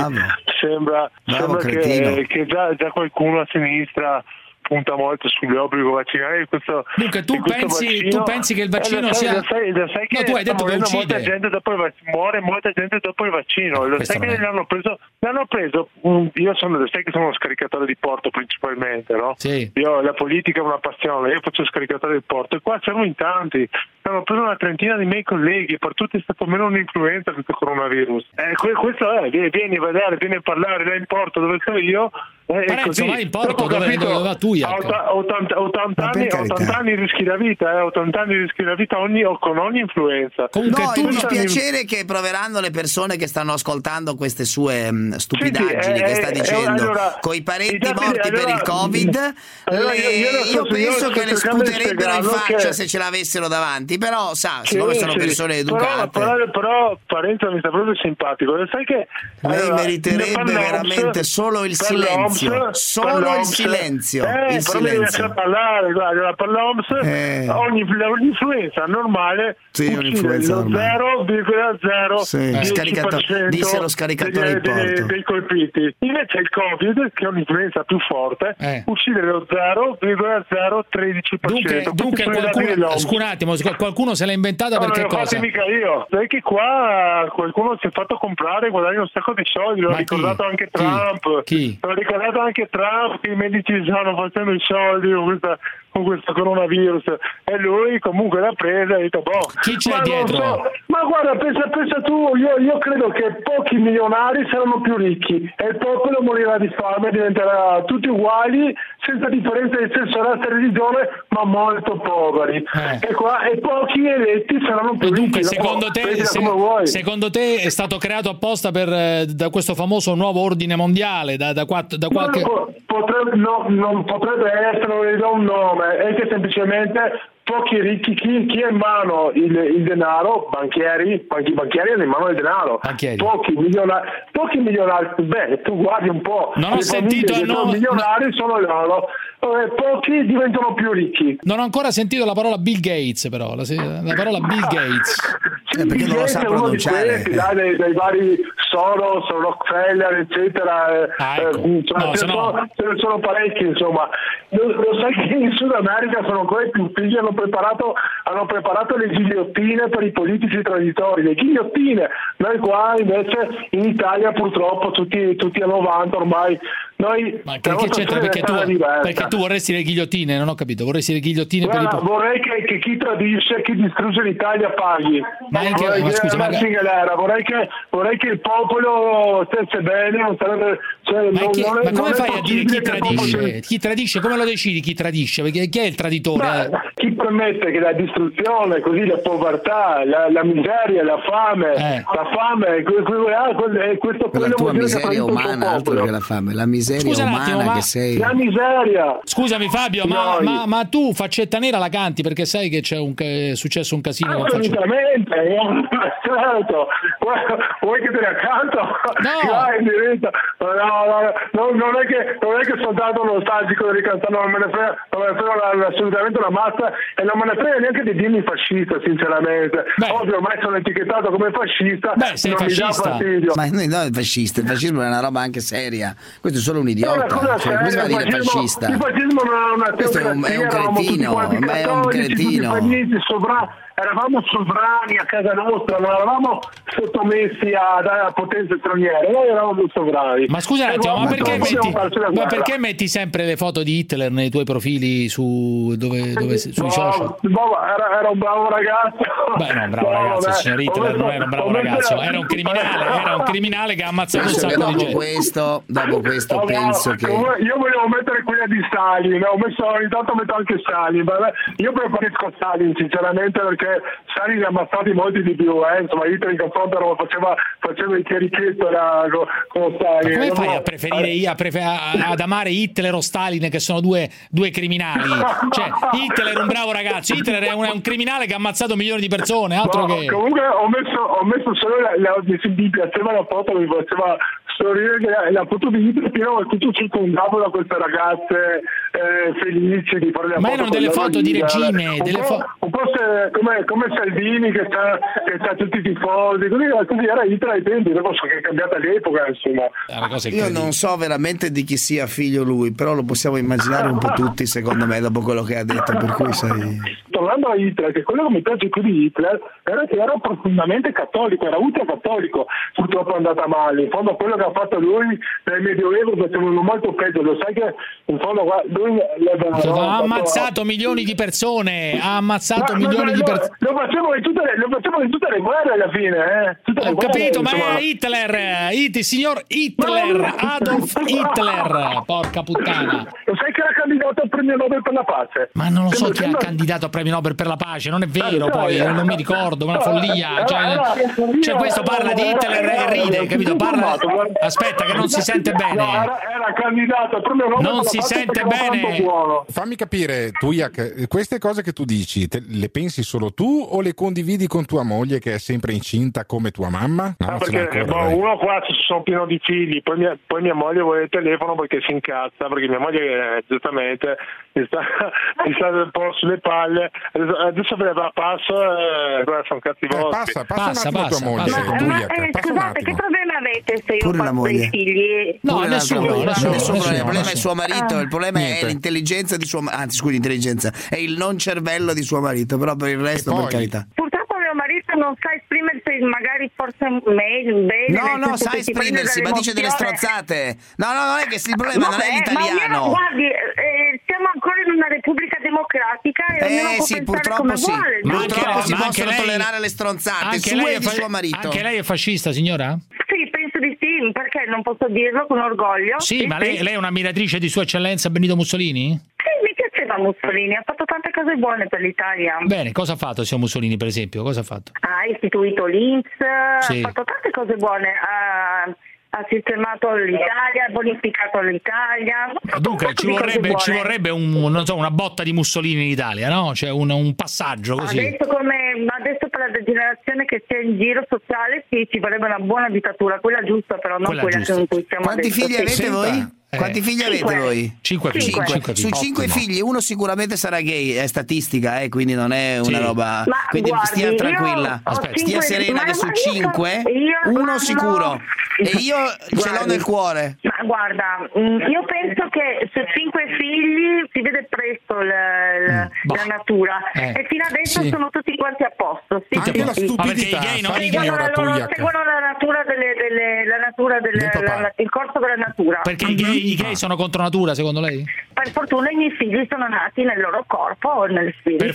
E: sembra,
R: Bravo,
E: sembra che,
R: cretino.
E: che già, già qualcuno a sinistra punta molto sull'obbligo vaccinale di questo,
B: Dunque, tu
E: di questo
B: pensi-
E: vaccino.
B: tu pensi che il
E: Eh, lo
B: vaccino
E: sai-
B: sia-
E: lo sai, lo sai
B: No,
E: che
B: tu hai
E: sta
B: detto che
E: morendo
B: uccide.
E: molta gente dopo il vac- muore molta gente dopo il vaccino lo
B: questo
E: sai che
B: non è-
E: l'hanno preso l'hanno preso mm, io sono lo sai che sono uno scaricatore di porto principalmente no? io la politica è una passione io faccio scaricatore di porto e qua siamo in tanti hanno preso una trentina di miei colleghi per tutti è stato meno un'influenza questo coronavirus Eh, que- questo è vieni, vieni a vedere vieni a parlare là in porto dove sono io eh,
B: Lorenzo,
E: e così.
B: vai in porto
E: Dopo ho
B: dove-
E: capito,
B: dove va tu,
E: a
B: Jacopo.
E: 80, 80 anni, 80 anni rischi la vita, eh, 80 anni rischi la vita ogni- o con ogni influenza.
D: No, il
E: Questa-
D: dispiacere che proveranno le persone che stanno ascoltando queste sue mh,
E: Sì,
D: stupidaggini
E: sì, eh,
D: che sta
E: eh,
D: dicendo
E: allora,
D: coi parenti
E: esatto,
D: morti
E: allora-
D: per il Covid.
E: Allora,
D: le-
E: io-
D: io,
E: io lo so, io
D: penso
E: sto
D: che le
E: cercando di
D: sputerebbero in
E: spiegarlo
D: faccia
E: che-
D: se ce l'avessero davanti, però sa,
E: Sì,
D: siccome sono
E: sì.
D: persone educate.
E: Però, però, però Parenzo mi sta proprio simpatico. E Sai che
D: Lei
E: allora,
D: meriterebbe
E: per l'Oms-
D: veramente solo il
E: per
D: silenzio,
E: l'Oms-
D: solo
E: per
D: il
E: l'Oms-
D: silenzio,
E: Eh,
D: il
E: però mi
D: silenzio. Eh.
E: lascia parlare. Guarda, allora, per l'OMS ogni, ogni influenza normale
D: Sì,
E: uccide
D: un'influenza
E: lo
D: normale.
E: 0,0
D: Sì.
E: 10%
D: Scaricatore- disse lo scaricatore di
E: degli- dei,
D: Porto.
E: dei colpiti. Invece il Covid, che è un'influenza più forte, uccide lo 0,013%.
B: Eh. Dunque,
E: Questi
B: dunque
E: Certo, sono i dati
B: qualcuno,
E: dell'OMS.
B: scusa un attimo, scu- qualcuno se l'ha inventata
E: No,
B: perché
E: non l'ho
B: cosa?
E: fatto mica io. Sai che qua qualcuno si è fatto comprare e guadagnare un sacco di soldi. L'ha
B: Ma chi?
E: ricordato anche Trump. L'ha ricordato anche Trump che i medici stanno facendo i soldi con questa,
I: con questo coronavirus e lui comunque l'ha presa e ha detto boh
B: chi
E: c'è
I: ma non
E: dietro?
I: so,
E: Ma guarda, pensa, pensa tu, io, io credo che pochi milionari saranno più ricchi e il popolo morirà di fame, diventerà tutti uguali, senza differenza di sesso, razza e religione, ma molto poveri. E, qua, e pochi eletti saranno più
B: Eh. Dunque,
E: ricchi.
B: secondo
E: No,
B: te,
E: prendila
B: se-
E: come vuoi.
B: secondo te è stato creato apposta per, eh, da questo famoso nuovo ordine mondiale? Da, da quatt- da qualche...
E: Quello po- potrebbe, no, non potrebbe essere, non gli do un nome, è che semplicemente pochi ricchi, chi, chi ha in mano il, il denaro, banchieri, banchi, banchieri hanno in mano il denaro, pochi milionari, pochi milionari, beh tu guardi un po',
B: Non ho
E: le
B: sentito
E: famiglie
B: il
E: che sono
B: nome-
E: milionari sono loro, eh, pochi diventano più ricchi.
B: Non ho ancora sentito la parola Bill Gates, però. La, se- la parola Bill Gates.
E: Bill Gates è uno di questi, dai, dei, dei vari Soros, Rockefeller, eccetera. eh, eh, cioè,
B: Ah, ecco. No,
E: ce,
B: se
E: ne
B: no-
E: sono, ce ne sono parecchi, insomma. Lo, lo sai che in Sud America sono quelli più figli, hanno preparato, hanno preparato le ghigliottine per i politici traditori, le ghigliottine. Noi qua invece in Italia purtroppo tutti, tutti a 90 ormai. Noi
B: Ma Che, che c'entra? Perché tu, perché tu vorresti le ghigliottine, non ho capito. Vorresti le ghigliottine per i...
E: Guarda,
B: po-
E: vorrei che, che chi tradisce, chi distrugge l'Italia paghi.
B: Ma anche-
E: vorrei,
B: ma
E: che-
B: scusa, ma-
E: una cinghialera, vorrei che, vorrei che il popolo stesse bene, non sarebbe. Cioè,
B: Ma,
E: non-
B: chi-
E: non è-
B: ma come
E: non è
B: fai a dire
E: possibile
B: chi
E: che il popolo
B: tradisce?
E: si-
B: Chi tradisce? Come lo decidi chi tradisce? Perché chi è il traditore? Eh,
E: Ma chi permette che la distruzione, così la povertà, la, la miseria, la fame,
B: Eh.
E: la fame, que- que- ah, que- eh, questo
D: Quella
E: quello vuol
D: tua
E: dire che ha
D: miseria
E: tradito il suo
D: umana, altro
E: popolo.
D: che la fame, la miseria
B: Scusa un
D: umana
B: attimo, ma-
D: che sei.
E: La miseria!
B: Scusami Fabio, ma,
D: Noi.
B: ma- ma tu faccetta nera la canti perché sai che c'è un, che è successo un
E: Ah,
B: casino con faccetta
E: Assolutamente, eh, certo. Vuoi- Vuoi che te ne accanto? No. No, no, no, non- non è che non è che sono tanto nostalgico di cantare, non me ne frega, non me ne frega la- la- assolutamente una mazza e non me ne frega neanche di dirmi fascista, sinceramente. Ovvio, ormai sono etichettato come fascista, non mi dà fastidio.
D: Ma no, no, è fascista, il fascismo è una roba anche seria. Questo è solo un
E: È una
D: idiota.
E: cosa
D: Cioè, come si fa
E: seria,
D: a dire
E: il fascismo-
D: fascista?
E: Il fascismo non era una
D: Questo è un- è un
E: teocrazia, eravamo tutti
D: cretino,
E: quanti
D: ma è un
E: cattolici, tutti
D: cretino.
E: falliti, sovra- eravamo sovrani a casa nostra, non eravamo sottomessi a, a potenze straniere, noi eravamo sovrani.
B: Ma scusa un
E: E
B: attimo, ma
E: guarda,
B: perché,
E: non possiamo
B: metti,
E: farci la
B: ma
E: guerra.
B: perché metti sempre le foto di Hitler nei tuoi profili su, dove, dove- sui
E: No,
B: social?
E: no, era, era un Oh, bravo ragazzo.
B: Beh, no, bravo
E: No,
B: ragazzo,
E: beh,
B: signor Hitler
E: ho
B: non era un bravo
E: ho messo-
B: ragazzo, era un criminale, Ah, era un criminale che ha ammazzato un
D: Penso che
B: sacco di
D: dopo
B: gente.
D: questo, dopo questo
E: No, no,
D: penso che...
E: io- Io volevo mettere quella di Stalin, ho messo, ogni tanto metto anche Stalin, ma beh, io preferisco Stalin sinceramente perché Stalin ne ha ammazzati molti di più, eh, insomma Hitler in confronto non faceva, faceva il chierichetto era co- con
B: Ma
E: Stalin.
B: come
E: No,
B: fai
E: no.
B: a preferire io- a prefe- a- a- ad amare Hitler o Stalin che sono due, due criminali? Cioè, Hitler è un bravo ragazzo, Hitler è un, è un criminale che ha ammazzato milioni di persone, altro
E: No,
B: che...
E: Comunque ho messo, ho messo solo la, la, mi si- mi piaceva la foto, mi faceva sorridere che la, la foto di Hitler che era tutto circondato da queste ragazze eh, felici di fare la
B: Ma
E: foto.
B: erano
E: con
B: delle
E: loro
B: foto di
E: lì,
B: regime,
E: eh, un
B: delle
E: po'-
B: fo-
E: un po' se- come, come Salvini che sta, che sta tutti i tifosi, così, così era Hitler ai tempi, dopo so che è cambiata l'epoca, insomma.
B: Ah,
D: Io non so veramente di chi sia figlio lui, però lo possiamo immaginare un po' tutti, secondo me, dopo quello che ha detto. Per cui sai.
E: tornando a Hitler, che quello che mi piace più di Hitler era che era profondamente cattolico, era ultracattolico, purtroppo è andata male. In fondo quello che ha fatto lui nel Medioevo facevano molto peggio, lo sai che in fondo guarda, lui le-
B: Cioè, Ha
E: fatto-
B: ammazzato milioni di persone, ha ammazzato
E: Ma- ma-
B: milioni
E: ma-
B: di
E: lo-
B: persone.
E: Lo facevano in tutte le, lo facevano in tutte le guerre alla fine, eh. Tutte le
B: Ho
E: guerre,
B: capito, ma
E: insomma.
B: è Hitler, eh, Hit- signor Hitler, Adolf Hitler, porca puttana.
E: Lo sai che era candidato al premio Nobel per la pace?
B: Ma non lo so
E: Sembra-
B: chi ha
E: sembra-
B: candidato al premio Nobel per la pace, non è vero
E: Eh,
B: poi,
E: dai,
B: eh, non mi ricordo, ma è una follia. Cioè, cioè, questo parla di Hitler e ride, capito? Parla... Aspetta che non si sente bene.
E: Era candidato, proprio
B: Non si sente bene.
G: Fammi capire, Tuiak, queste cose che tu dici, te le pensi solo tu o le condividi con tua moglie che è sempre incinta come tua mamma? No,
I: Ah,
G: ce l'ha
I: perché
G: ancora,
I: boh,
G: dai.
I: uno qua ci sono pieno di figli, poi mia, poi mia moglie vuole il telefono perché si incazza, perché mia moglie eh, giustamente mi sta, mi sta un po' sulle palle, adesso, adesso ve ne va passo, eh, guarda, sono cazzi vostri.
G: passa, passa un Passa, attimo passa, tua moglie, passa.
J: Ma, ma, eh, scusate, che problema avete se io
D: Pure la
J: faccio i
D: moglie.
J: figli?
D: Pure l'altro
J: nessuno,
D: problema.
J: nessuno,
D: Nessun
J: nessuno,
D: problema. il problema è
J: nessuno.
D: suo marito,
J: Ah.
D: il problema
J: Niente.
D: è l'intelligenza di suo marito, anzi scusi, l'intelligenza, è il non cervello di suo marito, però per il resto, per carità.
J: Purtroppo mio marito non sa esprimersi magari forse meglio, bene.
D: No,
J: nel
D: no,
J: senso
D: sa
J: che si prende
D: esprimersi, ma
J: dalle
D: dice delle
J: emozioni.
D: strozzate. No, no, non è che il problema non
J: Vabbè,
D: è
J: Ma io,
D: l'italiano.
J: guardi, eh, siamo ancora in una repubblica democratica e ognuno
D: Eh
J: può
D: sì,
J: pensare
D: purtroppo
J: come
D: sì.
J: vuole.
D: Purtroppo
B: anche-
D: si
B: ma anche
D: possono
B: lei-
D: tollerare le stronzate
B: Anche
D: sue
B: lei,
D: e
B: è
D: di
B: fa-
D: suo marito.
B: anche lei è fascista, signora?
J: Sì, penso di sì, perché non posso dirlo con orgoglio.
B: Sì, ma lei,
J: sì.
B: lei è un'ammiratrice di Sua Eccellenza Benito Mussolini?
J: Sì, mi piaceva Mussolini, ha fatto tante cose buone per l'Italia.
B: Bene, cosa ha fatto signor Mussolini, per esempio? Cosa ha fatto?
J: Ha istituito l'Inps,
B: Sì.
J: ha fatto tante cose buone, ha, ha sistemato l'Italia, ha bonificato l'Italia.
B: Dunque, ci vorrebbe, ci
E: eh.
B: vorrebbe un- non so, una botta di Mussolini in Italia, no? Cioè un, un passaggio così.
J: Adesso, come, ma adesso per la generazione che c'è in giro sociale sì, ci vorrebbe una buona dittatura, quella giusta però, non quella,
B: Quella giusta. eh,
J: che cui siamo
D: Quanti
J: adesso,
D: figli
J: sì.
D: avete voi? Quanti figli
J: Cinque.
D: avete voi?
B: Cinque
J: figli. Cinque.
D: Cinque. Su
J: Ottimo.
D: cinque figli, uno sicuramente sarà gay, è statistica, eh, quindi non è una
J: Sì.
D: roba.
J: Ma
D: quindi
J: guardi,
D: stia
J: io
D: tranquilla,
J: ho Aspetta. cinque-
D: stia serena
J: ma-
D: che su
J: ma io-
D: cinque
J: io-
D: uno
J: guarda-
D: sicuro. E io ce
J: Guardi.
D: l'ho nel cuore.
J: Ma guarda, mh, io penso che su cinque figli si vede presto l- l- la natura
V: Eh,
J: e fino adesso
V: sì.
J: sono tutti quanti a posto. Sì,
V: Anche
J: sì,
V: la
J: sì.
V: stupidità, Ah, perché i gay non- i gay-
J: seguono, la loro-
V: Tugliac.
J: seguono la natura, delle, delle- la natura delle- la- la- il corso della natura.
B: Perché i gay, i gay sono contro natura, secondo lei?
J: Per fortuna i miei figli sono nati nel loro corpo o nel spirito.
B: Per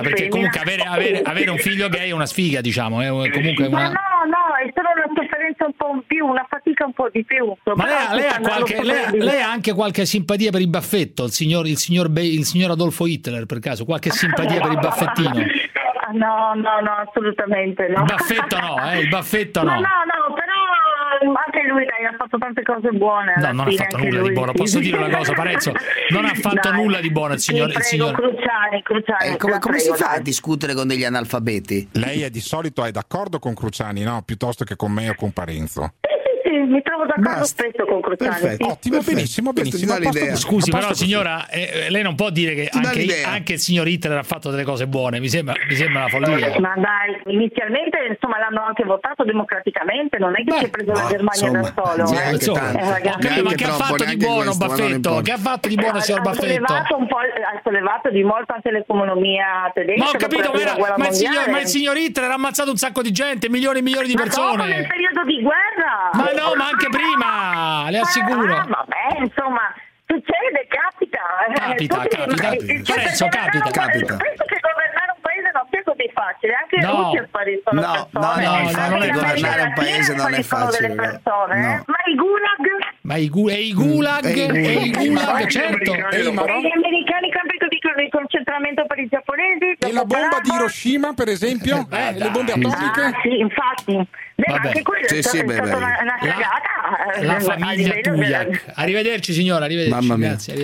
J: maschio,
B: perché
J: femmina.
B: comunque avere, avere- avere un figlio gay è una sfiga, diciamo. È un- comunque
J: Ma
B: una...
J: no, no, è solo una sofferenza un po' in più, una fatica un po' di più.
B: Ma lei, ha- lei ha
J: Però,
B: qualche-
J: andando
B: lei ha-
J: fuori-
B: lei ha anche qualche simpatia per il baffetto, il signor, il signor Be- il signor Adolfo Hitler per caso? Qualche simpatia per il baffettino?
J: Ah, No, no, no, assolutamente no.
B: Il baffetto no, eh, il baffetto
J: Ma
B: no.
J: no, no, però mm, anche lui dai, ha fatto tante cose buone. alla
B: No, non ha
J: fine,
B: fatto
J: anche
B: nulla
J: lui,
B: di buono.
J: sì.
B: Posso dire una cosa, Parenzo? Non ha fatto
J: Dai,
B: nulla di buono il
J: ti
B: signor. il
J: prego,
B: signor-
J: Cruciani, Cruciani.
D: Eh, come,
J: te la
D: come si
J: prego,
D: fa a
J: dai.
D: discutere con degli analfabeti?
G: Lei è di solito è d'accordo con Cruciani, no? Piuttosto che con me o con Parenzo.
J: Sì, sì, mi trovo d'accordo spesso con Cruciani. sì.
G: Ottimo, benissimo, benissimo. A posto così.
B: Scusi,
G: A posto
B: però
G: così.
B: signora, eh, eh, lei non può dire che
J: Ti dà
B: anche,
J: l'idea.
B: anche il signor Hitler ha fatto delle cose buone, mi sembra, mi sembra una follia.
J: Ma dai, inizialmente insomma l'hanno anche votato democraticamente, non è che si è preso la Germania da
B: insomma,
J: solo.
B: neanche
J: eh,
B: tanto.
J: ragazzi.
B: Ho capito, ma che ha
D: troppo,
B: fatto di
D: neanche
B: buono
D: questo, ma non
B: Baffetto?
D: importa.
B: Che ha fatto di buono signor
J: Eh, ha
B: Baffetto?
J: sollevato un po', il- ha sollevato di molto anche l'economia tedesca.
B: Ma ho capito,
J: dopo
B: ma,
J: la
B: era-
J: prima guerra
B: ma il signor,
J: mondiale.
B: ma il signor Hitler ha ammazzato un sacco di gente, milioni e milioni di
J: Ma dopo
B: persone.
J: nel periodo di guerra.
B: Ma no, ma anche prima, le assicuro.
J: Ah, vabbè, insomma, succede, capita. Eh,
B: Capita,
J: tutti-
B: capita.
J: eh, sì, cioè,
B: Lorenzo,
J: per governare un
B: capita.
J: paese-
B: Capita.
J: Penso che governare un paese non sia così facile, anche in
D: No.
J: Russia spariscono
D: No, no, no,
J: persone.
D: infatti
J: Anche in America
D: governare un
J: Latina
D: paese non è
J: spariscono delle
D: facile, no.
J: persone, eh. Ma i gulag
B: Ma i, gu- e i gulag,
J: Mm, e
B: e
J: i
B: i
J: gulag.
B: gulag, certo.
J: E gli americani cambiano che dicono il concentramento per i giapponesi. E la bomba di
G: Hiroshima, per esempio? Eh, le bombe atomiche?
J: Ah, sì, infatti. Beh, ma
B: Vabbè.
J: anche quello
G: Sì,
J: è
G: sì,
J: stata,
G: beh,
J: è stata
G: beh.
J: una, una
B: La-
J: cagata. eh,
B: La
J: a
B: famiglia
J: livello della-
B: Tugliak. Arrivederci signora, arrivederci. Grazie, arrivederci.